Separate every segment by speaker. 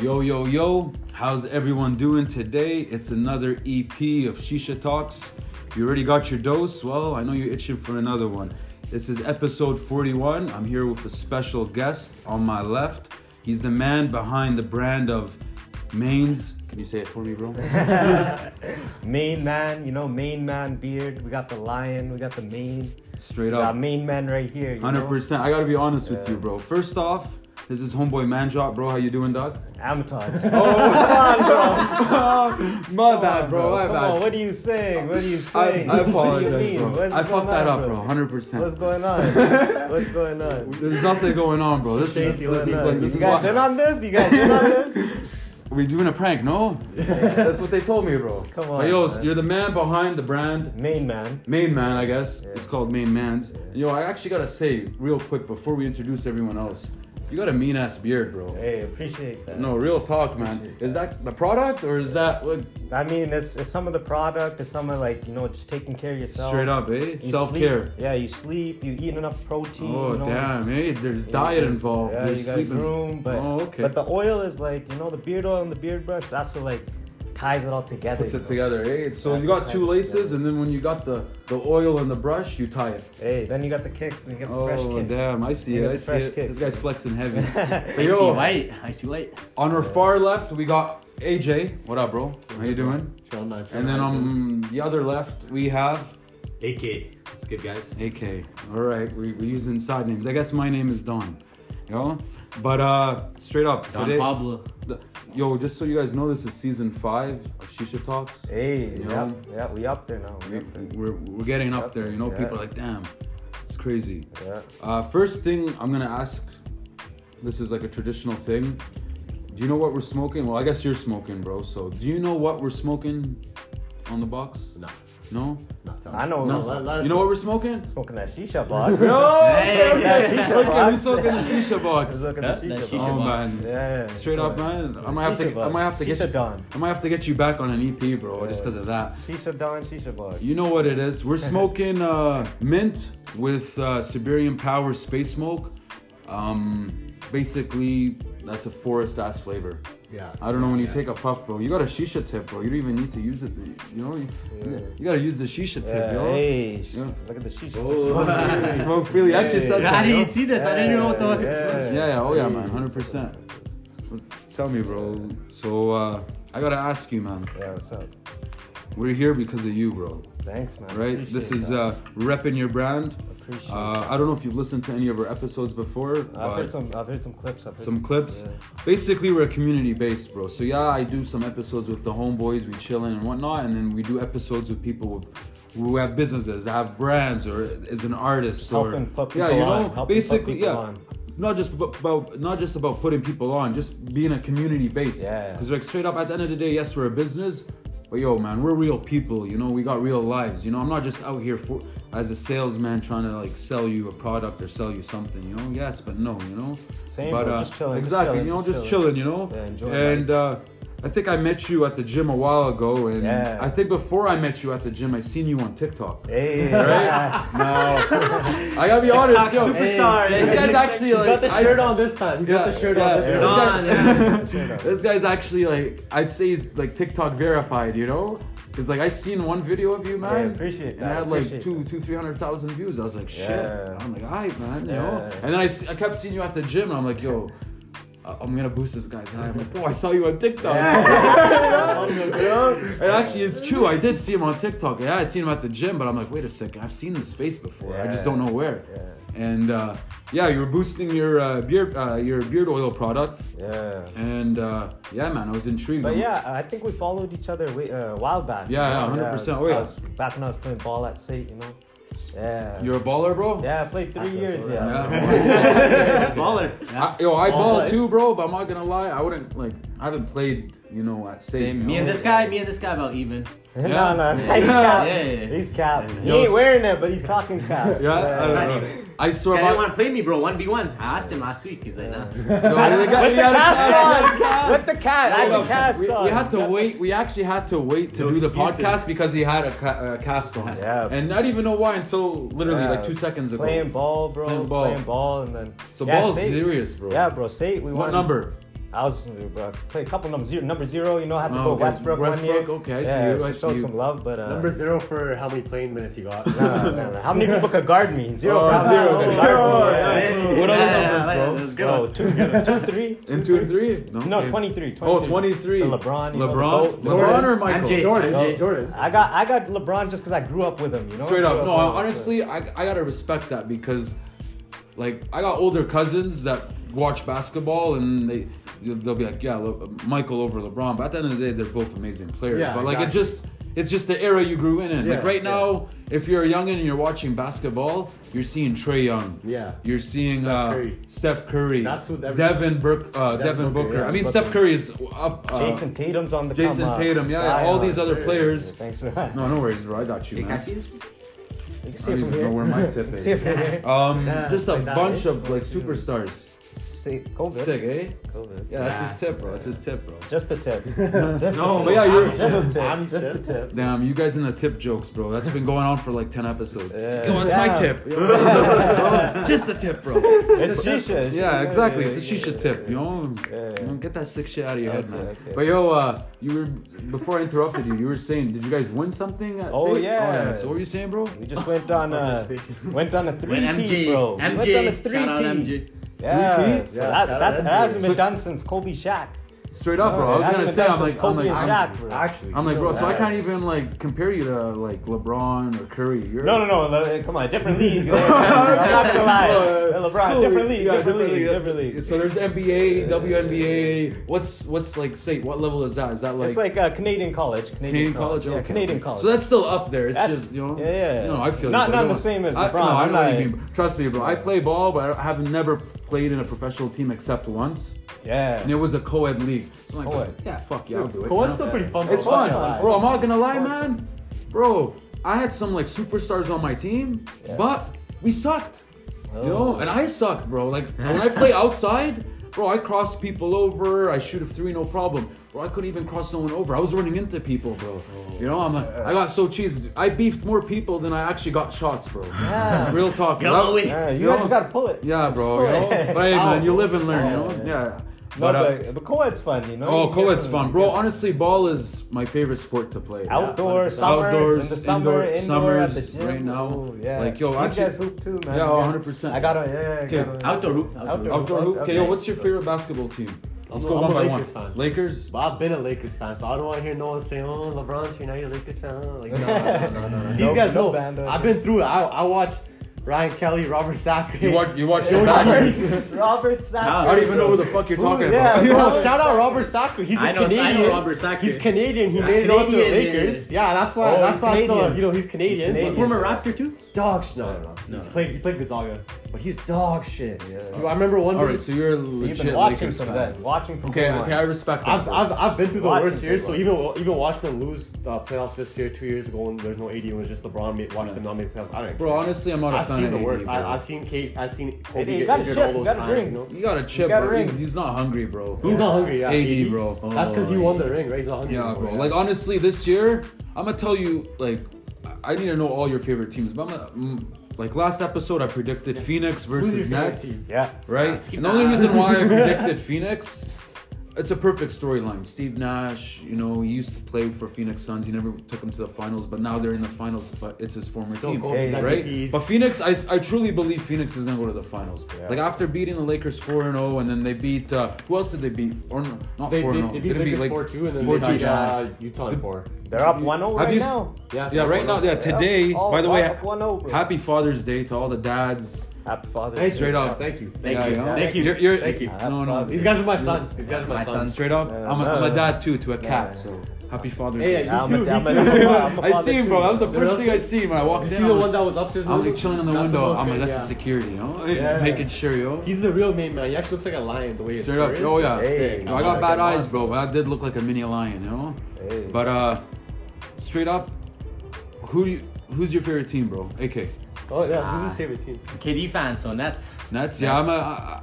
Speaker 1: Yo, yo, yo, how's everyone doing today? It's another EP of Shisha Talks. You already got your dose? Well, I know you're itching for another one. This is episode 41. I'm here with a special guest on my left. He's the man behind the brand of Mains. Can you say it for me, bro?
Speaker 2: main man, you know, main man beard. We got the lion, we got the main.
Speaker 1: Straight
Speaker 2: We got
Speaker 1: up.
Speaker 2: main man right here. You
Speaker 1: Hundred
Speaker 2: know?
Speaker 1: percent. I gotta be honest with
Speaker 2: Yeah.
Speaker 1: you, bro. First off, this is homeboy Manjot, bro. How you doing, dog?
Speaker 2: Amaton.
Speaker 1: Oh, my bad, bro. My
Speaker 2: Come
Speaker 1: bad.
Speaker 2: on, what do you saying? What do you
Speaker 1: I,
Speaker 2: saying?
Speaker 1: I
Speaker 2: What do you
Speaker 1: apologize,
Speaker 2: mean?
Speaker 1: bro.
Speaker 2: What's
Speaker 1: I fucked
Speaker 2: going
Speaker 1: that
Speaker 2: on,
Speaker 1: up, bro. Hundred percent.
Speaker 2: What's going on? What's going on?
Speaker 1: There's nothing going on, bro. This is
Speaker 2: Shady,
Speaker 1: this
Speaker 2: what's
Speaker 1: is
Speaker 2: up?
Speaker 1: like this
Speaker 2: you
Speaker 1: is
Speaker 2: guys in
Speaker 1: why
Speaker 2: on this? You guys in on this?
Speaker 1: we're doing a prank, no? That's what they told me, bro.
Speaker 2: Come
Speaker 1: But
Speaker 2: on,
Speaker 1: yo,
Speaker 2: man.
Speaker 1: you're the man behind the brand.
Speaker 2: Main man.
Speaker 1: Main man, I guess.
Speaker 2: Yeah.
Speaker 1: It's called Main Man's. And Yo, I actually gotta say, real quick, before we introduce everyone else, you got a mean ass beard, bro.
Speaker 2: Hey, appreciate that.
Speaker 1: No, real talk, man. Is that the product or is that what?
Speaker 2: I mean, it's, it's some of the product, it's some of like, you know, just taking care of yourself.
Speaker 1: Straight up, eh?
Speaker 2: You
Speaker 1: Self care.
Speaker 2: sleep- Yeah, you sleep, you eat enough protein.
Speaker 1: Oh
Speaker 2: you know,
Speaker 1: damn, eh? There's
Speaker 2: you know,
Speaker 1: diet
Speaker 2: there's-
Speaker 1: involved.
Speaker 2: Yeah,
Speaker 1: There's
Speaker 2: you got
Speaker 1: sleeping.
Speaker 2: room, but
Speaker 1: oh, okay.
Speaker 2: but the oil is like you know the beard oil and the beard brush. That's what like ties it all together.
Speaker 1: puts
Speaker 2: you
Speaker 1: it
Speaker 2: know?
Speaker 1: together, eh? It's- So
Speaker 2: That's
Speaker 1: you
Speaker 2: the
Speaker 1: got two
Speaker 2: type of
Speaker 1: laces,
Speaker 2: together.
Speaker 1: and then when you got the the oil and the brush, you tie it.
Speaker 2: Hey, then you got the kicks and you get the fresh
Speaker 1: Oh
Speaker 2: kicks.
Speaker 1: damn, I see
Speaker 2: You
Speaker 1: it.
Speaker 2: get
Speaker 1: I
Speaker 2: the
Speaker 1: see
Speaker 2: fresh
Speaker 1: it.
Speaker 2: kicks.
Speaker 1: This guy's flexing heavy.
Speaker 2: I
Speaker 1: But
Speaker 3: I see
Speaker 1: yo,
Speaker 3: white. I see white.
Speaker 1: on our far left, we got AJ. What up, bro? How you doing?
Speaker 3: Chill nuts.
Speaker 1: And then um, on the other left, we have
Speaker 3: AK. What's good, guys?
Speaker 1: AK. All right, we, we're using side names. I guess my name is Don. You know? But uh, straight up,
Speaker 3: Don
Speaker 1: today-
Speaker 3: Pablo.
Speaker 1: the- yo, just so you guys know, this is season five of Shisha Talks.
Speaker 2: Hey,
Speaker 1: You
Speaker 2: yeah,
Speaker 1: know?
Speaker 2: yeah, we up there now. We
Speaker 1: We,
Speaker 2: up there.
Speaker 1: we're, we're getting up there, you know?
Speaker 2: Yeah.
Speaker 1: People are like, damn, it's crazy.
Speaker 2: Yeah.
Speaker 1: Uh, first thing I'm gonna ask, this is like a traditional thing. Do you know what we're smoking? Well, I guess you're smoking, bro. So, do you know what we're smoking on the box?
Speaker 3: No,
Speaker 1: No.
Speaker 3: not
Speaker 2: I know.
Speaker 1: No.
Speaker 2: we're
Speaker 3: let- let us
Speaker 1: You know what
Speaker 3: know.
Speaker 1: we're smoking?
Speaker 2: Smoking that shisha box.
Speaker 1: No.
Speaker 3: Hey,
Speaker 1: Look
Speaker 3: yeah,
Speaker 2: shisha
Speaker 1: at-
Speaker 2: box.
Speaker 1: we're smoking the shisha
Speaker 2: We're
Speaker 1: box.
Speaker 2: looking
Speaker 3: That-
Speaker 2: at the
Speaker 3: that
Speaker 2: shisha
Speaker 3: shisha
Speaker 2: box.
Speaker 1: Oh
Speaker 3: box.
Speaker 1: man.
Speaker 2: Yeah.
Speaker 1: Straight up, man. I might have
Speaker 2: Shisha
Speaker 1: to. I
Speaker 2: box.
Speaker 1: might have to get
Speaker 2: Shisha
Speaker 1: you.
Speaker 2: Don.
Speaker 1: I might have to get you back on an EP, bro, just because of that.
Speaker 2: Shisha Don, Shisha Box.
Speaker 1: You know what it is. We're smoking uh, mint with uh, Siberian Power Space Smoke. Um, basically, that's a forest ass flavor.
Speaker 3: Yeah.
Speaker 1: I don't know when you take a puff, bro. You got a shisha tip, bro. You don't even need to use it. You know, you,
Speaker 2: Yeah.
Speaker 1: you gotta use the shisha tip,
Speaker 2: Yeah,
Speaker 1: yo.
Speaker 2: hey, sh-
Speaker 1: Yeah.
Speaker 2: look at the shisha.
Speaker 3: Oh.
Speaker 2: Smoke
Speaker 1: Smoke freely. Actually,
Speaker 2: Hey.
Speaker 1: says
Speaker 3: Yeah, I
Speaker 1: that, yo.
Speaker 3: didn't see this. I didn't know what the fuck
Speaker 1: Yeah,
Speaker 2: Yeah.
Speaker 1: yeah. Oh yeah, man. Hundred percent. Tell me, bro. So uh, I gotta ask you, man.
Speaker 2: Yeah, what's up?
Speaker 1: We're here because of you, bro.
Speaker 2: Thanks, man.
Speaker 1: Right?
Speaker 2: Appreciate
Speaker 1: This is
Speaker 2: that.
Speaker 1: uh, repping your brand.
Speaker 2: Appreciate
Speaker 1: Uh, I don't know if you've listened to any of our episodes before,
Speaker 2: I've
Speaker 1: but
Speaker 2: heard some. I've heard some clips. I've heard
Speaker 1: some clips.
Speaker 2: Yeah.
Speaker 1: Basically, we're a community based, bro. So yeah, I do some episodes with the homeboys, we chillin' and whatnot, and then we do episodes with people who who have businesses, have brands, or is an artist, or
Speaker 2: Helping put
Speaker 1: yeah,
Speaker 2: people
Speaker 1: you
Speaker 2: on,
Speaker 1: know,
Speaker 2: helping put
Speaker 1: basically,
Speaker 2: people
Speaker 1: yeah.
Speaker 2: on.
Speaker 1: Not just abo- about not just about putting people on, just being a community base.
Speaker 2: Yeah.
Speaker 1: Because like straight up, at the end of the day, yes, we're a business, but yo, man, we're real people. You know, we got real lives. You know, I'm not just out here for as a salesman trying to like sell you a product or sell you something. You know, yes, but no, you know.
Speaker 2: Same, bro, just chilling, just
Speaker 1: uh, Exactly,
Speaker 2: chilling,
Speaker 1: you know,
Speaker 2: just
Speaker 1: just chilling,
Speaker 2: chilling.
Speaker 1: you know.
Speaker 2: Yeah, enjoy
Speaker 1: and uh, I think I met you at the gym a while ago, and
Speaker 2: Yeah.
Speaker 1: I think before I met you at the gym, I seen you on TikTok.
Speaker 2: Hey,
Speaker 1: Right? I gotta be honest, yo,
Speaker 3: superstar,
Speaker 1: This
Speaker 3: eh?
Speaker 1: guy's actually like I-
Speaker 3: on this time. He's
Speaker 1: yeah, yeah,
Speaker 2: this
Speaker 1: yeah.
Speaker 2: time.
Speaker 1: This
Speaker 2: Come on,
Speaker 1: guy-
Speaker 2: yeah.
Speaker 1: This guy's actually like I'd say he's like TikTok verified, you know? Cause like I seen one video of you, man.
Speaker 2: appreciate
Speaker 1: And it
Speaker 2: that,
Speaker 1: had like
Speaker 2: appreciate
Speaker 1: two,
Speaker 2: that.
Speaker 1: two, three hundred thousand views. I was like, shit.
Speaker 2: Yeah.
Speaker 1: I'm like, alright, man, you know.
Speaker 2: Yeah.
Speaker 1: And then I, s- I kept seeing you at the gym, and I'm like, yo, I- I'm gonna boost this guy's high. I'm like, oh, I saw you on TikTok. And actually, it's true. I did see him on TikTok. Yeah, I seen him at the gym, but I'm like, wait a second, I've seen this face before. I just
Speaker 2: Yeah.
Speaker 1: don't know where.
Speaker 2: Yeah.
Speaker 1: And uh, yeah, you were boosting your uh, beard, uh, your beard oil product,
Speaker 2: yeah.
Speaker 1: and uh, yeah, man, I was intrigued.
Speaker 2: But yeah, I think we followed each other way, uh, a while back.
Speaker 1: Yeah, yeah, 100%,
Speaker 2: I
Speaker 1: oh, yeah.
Speaker 2: was- Back when I was playing ball at state, you know. Yeah.
Speaker 1: you're a baller, bro.
Speaker 2: yeah, I played three years. Yeah.
Speaker 1: Yeah.
Speaker 3: Baller.
Speaker 1: I, yo, I
Speaker 3: Ball,
Speaker 1: ball
Speaker 3: eh?
Speaker 1: too, bro. But I'm not gonna lie, I wouldn't like. I haven't played, you know, at state. you
Speaker 3: Me and
Speaker 1: know?
Speaker 3: this guy, me and this guy about even.
Speaker 2: no, no, no,
Speaker 3: Yeah.
Speaker 2: he's cap.
Speaker 3: Yeah, yeah, yeah.
Speaker 2: He's cap. He
Speaker 1: Yo,
Speaker 2: ain't
Speaker 1: s-
Speaker 2: wearing it, but he's talking cap.
Speaker 1: Yeah, uh, I
Speaker 2: yeah.
Speaker 1: don't know. I
Speaker 3: Guy
Speaker 1: swear.
Speaker 3: didn't
Speaker 1: by-
Speaker 3: want to play me, bro. One v one. I asked him last week. He's like, nah.
Speaker 1: Yo, the guy-
Speaker 2: With
Speaker 1: he
Speaker 2: the
Speaker 1: had a cast.
Speaker 2: cast on. With the cast. I had the cast
Speaker 1: we,
Speaker 2: on.
Speaker 1: we had to wait. We actually had to wait to
Speaker 3: No
Speaker 1: do the
Speaker 3: excuses.
Speaker 1: podcast because he had a, ca- a cast on.
Speaker 2: Yeah.
Speaker 1: And I didn't even know why until literally
Speaker 2: Yeah,
Speaker 1: like two seconds ago.
Speaker 2: Playing ball, bro.
Speaker 1: Playing
Speaker 2: Playing
Speaker 1: ball.
Speaker 2: ball, playing ball and then.
Speaker 1: So
Speaker 2: Yeah,
Speaker 1: ball's
Speaker 2: state-
Speaker 1: serious, bro.
Speaker 2: Yeah, bro. State. We
Speaker 1: What
Speaker 2: won.
Speaker 1: number?
Speaker 2: I was uh, play a couple numbers zero, number zero. You know, I had to
Speaker 1: Oh,
Speaker 2: go
Speaker 1: okay.
Speaker 2: Westbrook, one year.
Speaker 1: Westbrook, okay, I see
Speaker 2: yeah,
Speaker 1: you, I
Speaker 2: so showed
Speaker 1: see you.
Speaker 2: some love, but uh,
Speaker 4: Number zero for how many playing minutes you got.
Speaker 2: nah, nah, nah. how many people could guard me? Zero,
Speaker 1: Oh,
Speaker 2: for
Speaker 1: zero,
Speaker 2: zero could
Speaker 1: oh,
Speaker 2: guard
Speaker 1: oh,
Speaker 2: me.
Speaker 1: yeah.
Speaker 2: Yeah.
Speaker 1: What other
Speaker 3: Yeah, yeah,
Speaker 1: numbers,
Speaker 3: yeah,
Speaker 1: bro?
Speaker 3: that was a good
Speaker 2: No,
Speaker 3: one.
Speaker 2: two, two, three.
Speaker 1: And two and three?
Speaker 2: No,
Speaker 1: okay.
Speaker 2: 23,
Speaker 1: Oh,
Speaker 2: 23.
Speaker 1: 23.
Speaker 2: The LeBron, you know, the
Speaker 1: LeBron?
Speaker 2: GOAT.
Speaker 1: LeBron or
Speaker 3: Jordan.
Speaker 1: Michael?
Speaker 3: MJ.
Speaker 4: Jordan,
Speaker 2: No.
Speaker 4: Jordan.
Speaker 2: I got I got LeBron just because I grew up with him. You know,
Speaker 1: Straight
Speaker 2: Grew
Speaker 1: up. No,
Speaker 2: with him, so-
Speaker 1: honestly, I, I gotta respect that because, like, I got older cousins that watch basketball and they they'll be like, yeah, Le- Michael over LeBron. But at the end of the day, they're both amazing players.
Speaker 4: Yeah,
Speaker 1: but like,
Speaker 4: exactly.
Speaker 1: it just it's just the era you grew in. in. like
Speaker 4: Yeah,
Speaker 1: right
Speaker 4: yeah.
Speaker 1: now, if you're young and you're watching basketball, you're seeing Trey Young.
Speaker 4: Yeah.
Speaker 1: You're seeing
Speaker 4: Steph
Speaker 1: uh,
Speaker 4: Curry.
Speaker 1: Steph Curry.
Speaker 4: That's who every-
Speaker 1: Devin Burke. Uh, Devin Booker.
Speaker 4: Booker, yeah,
Speaker 1: I mean,
Speaker 4: Booker.
Speaker 1: Steph Curry is up. Uh,
Speaker 2: Jason Tatum's on the come
Speaker 1: Jason
Speaker 2: up.
Speaker 1: Tatum. Yeah, yeah,
Speaker 2: Zion.
Speaker 1: all these other
Speaker 4: Seriously.
Speaker 1: players.
Speaker 2: Thanks for that.
Speaker 1: No, no worries, bro. I got you,
Speaker 3: Hey,
Speaker 1: man.
Speaker 3: can I see this?
Speaker 2: You can
Speaker 1: I
Speaker 2: see
Speaker 1: don't
Speaker 2: it from
Speaker 1: even
Speaker 2: here.
Speaker 1: know where my tip
Speaker 2: See it
Speaker 1: is.
Speaker 2: from here.
Speaker 1: Um,
Speaker 4: Yeah,
Speaker 1: just a
Speaker 4: like that,
Speaker 1: bunch
Speaker 4: eh?
Speaker 1: of like superstars.
Speaker 2: Sick. COVID.
Speaker 1: Sick, eh?
Speaker 2: COVID.
Speaker 1: Yeah, that's
Speaker 4: Yeah.
Speaker 1: his tip, bro. That's his tip, bro.
Speaker 2: Just the tip. Just
Speaker 1: No, but
Speaker 2: the tip.
Speaker 1: yeah, you're-
Speaker 2: Just the tip.
Speaker 4: I'm-
Speaker 2: Just the tip.
Speaker 1: Damn, you guys in the tip jokes, bro. That's been going on for like ten episodes.
Speaker 2: Yeah.
Speaker 1: Yo, that's my
Speaker 2: Damn.
Speaker 1: tip. Bro, just the tip, bro.
Speaker 2: It's shisha.
Speaker 1: Yeah, exactly. It's a
Speaker 2: yeah,
Speaker 1: shisha
Speaker 2: yeah,
Speaker 1: tip, you
Speaker 2: yeah.
Speaker 1: know.
Speaker 2: Yeah.
Speaker 1: You know, Get that sick shit out of your head,
Speaker 2: Okay,
Speaker 1: man.
Speaker 2: okay.
Speaker 1: But yo, uh, you were before I interrupted you. You were saying, did you guys win something? At
Speaker 2: Oh,
Speaker 1: State?
Speaker 2: yeah.
Speaker 1: So what were you saying, bro?
Speaker 2: We just went on a went on a three
Speaker 3: When MJ,
Speaker 2: P, bro. We went on a
Speaker 3: MJ,
Speaker 2: three
Speaker 3: shout out
Speaker 2: P.
Speaker 3: MJ.
Speaker 2: Yeah,
Speaker 4: Three-peat?
Speaker 2: so
Speaker 4: Yeah,
Speaker 2: that,
Speaker 4: shout out
Speaker 2: that's,
Speaker 4: MJ.
Speaker 2: that hasn't been
Speaker 1: So-
Speaker 2: done since Kobe Shaq.
Speaker 1: Straight up, bro. I was
Speaker 2: That
Speaker 1: gonna
Speaker 2: hasn't
Speaker 1: say,
Speaker 2: been
Speaker 1: I'm
Speaker 2: done since
Speaker 1: like, I'm
Speaker 2: Kobe
Speaker 1: like,
Speaker 2: and
Speaker 1: I'm,
Speaker 2: Shaq, bro.
Speaker 4: Actually,
Speaker 1: I'm like, bro. So I
Speaker 2: Yeah.
Speaker 1: can't even like compare you to like LeBron or Curry. You're
Speaker 2: No, no, no. Le- come on, different league. I'm not gonna lie. LeBron,
Speaker 1: Still,
Speaker 2: different league,
Speaker 1: yeah,
Speaker 2: different league, different league.
Speaker 1: So there's NBA, WNBA. What's what's like state? What level is that? Is that like,
Speaker 2: It's like uh, Canadian college. Canadian,
Speaker 1: Canadian college?
Speaker 2: Yeah,
Speaker 1: Okay.
Speaker 2: Canadian college.
Speaker 1: So that's still up there. It's
Speaker 2: That's-
Speaker 1: just you know.
Speaker 2: yeah, yeah.
Speaker 1: No, I feel
Speaker 2: Not-
Speaker 1: you, but
Speaker 2: not
Speaker 1: I
Speaker 2: the
Speaker 1: don't-
Speaker 2: same as
Speaker 1: I,
Speaker 2: LeBron.
Speaker 1: no, I
Speaker 2: I'm
Speaker 1: know what you
Speaker 2: not-
Speaker 1: mean. Trust me, bro. I play ball, but I have never played in a professional team except once,
Speaker 2: yeah.
Speaker 1: and it was a co-ed league. So I'm like,
Speaker 2: Co-ed.
Speaker 1: yeah, fuck yeah, I'll do it.
Speaker 4: Coed's
Speaker 1: you know?
Speaker 4: still pretty fun.
Speaker 1: It's
Speaker 4: bro.
Speaker 1: fun,
Speaker 2: Fuck
Speaker 1: bro.
Speaker 2: yeah.
Speaker 1: I'm not gonna lie,
Speaker 2: Fuck.
Speaker 1: man. Bro, I had some like superstars on my team,
Speaker 2: Yeah.
Speaker 1: but we sucked. You
Speaker 2: Oh.
Speaker 1: know, and I sucked, bro. Like when I play outside, bro, I cross people over. I shoot a three, no problem. Bro, I couldn't even cross someone over. I was running into people, bro.
Speaker 2: Oh.
Speaker 1: You know, I'm like, I got so cheesed. I beefed more people than I actually got shots, bro.
Speaker 2: Yeah.
Speaker 1: Real talk.
Speaker 3: Go
Speaker 1: That-
Speaker 3: away.
Speaker 2: Yeah, you
Speaker 1: Yo.
Speaker 2: guys gotta pull it.
Speaker 1: Yeah, bro. You
Speaker 2: Just
Speaker 1: know?
Speaker 2: pull it.
Speaker 1: But hey, man, you live and learn. You
Speaker 2: Oh,
Speaker 1: know.
Speaker 2: yeah.
Speaker 1: Yeah.
Speaker 2: No,
Speaker 1: But, uh,
Speaker 2: but, but co-ed's fun, you know.
Speaker 1: Oh,
Speaker 2: You
Speaker 1: co-ed's
Speaker 2: get-
Speaker 1: fun, bro. Honestly, ball is my favorite sport to play.
Speaker 2: Outdoor,
Speaker 4: 100%.
Speaker 2: summer,
Speaker 1: Outdoors,
Speaker 2: in the summer,
Speaker 1: indoor-
Speaker 2: indoor, at the
Speaker 1: summers,
Speaker 2: gym.
Speaker 1: right now.
Speaker 2: Ooh, yeah.
Speaker 1: Like, yo,
Speaker 2: These
Speaker 1: actually-
Speaker 2: guys hoop too, man.
Speaker 1: Yeah,
Speaker 2: You guys-
Speaker 1: 100%.
Speaker 2: I got to yeah,
Speaker 1: Okay.
Speaker 2: yeah. I gotta-
Speaker 3: Outdoor hoop.
Speaker 2: Outdoor.
Speaker 1: Outdoor hoop. Okay, yo, what's your favorite basketball team? Let's go
Speaker 4: I'm
Speaker 1: one
Speaker 4: a
Speaker 1: by one.
Speaker 4: Lakers fan.
Speaker 1: Lakers.
Speaker 4: But I've been a Lakers fan, so I don't want to hear no one saying, "Oh, LeBron's here now, you're a Lakers fan." Like, no, no, no, no, no. These
Speaker 2: No-
Speaker 4: guys
Speaker 2: no
Speaker 4: know.
Speaker 2: band, uh,
Speaker 4: I've been through it. I, I watched Ryan Kelly, Robert Sacre.
Speaker 1: You watch. You watch your
Speaker 4: Jordan
Speaker 1: back.
Speaker 4: Roberts.
Speaker 2: Robert
Speaker 1: I
Speaker 2: Sacre.
Speaker 1: don't even know who the fuck you're talking
Speaker 2: yeah,
Speaker 1: about.
Speaker 2: bro.
Speaker 4: Yo, shout out Robert Sacre. He's a
Speaker 3: I know- I know
Speaker 4: Canadian.
Speaker 3: Robert Sacre.
Speaker 4: He's Canadian. He
Speaker 3: Yeah,
Speaker 4: made it onto the
Speaker 3: Canadian, yeah,
Speaker 4: Lakers. Yeah, that's why.
Speaker 2: Oh,
Speaker 4: that's
Speaker 2: he's
Speaker 4: why. I still,
Speaker 2: Canadian.
Speaker 4: you know, he's Canadian.
Speaker 2: He's Canadian.
Speaker 3: Former Raptor too?
Speaker 4: Dog shit. No, no, no.
Speaker 3: No.
Speaker 4: He's played, he played Gonzaga, but he's dog shit.
Speaker 2: Yeah.
Speaker 4: Dude, I remember one.
Speaker 1: All
Speaker 4: day-
Speaker 1: right, so you're a
Speaker 2: So you've
Speaker 1: legit
Speaker 2: been watching
Speaker 1: Lakers
Speaker 2: from
Speaker 1: fan.
Speaker 2: then, watching from
Speaker 1: Okay,
Speaker 2: then on.
Speaker 1: okay, I respect that.
Speaker 4: I've,
Speaker 1: bro.
Speaker 4: I've, I've been through the
Speaker 2: Watching
Speaker 4: worst years, so
Speaker 2: people.
Speaker 4: even even watching them lose uh, playoffs this year, two years ago, when there's no AD, it was just LeBron. Made, watching
Speaker 1: Yeah.
Speaker 4: them not make playoffs. I don't.
Speaker 1: Bro,
Speaker 4: care.
Speaker 1: honestly, I'm not a
Speaker 4: I've
Speaker 1: fan
Speaker 4: seen
Speaker 1: of
Speaker 4: the
Speaker 1: AD,
Speaker 4: worst.
Speaker 1: bro.
Speaker 4: I, I've seen Kate. I've seen Kobe
Speaker 2: you
Speaker 4: get
Speaker 2: gotta
Speaker 4: injured
Speaker 2: chip,
Speaker 4: all those
Speaker 2: you gotta
Speaker 4: times.
Speaker 2: ring.
Speaker 4: You know?
Speaker 1: You got a chip,
Speaker 2: got a
Speaker 1: bro. He's,
Speaker 2: ring.
Speaker 1: he's not hungry, bro.
Speaker 4: He's not hungry. Yeah,
Speaker 1: AD, bro. Oh,
Speaker 4: That's because he won the ring, right? He's not hungry.
Speaker 1: Yeah, bro.
Speaker 4: anymore,
Speaker 1: Like honestly, this year I'm gonna tell you like I- I need to know all your favorite teams. But I'm gonna, mm, like last episode, I predicted Phoenix
Speaker 4: Who's your
Speaker 1: versus
Speaker 4: favorite
Speaker 1: Nets,
Speaker 4: team?
Speaker 2: Yeah.
Speaker 1: right?
Speaker 3: Let's keep
Speaker 1: And the only
Speaker 3: that.
Speaker 1: reason why I predicted Phoenix, it's a perfect storyline. Steve Nash, you know, he used to play for Phoenix Suns. He never took them to the finals, but now they're in the finals. But it's his former
Speaker 4: Still
Speaker 1: team,
Speaker 4: Kobe's
Speaker 1: right?
Speaker 4: MVPs.
Speaker 1: But Phoenix, I, I truly believe Phoenix is gonna go to the finals.
Speaker 2: Yeah.
Speaker 1: Like after beating the Lakers four and zero, and then they beat uh, who else did they beat? Or no, not
Speaker 4: They,
Speaker 1: four
Speaker 4: they,
Speaker 1: and
Speaker 4: they
Speaker 1: zero.
Speaker 4: beat
Speaker 1: Didn't
Speaker 4: Lakers
Speaker 1: like,
Speaker 4: four two, and then
Speaker 1: 4-2
Speaker 4: they beat uh,
Speaker 1: Jazz.
Speaker 4: Utah in four.
Speaker 2: They're up 1-0
Speaker 1: Have
Speaker 2: right
Speaker 1: you s-
Speaker 2: now.
Speaker 1: Yeah, right now, yeah, today,
Speaker 2: Oh,
Speaker 1: by the way,
Speaker 2: up 1-0, bro.
Speaker 1: happy Father's Day to all the dads.
Speaker 2: Happy Father's
Speaker 4: Thank
Speaker 2: Day.
Speaker 1: Straight up.
Speaker 4: Thank you.
Speaker 3: Thank
Speaker 1: Yeah,
Speaker 3: you.
Speaker 1: yeah.
Speaker 3: Thank you.
Speaker 1: You're- you're-
Speaker 3: Thank you.
Speaker 1: No, no.
Speaker 4: These guys are my sons. These guys are my,
Speaker 3: My
Speaker 4: sons.
Speaker 3: sons.
Speaker 1: Straight up,
Speaker 2: Yeah,
Speaker 1: I'm a, I'm a
Speaker 2: no,
Speaker 1: dad too, to a cat,
Speaker 2: yeah.
Speaker 1: so happy Father's
Speaker 4: Hey,
Speaker 1: Day.
Speaker 4: yeah,
Speaker 2: I'm a-
Speaker 4: you too.
Speaker 2: I'm a-
Speaker 4: me too.
Speaker 2: I'm a-
Speaker 1: I seen, bro, that was the
Speaker 4: Dude,
Speaker 1: first
Speaker 4: that
Speaker 1: thing I
Speaker 4: was-
Speaker 1: seen when I walked in.
Speaker 4: You see the
Speaker 1: I was-
Speaker 4: one that was upstairs?
Speaker 1: I'm like chilling in the
Speaker 4: That's
Speaker 1: window.
Speaker 4: one
Speaker 1: I'm like,
Speaker 4: good,
Speaker 1: that's
Speaker 4: yeah.
Speaker 1: the security, you know?
Speaker 2: Yeah.
Speaker 1: Making sure, yo.
Speaker 4: He's the real main man. He actually looks like a lion the way his
Speaker 1: Straight up.
Speaker 4: hair is.
Speaker 1: Oh, yeah.
Speaker 4: It's sick.
Speaker 2: Hey.
Speaker 1: Yo, I got
Speaker 2: Like
Speaker 1: bad
Speaker 2: a
Speaker 1: eyes,
Speaker 2: monster.
Speaker 1: bro, but I did look like a mini lion, you know?
Speaker 2: Hey.
Speaker 1: But, uh, straight up, who do you, who's your favorite team, bro? AK.
Speaker 4: Oh yeah, who's his favorite team?
Speaker 3: KD fan, so Nets.
Speaker 1: Nets, yeah. I'm a, I,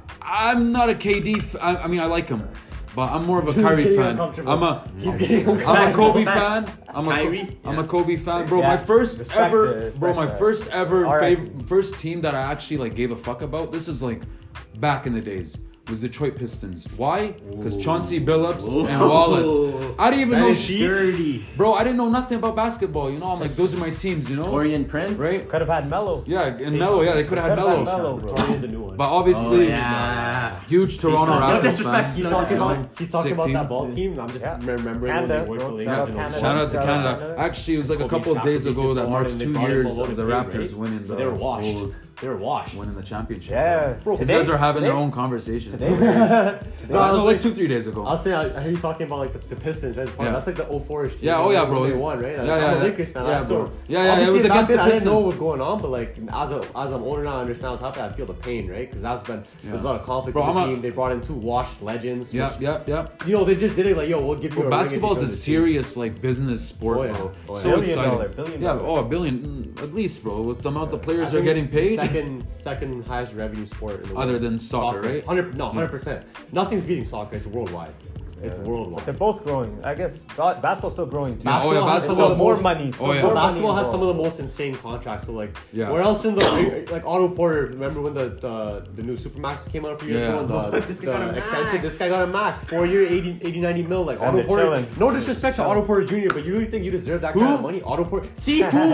Speaker 1: I'm not a KD. F- I, I mean, I like him, but I'm more of a
Speaker 4: He's
Speaker 1: Kyrie
Speaker 4: getting
Speaker 1: fan.
Speaker 4: uncomfortable.
Speaker 1: I'm a,
Speaker 4: He's getting
Speaker 1: I'm a
Speaker 3: Respect,
Speaker 1: Kobe
Speaker 3: respect.
Speaker 1: fan. I'm a,
Speaker 3: Kyrie,
Speaker 1: am
Speaker 3: yeah.
Speaker 1: a Kobe fan, bro.
Speaker 2: Yeah.
Speaker 1: My first
Speaker 2: Respect
Speaker 1: ever,
Speaker 2: it, respect
Speaker 1: bro. My
Speaker 2: that.
Speaker 1: first ever
Speaker 2: All right.
Speaker 1: fav- first team that I actually like gave a fuck about. This is like back in the days. was Detroit Pistons. Why? Because
Speaker 3: Ooh.
Speaker 1: Chauncey Billups and
Speaker 3: Ooh.
Speaker 1: Wallace. I didn't even
Speaker 3: That
Speaker 1: know
Speaker 3: is
Speaker 1: she.
Speaker 3: dirty.
Speaker 1: Bro, I didn't know nothing about basketball. You know, I'm like, those are my teams. You know,
Speaker 3: Orient Prince.
Speaker 1: right?
Speaker 2: Could have had Mello.
Speaker 1: Yeah, and Melo. Yeah, they could have had
Speaker 2: Could've had
Speaker 1: Melo.
Speaker 2: Melo. bro.
Speaker 4: Tori is the new one.
Speaker 1: But
Speaker 3: Oh,
Speaker 1: obviously,
Speaker 3: yeah.
Speaker 1: huge Toronto
Speaker 4: not- no
Speaker 1: Raptors
Speaker 3: disrespect,
Speaker 1: fan.
Speaker 4: he's
Speaker 3: No,
Speaker 4: talking
Speaker 3: that's
Speaker 4: about
Speaker 3: fine.
Speaker 4: he's talking
Speaker 1: Sick
Speaker 4: about
Speaker 1: team.
Speaker 4: that ball team. I'm just
Speaker 2: Yeah.
Speaker 4: remembering
Speaker 2: Canada,
Speaker 4: when they
Speaker 2: bro.
Speaker 4: were for the
Speaker 2: Shout out
Speaker 4: and
Speaker 2: Canada.
Speaker 1: Shout out to
Speaker 2: Shout out
Speaker 1: Canada.
Speaker 2: Canada.
Speaker 1: Actually, it was like a
Speaker 4: Kobe
Speaker 1: couple
Speaker 4: shot
Speaker 1: days
Speaker 4: was
Speaker 1: ago
Speaker 4: just
Speaker 1: that
Speaker 4: hard
Speaker 1: marks
Speaker 4: and they
Speaker 1: two
Speaker 4: brought it
Speaker 1: years
Speaker 4: below
Speaker 1: of the
Speaker 4: the grid,
Speaker 1: Raptors
Speaker 4: right?
Speaker 1: winning the
Speaker 4: So they were washed.
Speaker 1: gold,
Speaker 4: They were washed.
Speaker 1: winning the championship.
Speaker 2: Yeah.
Speaker 4: Bro,
Speaker 1: These
Speaker 2: Today-
Speaker 1: guys are having their
Speaker 2: today-
Speaker 1: own conversations.
Speaker 2: Today we're- today
Speaker 1: No,
Speaker 4: I
Speaker 1: no,
Speaker 4: was
Speaker 1: like,
Speaker 4: like-
Speaker 1: two, three days ago.
Speaker 4: I was saying, I I hear you talking about like the, the Pistons, right?
Speaker 1: Yeah.
Speaker 4: That's like the 04 team.
Speaker 1: Yeah, oh yeah, bro.
Speaker 4: They won, right?
Speaker 1: Yeah,
Speaker 4: Like,
Speaker 1: yeah,
Speaker 4: I'm
Speaker 1: yeah.
Speaker 4: a Lakers fan.
Speaker 1: Yeah,
Speaker 4: I still,
Speaker 1: bro. Yeah, yeah, it was
Speaker 4: obviously, back
Speaker 1: against the
Speaker 4: then, I didn't know
Speaker 1: Pistons.
Speaker 4: what was going on, but like as a as I'm older now, I understand what's happening. I feel the pain, right? Because that's been there's a lot of conflict
Speaker 1: Bro,
Speaker 4: in the
Speaker 1: I'm a-
Speaker 4: team. They brought in two washed legends.
Speaker 1: Yeah,
Speaker 4: which,
Speaker 1: yeah, yeah.
Speaker 4: You know, they just did it like, yo, we'll give you.
Speaker 1: But
Speaker 4: a ring if
Speaker 1: basketball is
Speaker 4: you
Speaker 1: a
Speaker 4: join the team.
Speaker 1: serious like business sport,
Speaker 4: Oh, yeah.
Speaker 1: bro.
Speaker 4: Oh, yeah.
Speaker 1: So
Speaker 2: Billion
Speaker 1: exciting.
Speaker 2: dollar, billion
Speaker 1: yeah,
Speaker 2: dollar.
Speaker 1: oh, a billion mm, at least, bro. With the amount the
Speaker 4: I
Speaker 1: players
Speaker 4: think
Speaker 1: are
Speaker 4: it's
Speaker 1: getting
Speaker 4: the
Speaker 1: paid. oh,
Speaker 4: Second, second highest revenue sport in the
Speaker 1: Other
Speaker 4: world.
Speaker 1: than soccer, right?
Speaker 4: 100, no, 100. percent Nothing's beating soccer. It's worldwide. It's worldwide.
Speaker 2: They're both growing. I guess ba- basketball's still growing. Too.
Speaker 1: Yeah, oh yeah,
Speaker 4: Basketball has
Speaker 2: It's
Speaker 1: basketball.
Speaker 2: still
Speaker 4: Basketball's-
Speaker 2: more money. Still
Speaker 1: Oh, yeah.
Speaker 2: more money
Speaker 4: basketball has some of
Speaker 2: involved.
Speaker 4: the most insane contracts. So like,
Speaker 1: Yeah.
Speaker 4: where else in the like Otto Porter? Remember when the the, the new Supermax came out a few years
Speaker 1: Yeah.
Speaker 4: ago? And the,
Speaker 3: This guy
Speaker 4: the
Speaker 3: got a
Speaker 4: extension.
Speaker 3: max.
Speaker 4: This guy got a max, four year, 80, 80 90 mil. Like
Speaker 2: And
Speaker 4: Otto
Speaker 2: they're
Speaker 4: Porter.
Speaker 2: chilling.
Speaker 4: No disrespect to Otto Porter Jr., but you really think you deserve that kind of
Speaker 1: Who?
Speaker 4: money? Otto Porter. See who?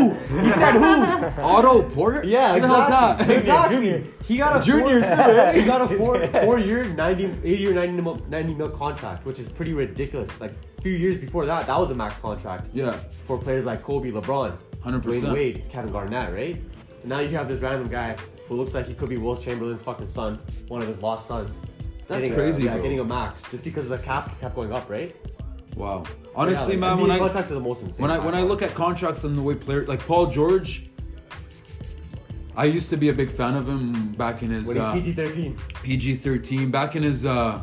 Speaker 4: He said who?
Speaker 1: Otto Porter.
Speaker 4: Yeah,
Speaker 1: Who the hell's that?
Speaker 4: exactly. exactly.
Speaker 2: Junior.
Speaker 4: He got a
Speaker 1: Junior,
Speaker 4: four,
Speaker 1: too, eh? right?
Speaker 4: He got a four four year 90, 80 or 90 mil, 90 mil contract, which is pretty ridiculous. Like a few years before that, that was a max contract
Speaker 1: Yeah.
Speaker 4: for players like Kobe, LeBron,
Speaker 1: 100%.
Speaker 4: Dwayne Wade, Kevin Garnett, right? And now you have this random guy who looks like he could be Will Chamberlain's fucking son, one of his lost sons.
Speaker 1: That's
Speaker 4: Getting a-
Speaker 1: crazy,
Speaker 4: yeah,
Speaker 1: bro.
Speaker 4: getting a max just because the cap kept going up, right?
Speaker 1: Wow. Honestly,
Speaker 4: Yeah, like,
Speaker 1: man,
Speaker 4: NBA
Speaker 1: when I
Speaker 4: contracts are the most insane.
Speaker 1: when I when I look at contracts and the way player like Paul George, I used to be a big fan of him back in his
Speaker 4: when he's
Speaker 1: uh,
Speaker 4: PG thirteen,
Speaker 1: PG thirteen. Back in his uh,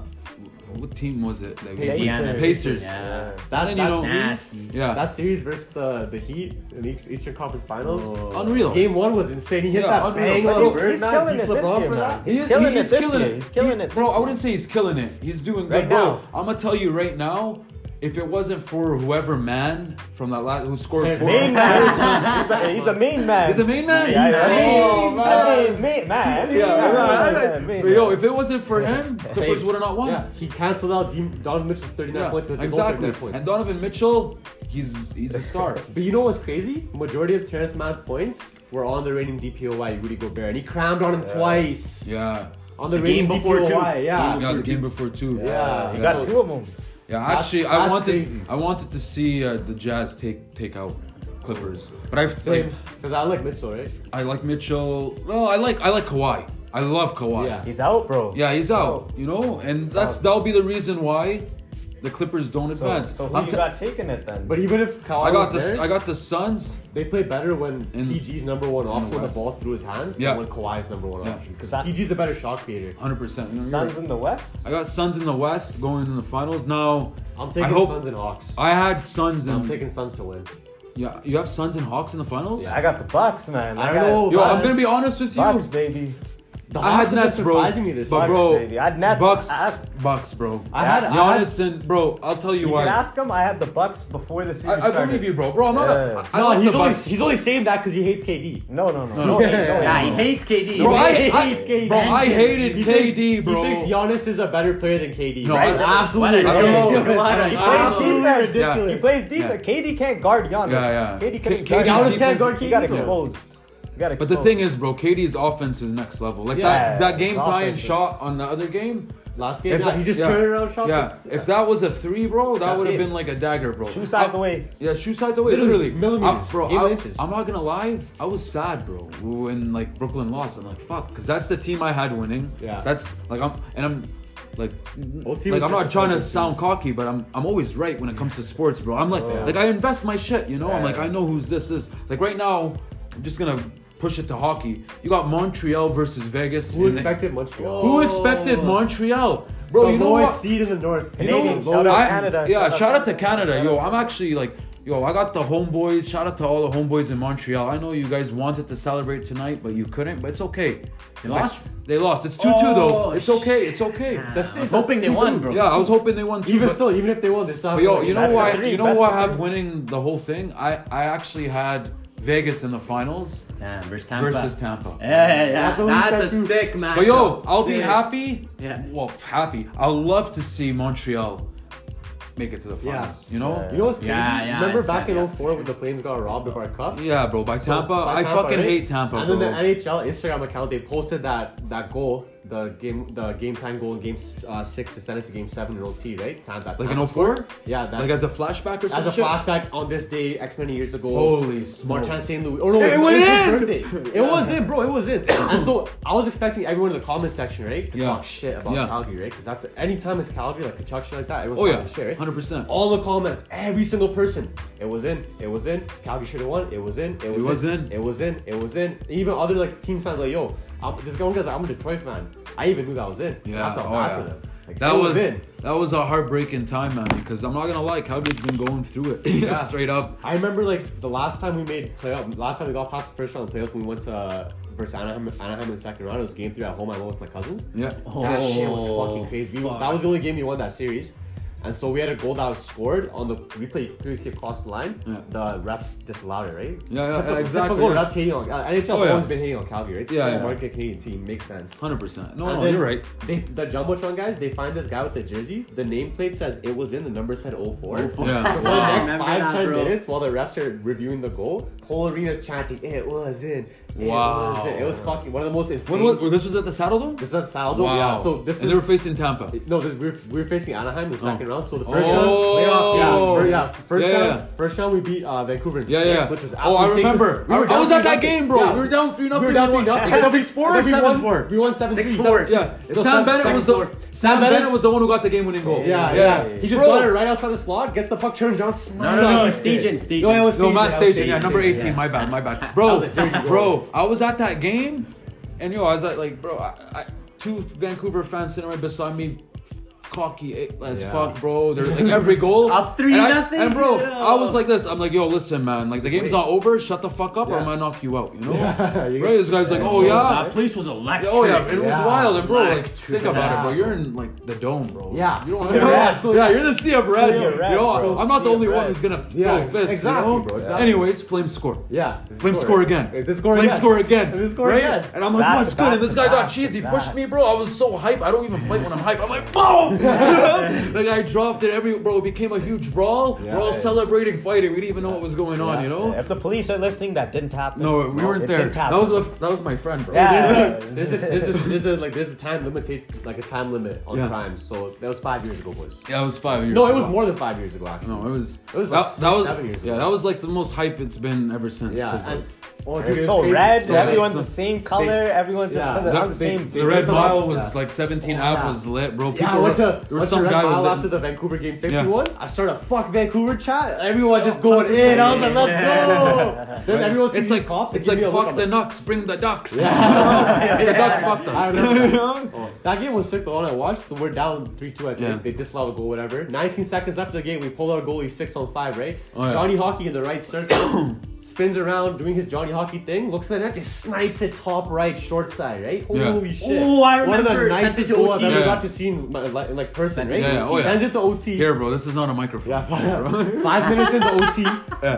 Speaker 1: what team was it? that he was with?
Speaker 3: Indiana.
Speaker 1: Pacers.
Speaker 3: Yeah.
Speaker 4: that,
Speaker 1: then,
Speaker 4: that's
Speaker 1: you know-
Speaker 3: Nasty.
Speaker 1: Yeah.
Speaker 4: That series versus the, the Heat in the East- Eastern Conference Finals.
Speaker 3: Oh.
Speaker 1: unreal.
Speaker 4: Game one was insane. He hit
Speaker 1: Yeah,
Speaker 4: that
Speaker 1: unreal.
Speaker 4: bang
Speaker 1: But
Speaker 4: on
Speaker 1: he's-
Speaker 4: Bird,
Speaker 2: he's
Speaker 4: man.
Speaker 2: killing
Speaker 4: Beats
Speaker 2: it this
Speaker 4: LeBron
Speaker 2: year,
Speaker 4: for
Speaker 2: man.
Speaker 4: that.
Speaker 2: He's killing it this year. He's killing
Speaker 1: He-
Speaker 2: it
Speaker 1: Bro,
Speaker 2: this
Speaker 1: I wouldn't say he's killing it. He's doing good.
Speaker 2: Right
Speaker 1: bro,
Speaker 2: now.
Speaker 1: I'm gonna tell you right now, if it wasn't for whoever man from that last who scored
Speaker 4: Terrence
Speaker 1: four,
Speaker 2: Main man. he's, a, he's a main man.
Speaker 1: he's a main man.
Speaker 2: Yeah,
Speaker 1: He's
Speaker 2: yeah.
Speaker 1: main
Speaker 2: Oh,
Speaker 1: man.
Speaker 2: main- main man.
Speaker 1: Yeah,
Speaker 2: Main man,
Speaker 1: yeah,
Speaker 2: main
Speaker 1: yeah.
Speaker 2: man.
Speaker 1: But yo, if it wasn't for him, Clippers
Speaker 4: Same.
Speaker 1: would have not won.
Speaker 4: Yeah, he canceled out Dean- Donovan Mitchell's 39
Speaker 1: Yeah,
Speaker 4: points with his own
Speaker 1: exactly.
Speaker 4: 39 points.
Speaker 1: And Donovan Mitchell, he's he's a star.
Speaker 4: But you know what's crazy? Majority of Terrence Mann's points were on the reigning DPOY, Rudy Gobert, and he crammed on him twice.
Speaker 1: yeah.
Speaker 4: On the,
Speaker 3: The
Speaker 4: reigning
Speaker 3: game before, too.
Speaker 4: DPOY, yeah.
Speaker 1: Yeah, the game before too.
Speaker 4: Ah, Yeah.
Speaker 2: He
Speaker 1: yeah.
Speaker 2: got two of them.
Speaker 1: Yeah,
Speaker 4: That's-
Speaker 1: actually, I
Speaker 4: that's
Speaker 1: wanted
Speaker 4: crazy.
Speaker 1: I wanted to see uh, the Jazz take take out Clippers, but I like
Speaker 4: Same. Because I like Mitchell, right?
Speaker 1: I like Mitchell. Well, I like I like Kawhi. I love Kawhi.
Speaker 4: Yeah.
Speaker 2: He's out, bro.
Speaker 1: Yeah, he's out. You know, and that's that'll be the reason why the Clippers don't
Speaker 2: So,
Speaker 1: advance.
Speaker 2: so who
Speaker 1: I'm
Speaker 2: you
Speaker 1: t-
Speaker 2: got taking it then?
Speaker 4: But even if Kawhi
Speaker 1: I got
Speaker 4: was
Speaker 1: the
Speaker 4: there,
Speaker 1: I got the Suns.
Speaker 4: they play better when
Speaker 1: In-
Speaker 4: PG's number one option when the
Speaker 1: West.
Speaker 4: ball through his hands
Speaker 1: Yeah.
Speaker 4: than when Kawhi's number one
Speaker 1: Yeah.
Speaker 4: option. Because
Speaker 2: That-
Speaker 4: PG's a better shot creator.
Speaker 1: 100%. You know,
Speaker 2: Suns
Speaker 1: you're-
Speaker 2: in the West.
Speaker 1: I got Suns in the West going in the finals. Now,
Speaker 4: I'm taking
Speaker 1: I hope
Speaker 4: Suns and Hawks.
Speaker 1: I had Suns
Speaker 4: I'm
Speaker 1: in.
Speaker 4: taking Suns to win.
Speaker 1: Yeah, you have Suns and Hawks in the finals.
Speaker 4: Yeah.
Speaker 2: I got the Bucks, man.
Speaker 4: I
Speaker 2: I got
Speaker 4: know.
Speaker 1: Yo, I'm
Speaker 4: Bucks.
Speaker 1: gonna be honest with you.
Speaker 2: Bucks, baby.
Speaker 4: The
Speaker 1: I
Speaker 4: Hawks
Speaker 1: had
Speaker 4: have been
Speaker 1: Nets, bro.
Speaker 4: surprising me this
Speaker 1: But
Speaker 4: year.
Speaker 1: bro,
Speaker 2: baby. I had Nets.
Speaker 1: Bucks,
Speaker 2: I had-
Speaker 1: Bucks, bro.
Speaker 4: I had- I had-
Speaker 1: Giannis and bro. I'll tell you
Speaker 2: You
Speaker 1: why.
Speaker 2: can ask him. I had the Bucks before the series
Speaker 1: I, I
Speaker 2: started.
Speaker 1: believe you, bro. Bro, I'm not. a-
Speaker 2: Yeah.
Speaker 1: I, I
Speaker 4: no,
Speaker 1: like
Speaker 4: he's
Speaker 1: the
Speaker 4: only,
Speaker 1: Bucks.
Speaker 4: he's only saying that because he hates KD.
Speaker 2: No, no, no, no.
Speaker 1: no.
Speaker 2: no, ain't, no,
Speaker 3: Nah, he
Speaker 2: ain't.
Speaker 3: hates KD.
Speaker 1: Bro, I,
Speaker 4: He
Speaker 1: I,
Speaker 4: hates KD.
Speaker 1: bro, I hated
Speaker 4: He thinks-
Speaker 1: KD, bro.
Speaker 4: He thinks Giannis is a better player than KD.
Speaker 1: No,
Speaker 4: right?
Speaker 1: I-
Speaker 4: absolutely.
Speaker 1: I- I-
Speaker 4: ridiculous.
Speaker 1: I- I-
Speaker 2: He
Speaker 1: I-
Speaker 2: plays
Speaker 4: Absolutely
Speaker 2: defense.
Speaker 4: ridiculous.
Speaker 2: He plays defense. KD can't guard Giannis.
Speaker 1: Yeah, yeah.
Speaker 2: KD
Speaker 1: K- KD's
Speaker 2: can't guard
Speaker 4: Giannis
Speaker 1: defense-
Speaker 4: can't guard
Speaker 2: He
Speaker 4: KD.
Speaker 2: got
Speaker 4: though.
Speaker 2: exposed. He got exposed.
Speaker 1: But the thing is, bro, KD's offense is next level. Like
Speaker 2: Yeah,
Speaker 1: that, that game
Speaker 2: his
Speaker 1: tying
Speaker 2: offense is-
Speaker 1: shot on the other game.
Speaker 4: Last game,
Speaker 1: If
Speaker 4: yeah,
Speaker 1: that-
Speaker 4: he just
Speaker 1: yeah.
Speaker 4: turned around shot.
Speaker 1: Yeah, if that was a three, bro, that
Speaker 4: That's
Speaker 1: would have
Speaker 4: it.
Speaker 1: been like a dagger, bro.
Speaker 2: Two sides
Speaker 1: I-
Speaker 2: away.
Speaker 1: Yeah, shoe size away, literally.
Speaker 4: Literally,
Speaker 1: I,
Speaker 4: millimeters,
Speaker 1: bro,
Speaker 4: game
Speaker 1: I,
Speaker 4: inches.
Speaker 1: I'm not gonna lie, I was sad, bro, when like Brooklyn lost. I'm like, fuck, because that's the team I had winning.
Speaker 4: Yeah.
Speaker 1: That's like I'm and I'm like,
Speaker 4: Well, team
Speaker 1: like
Speaker 4: is
Speaker 1: I'm not
Speaker 4: just-
Speaker 1: trying to sound cocky, but I'm I'm always right when it comes to sports, bro. I'm like
Speaker 4: Yeah.
Speaker 1: like I invest my shit, you know. I'm like
Speaker 2: Yeah.
Speaker 1: I know who's this this. Like right now, I'm just gonna push it to hockey. You got Montreal versus Vegas.
Speaker 4: Who
Speaker 1: in the-
Speaker 4: expected Montreal?
Speaker 1: Who expected Montreal, bro?
Speaker 4: the
Speaker 1: you know
Speaker 4: lowest
Speaker 1: what?
Speaker 4: seed in the North.
Speaker 1: You know,
Speaker 4: Canadian,
Speaker 2: shout out
Speaker 1: I-
Speaker 2: Canada,
Speaker 1: Yeah,
Speaker 2: shout
Speaker 1: shout,
Speaker 2: out
Speaker 1: out to
Speaker 2: Canada,
Speaker 1: Canada.
Speaker 2: shout
Speaker 1: Yo,
Speaker 2: out-
Speaker 1: I'm actually like, yo, I got the homeboys. Shout out to all the homeboys in Montreal. I know you guys wanted to celebrate tonight, but you couldn't. But it's okay. They
Speaker 3: lost?
Speaker 1: They lost. It's 2 2, though.
Speaker 3: Oh,
Speaker 1: It's okay. It's okay.
Speaker 4: That's it.
Speaker 3: I was hoping they won, bro.
Speaker 1: Yeah, I was hoping they won too.
Speaker 4: Even
Speaker 1: but-
Speaker 4: still, even if they won, they're still.
Speaker 1: but yo, you know
Speaker 2: Best
Speaker 1: why?
Speaker 2: of three,
Speaker 1: You know
Speaker 2: best
Speaker 1: why
Speaker 2: of
Speaker 1: I have
Speaker 2: three.
Speaker 1: winning the whole thing? I I actually had Vegas in the finals
Speaker 3: Damn, versus Tampa. Eh.
Speaker 1: versus Tampa.
Speaker 3: Yeah, yeah, yeah.
Speaker 4: That's
Speaker 3: That's,
Speaker 4: what we said
Speaker 3: a
Speaker 4: too.
Speaker 3: sick match.
Speaker 1: But yo, I'll be happy.
Speaker 3: Yeah.
Speaker 1: Well, happy. I'd love to see Montreal make it to the
Speaker 4: Yeah.
Speaker 1: finals. You know?
Speaker 4: You know what's crazy?
Speaker 3: Yeah, yeah,
Speaker 4: Remember
Speaker 3: it's
Speaker 4: back
Speaker 3: kinda-
Speaker 4: in
Speaker 3: yeah,
Speaker 4: 04 when the Flames got robbed of our cup?
Speaker 1: Yeah, bro. By Tampa,
Speaker 4: By
Speaker 1: I
Speaker 4: Tampa,
Speaker 1: fucking
Speaker 4: right?
Speaker 1: hate Tampa,
Speaker 4: And
Speaker 1: bro.
Speaker 4: then the NHL Instagram account they posted that that goal, the game, the game time goal in game s- uh, six to send it to game seven in OT, right? Time that
Speaker 1: like oh
Speaker 4: time
Speaker 1: an
Speaker 4: scored.
Speaker 1: 04?
Speaker 4: Yeah, that,
Speaker 1: Like as a flashback or
Speaker 4: as
Speaker 1: something?
Speaker 4: a flashback on this day X many years ago.
Speaker 1: Holy smokes.
Speaker 4: Martin St. Louis. Oh no,
Speaker 1: It
Speaker 4: it,
Speaker 1: went
Speaker 4: was his
Speaker 1: in!
Speaker 4: birthday. It was in, bro. It was in. And so I was expecting everyone in the comment section, right, to
Speaker 1: Yeah.
Speaker 4: talk shit about
Speaker 1: Yeah.
Speaker 4: Calgary, right? Because that's anytime it's Calgary, like Kachuk shit like that, it was
Speaker 1: Oh, yeah.
Speaker 4: talking shit, right?
Speaker 1: 100%.
Speaker 4: All the comments, every single person. It was in. It was in. Calgary should have won. It was in. It was,
Speaker 1: was in.
Speaker 4: It was in. It was in. Even other like team fans like, yo, I'm, this guy one guy's like, I'm a Detroit fan. I even knew that was in. And
Speaker 1: Yeah,
Speaker 4: I felt
Speaker 1: oh,
Speaker 4: bad
Speaker 1: yeah.
Speaker 4: for them. Like,
Speaker 1: that
Speaker 4: it
Speaker 1: was
Speaker 4: in.
Speaker 1: that was a heartbreaking time, man. Because I'm not gonna lie, Calgary's been going through it
Speaker 4: Yeah.
Speaker 1: straight up.
Speaker 4: I remember like the last time we made playoff, last time we got past the first round of playoffs, we went to uh, versus Anaheim, Anaheim in the second round. It was game three at home. I went with my cousins.
Speaker 1: Yeah.
Speaker 4: That shit was
Speaker 3: Oh,
Speaker 4: fucking crazy. We,
Speaker 3: fuck.
Speaker 4: that was the only game we won that series. And so we had a goal that was scored on the replay. You could clearly see across the line.
Speaker 1: Yeah.
Speaker 4: The refs disallowed it, right?
Speaker 1: Yeah, yeah,
Speaker 4: Typical-
Speaker 1: yeah, exactly,
Speaker 4: typical
Speaker 1: yeah.
Speaker 4: refs hating on uh, NHL's
Speaker 1: Oh, yeah.
Speaker 4: always been hating on Calgary. Right? It's
Speaker 1: Yeah,
Speaker 4: yeah,
Speaker 1: yeah.
Speaker 4: market Canadian team makes sense.
Speaker 1: Hundred percent. No,
Speaker 4: And
Speaker 1: no,
Speaker 4: then
Speaker 1: you're right.
Speaker 4: They, the jumbotron guys, they find this guy with the jersey. The nameplate says it was in. The number said 04.
Speaker 1: Yeah.
Speaker 4: So
Speaker 1: Wow.
Speaker 4: for the next
Speaker 3: Remember
Speaker 4: five,
Speaker 3: that,
Speaker 4: ten
Speaker 3: bro.
Speaker 4: minutes, while the refs are reviewing the goal, whole arena's chanting, "It was in." It
Speaker 1: Wow.
Speaker 4: was in. It was fucking one of the most insane.
Speaker 1: When was, this was at the Saddledome?
Speaker 4: This is at Saldo. Yeah. So this
Speaker 1: and
Speaker 4: is
Speaker 1: they were facing Tampa.
Speaker 4: no, this, we're, we're facing Anaheim in the second
Speaker 1: Oh.
Speaker 4: round. So the first
Speaker 1: Oh.
Speaker 4: round, playoff,
Speaker 1: Oh.
Speaker 4: yeah, fir- yeah, first
Speaker 1: Yeah,
Speaker 4: round,
Speaker 1: yeah.
Speaker 4: first round we beat uh, Vancouver in
Speaker 1: Yeah,
Speaker 4: six,
Speaker 1: yeah.
Speaker 4: which was
Speaker 1: Oh, I
Speaker 4: absolutely sick.
Speaker 1: remember.
Speaker 4: We
Speaker 1: I-
Speaker 4: were
Speaker 1: I
Speaker 4: down
Speaker 1: was
Speaker 4: three
Speaker 1: at that
Speaker 4: nothing.
Speaker 1: game, bro.
Speaker 4: Yeah.
Speaker 1: We were down three nothing.
Speaker 4: We were down
Speaker 1: We
Speaker 4: three
Speaker 1: won-
Speaker 4: nothing.
Speaker 1: Yeah,
Speaker 4: And then
Speaker 1: six four,
Speaker 4: and then
Speaker 1: seven
Speaker 4: we won,
Speaker 1: four.
Speaker 4: We won seven
Speaker 3: Six
Speaker 4: three,
Speaker 3: four.
Speaker 4: seven-
Speaker 1: Yeah.
Speaker 4: It
Speaker 1: Sam
Speaker 4: seven-
Speaker 1: Bennett
Speaker 4: seven
Speaker 1: was the
Speaker 4: four.
Speaker 1: Sam Bennett was the one who got the game winning goal.
Speaker 4: Yeah, yeah, He just
Speaker 1: Bro,
Speaker 4: got it right outside the slot, gets the puck, turns around,
Speaker 3: No, no, no, Steegen, Steegen.
Speaker 4: No, it was
Speaker 1: No, Matt
Speaker 4: Steegen, that was
Speaker 1: Station. Yeah,
Speaker 4: Steegen,
Speaker 1: number
Speaker 4: Steegen,
Speaker 1: 18.
Speaker 4: yeah.
Speaker 1: My bad, my bad. Bro,
Speaker 4: was like, here you go.
Speaker 1: bro, I was at that game, and yo, I was at, like, bro, I, I, two Vancouver fans sitting right beside me, cocky eh, as
Speaker 4: Yeah.
Speaker 1: fuck, bro. They're like every goal
Speaker 3: Up three
Speaker 1: and I-
Speaker 3: nothing?
Speaker 1: And bro,
Speaker 3: Yeah.
Speaker 1: I was like this. I'm like, yo, listen, man. Like the game's
Speaker 4: Wait.
Speaker 1: not over. Shut the fuck up, or
Speaker 4: Yeah.
Speaker 1: I'm gonna knock you out. You know?
Speaker 4: Yeah.
Speaker 1: Right? This guy's like,
Speaker 4: Yeah.
Speaker 1: oh yeah.
Speaker 3: That place was electric.
Speaker 1: Oh yeah, it was
Speaker 4: Yeah.
Speaker 1: wild, and bro,
Speaker 3: Black
Speaker 1: like,
Speaker 3: to
Speaker 1: think
Speaker 3: the
Speaker 1: about it,
Speaker 3: back.
Speaker 1: bro. You're in like the dome, bro.
Speaker 4: Yeah.
Speaker 1: you don't
Speaker 4: So-
Speaker 1: yeah,
Speaker 4: yeah, so-
Speaker 1: yeah, you're the sea of red.
Speaker 2: Sea of red,
Speaker 1: yo,
Speaker 2: bro.
Speaker 1: I'm not the
Speaker 2: Sea of
Speaker 1: only one
Speaker 2: red.
Speaker 1: who's gonna
Speaker 4: Yeah,
Speaker 1: throw fists.
Speaker 4: exactly,
Speaker 1: you know?
Speaker 4: bro, exactly.
Speaker 1: Anyways, Flames score.
Speaker 4: Yeah.
Speaker 1: Flames score again.
Speaker 4: They score
Speaker 1: Flames
Speaker 4: again.
Speaker 1: score again.
Speaker 4: They score
Speaker 1: right?
Speaker 4: again.
Speaker 1: And I'm like,
Speaker 2: Back
Speaker 1: what's
Speaker 2: to
Speaker 1: good?
Speaker 2: back
Speaker 1: And this
Speaker 2: to
Speaker 1: guy got
Speaker 2: back
Speaker 1: cheesy. He
Speaker 2: to
Speaker 1: pushed
Speaker 2: back.
Speaker 1: me, bro. I was so hype. I don't even fight when I'm hype. I'm like, boom! like I dropped it. Every bro it became a huge brawl.
Speaker 2: Yeah,
Speaker 1: We're all
Speaker 2: yeah.
Speaker 1: celebrating, fighting. We didn't even know what was going on. You know?
Speaker 2: If the police are listening, that didn't happen.
Speaker 1: No, we weren't
Speaker 2: it
Speaker 1: there.
Speaker 2: didn't
Speaker 1: That
Speaker 2: happen.
Speaker 1: was a, that was my friend, bro.
Speaker 2: Yeah.
Speaker 4: There's a, there's a, there's a, there's a, like, there's a time limitation, like a time limit on
Speaker 1: Yeah.
Speaker 4: crimes. So that was five years ago, boys.
Speaker 1: Yeah, it was five years.
Speaker 4: No, it was
Speaker 1: ago.
Speaker 4: more than five years ago, actually.
Speaker 1: No, it was.
Speaker 4: It was
Speaker 1: that,
Speaker 4: like
Speaker 1: that
Speaker 4: six,
Speaker 1: was
Speaker 4: seven years ago.
Speaker 1: yeah. That was like the most hype it's been ever since.
Speaker 4: Yeah.
Speaker 1: 'cause,
Speaker 4: and-
Speaker 1: like,
Speaker 4: oh, dude, it
Speaker 2: It's
Speaker 4: was
Speaker 2: so
Speaker 4: crazy.
Speaker 2: red.
Speaker 4: So
Speaker 2: everyone's
Speaker 4: red.
Speaker 2: the same color. everyone's
Speaker 4: yeah.
Speaker 2: just on
Speaker 1: that-
Speaker 2: the
Speaker 1: they-
Speaker 2: same.
Speaker 1: the red
Speaker 4: some-
Speaker 1: mile
Speaker 4: yeah.
Speaker 1: was like 17
Speaker 4: Yeah.
Speaker 1: app was lit, bro. People
Speaker 4: Yeah, I went
Speaker 1: were-
Speaker 4: to,
Speaker 1: there was
Speaker 4: went
Speaker 1: some
Speaker 4: to Red
Speaker 1: guy
Speaker 4: Mile
Speaker 1: with
Speaker 4: after the Vancouver game 61.
Speaker 1: Yeah.
Speaker 4: I started a fuck Vancouver chat. Everyone's just going in. I was like, let's go. then everyone sees
Speaker 1: it's like
Speaker 4: these cops.
Speaker 1: It's
Speaker 4: they
Speaker 1: like
Speaker 4: give me a look,
Speaker 1: fuck
Speaker 4: I'm
Speaker 1: the Ducks, bring the Ducks. the
Speaker 4: Yeah.
Speaker 1: Ducks fucked
Speaker 4: I
Speaker 1: us.
Speaker 4: remember. That game was sick. The one I watched, so we're down three two. I think
Speaker 1: Yeah.
Speaker 4: they disallowed a goal, whatever. 19 seconds after the game, we pulled our goalie six on five, right?
Speaker 1: Oh, yeah.
Speaker 4: Johnny Hockey in the right circle, spins around doing his Johnny Hockey thing, looks at the net, just snipes it top right, short side, right?
Speaker 1: Yeah.
Speaker 4: Holy shit!
Speaker 3: Oh, I
Speaker 4: One of the
Speaker 3: remember. Sent
Speaker 4: nicest
Speaker 3: it to
Speaker 4: goals I've
Speaker 3: OT.
Speaker 4: ever
Speaker 1: Yeah.
Speaker 4: got to see in my, like, in, like person, right?
Speaker 1: Yeah, yeah. Oh,
Speaker 4: he
Speaker 1: yeah.
Speaker 4: sends it to OT.
Speaker 1: Here, bro, this is on a microphone.
Speaker 4: Yeah,
Speaker 1: bro.
Speaker 4: five, five minutes into OT,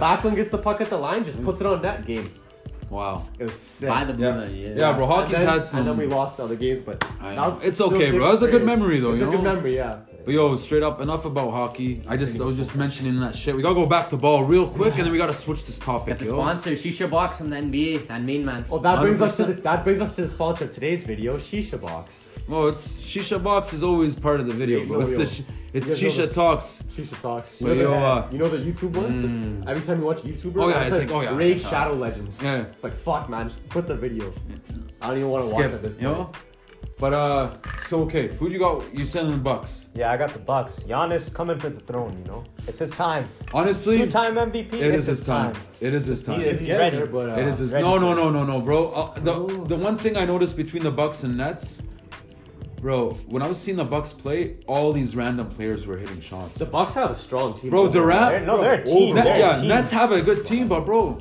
Speaker 4: Backlund gets the puck at the line, just puts it on net. Game.
Speaker 1: Wow.
Speaker 4: It was sick.
Speaker 3: By the blue
Speaker 1: Yeah.
Speaker 3: line, yeah.
Speaker 1: Yeah, bro,
Speaker 4: And
Speaker 1: hockey's
Speaker 4: then-
Speaker 1: had some.
Speaker 4: And then we lost the other games, but
Speaker 1: I
Speaker 4: that
Speaker 1: know.
Speaker 4: was
Speaker 1: It's
Speaker 4: still
Speaker 1: okay,
Speaker 4: sick
Speaker 1: bro. That's a good
Speaker 4: experience.
Speaker 1: memory, though,
Speaker 4: It's
Speaker 1: you
Speaker 4: a good
Speaker 1: know?
Speaker 4: memory, yeah.
Speaker 1: But yo, straight up, enough about hockey. I just I was just mentioning that shit. We gotta go back to ball real quick, and then we gotta switch this topic.
Speaker 3: Got the
Speaker 1: yo.
Speaker 3: sponsor, Shisha Box from the NBA and Main Man.
Speaker 4: Oh, that brings us to the, that brings us to the sponsor of today's video, Shisha Box.
Speaker 1: Well, it's Shisha Box is always part of the video,
Speaker 4: Yeah,
Speaker 1: bro.
Speaker 4: yo,
Speaker 1: It's,
Speaker 4: yo.
Speaker 1: the sh- it's
Speaker 4: You guys know
Speaker 1: Shisha
Speaker 4: the-
Speaker 1: Talks.
Speaker 4: Shisha Talks.
Speaker 1: But
Speaker 4: You know, the,
Speaker 1: yo, uh, mm.
Speaker 4: you know the YouTube ones. Like, every time you watch YouTubers,
Speaker 1: Oh, yeah,
Speaker 4: it's
Speaker 1: it's like, oh, yeah,
Speaker 4: Raid
Speaker 1: yeah.
Speaker 4: Shadow Legends.
Speaker 1: Yeah.
Speaker 4: Like fuck, man, just put the video. I don't even want to watch
Speaker 1: Skip,
Speaker 4: at this
Speaker 1: you know?
Speaker 4: point.
Speaker 1: But uh, so okay, who you got? You sending the Bucks?
Speaker 2: Yeah, I got the Bucks. Giannis coming for the throne. You know, it's his time.
Speaker 1: Honestly,
Speaker 2: Two-time MVP.
Speaker 1: It
Speaker 2: it's
Speaker 1: is his time. It is his time.
Speaker 2: He is-
Speaker 1: It
Speaker 2: he's
Speaker 4: Get
Speaker 2: ready.
Speaker 4: there, but, uh,
Speaker 1: is his.
Speaker 2: ready
Speaker 1: No,
Speaker 2: for
Speaker 1: no,
Speaker 2: it.
Speaker 1: no, no, no, bro. Uh, the
Speaker 4: Ooh.
Speaker 1: the one thing I noticed between the Bucks and Nets, bro, when I was seeing the Bucks play, all these random players were hitting shots.
Speaker 4: The Bucks have a strong team.
Speaker 1: Bro,
Speaker 4: overall.
Speaker 1: Durant.
Speaker 2: They're- no, they're a team.
Speaker 1: Net-
Speaker 2: They're a
Speaker 1: yeah,
Speaker 2: team.
Speaker 1: Nets have a good team, but bro,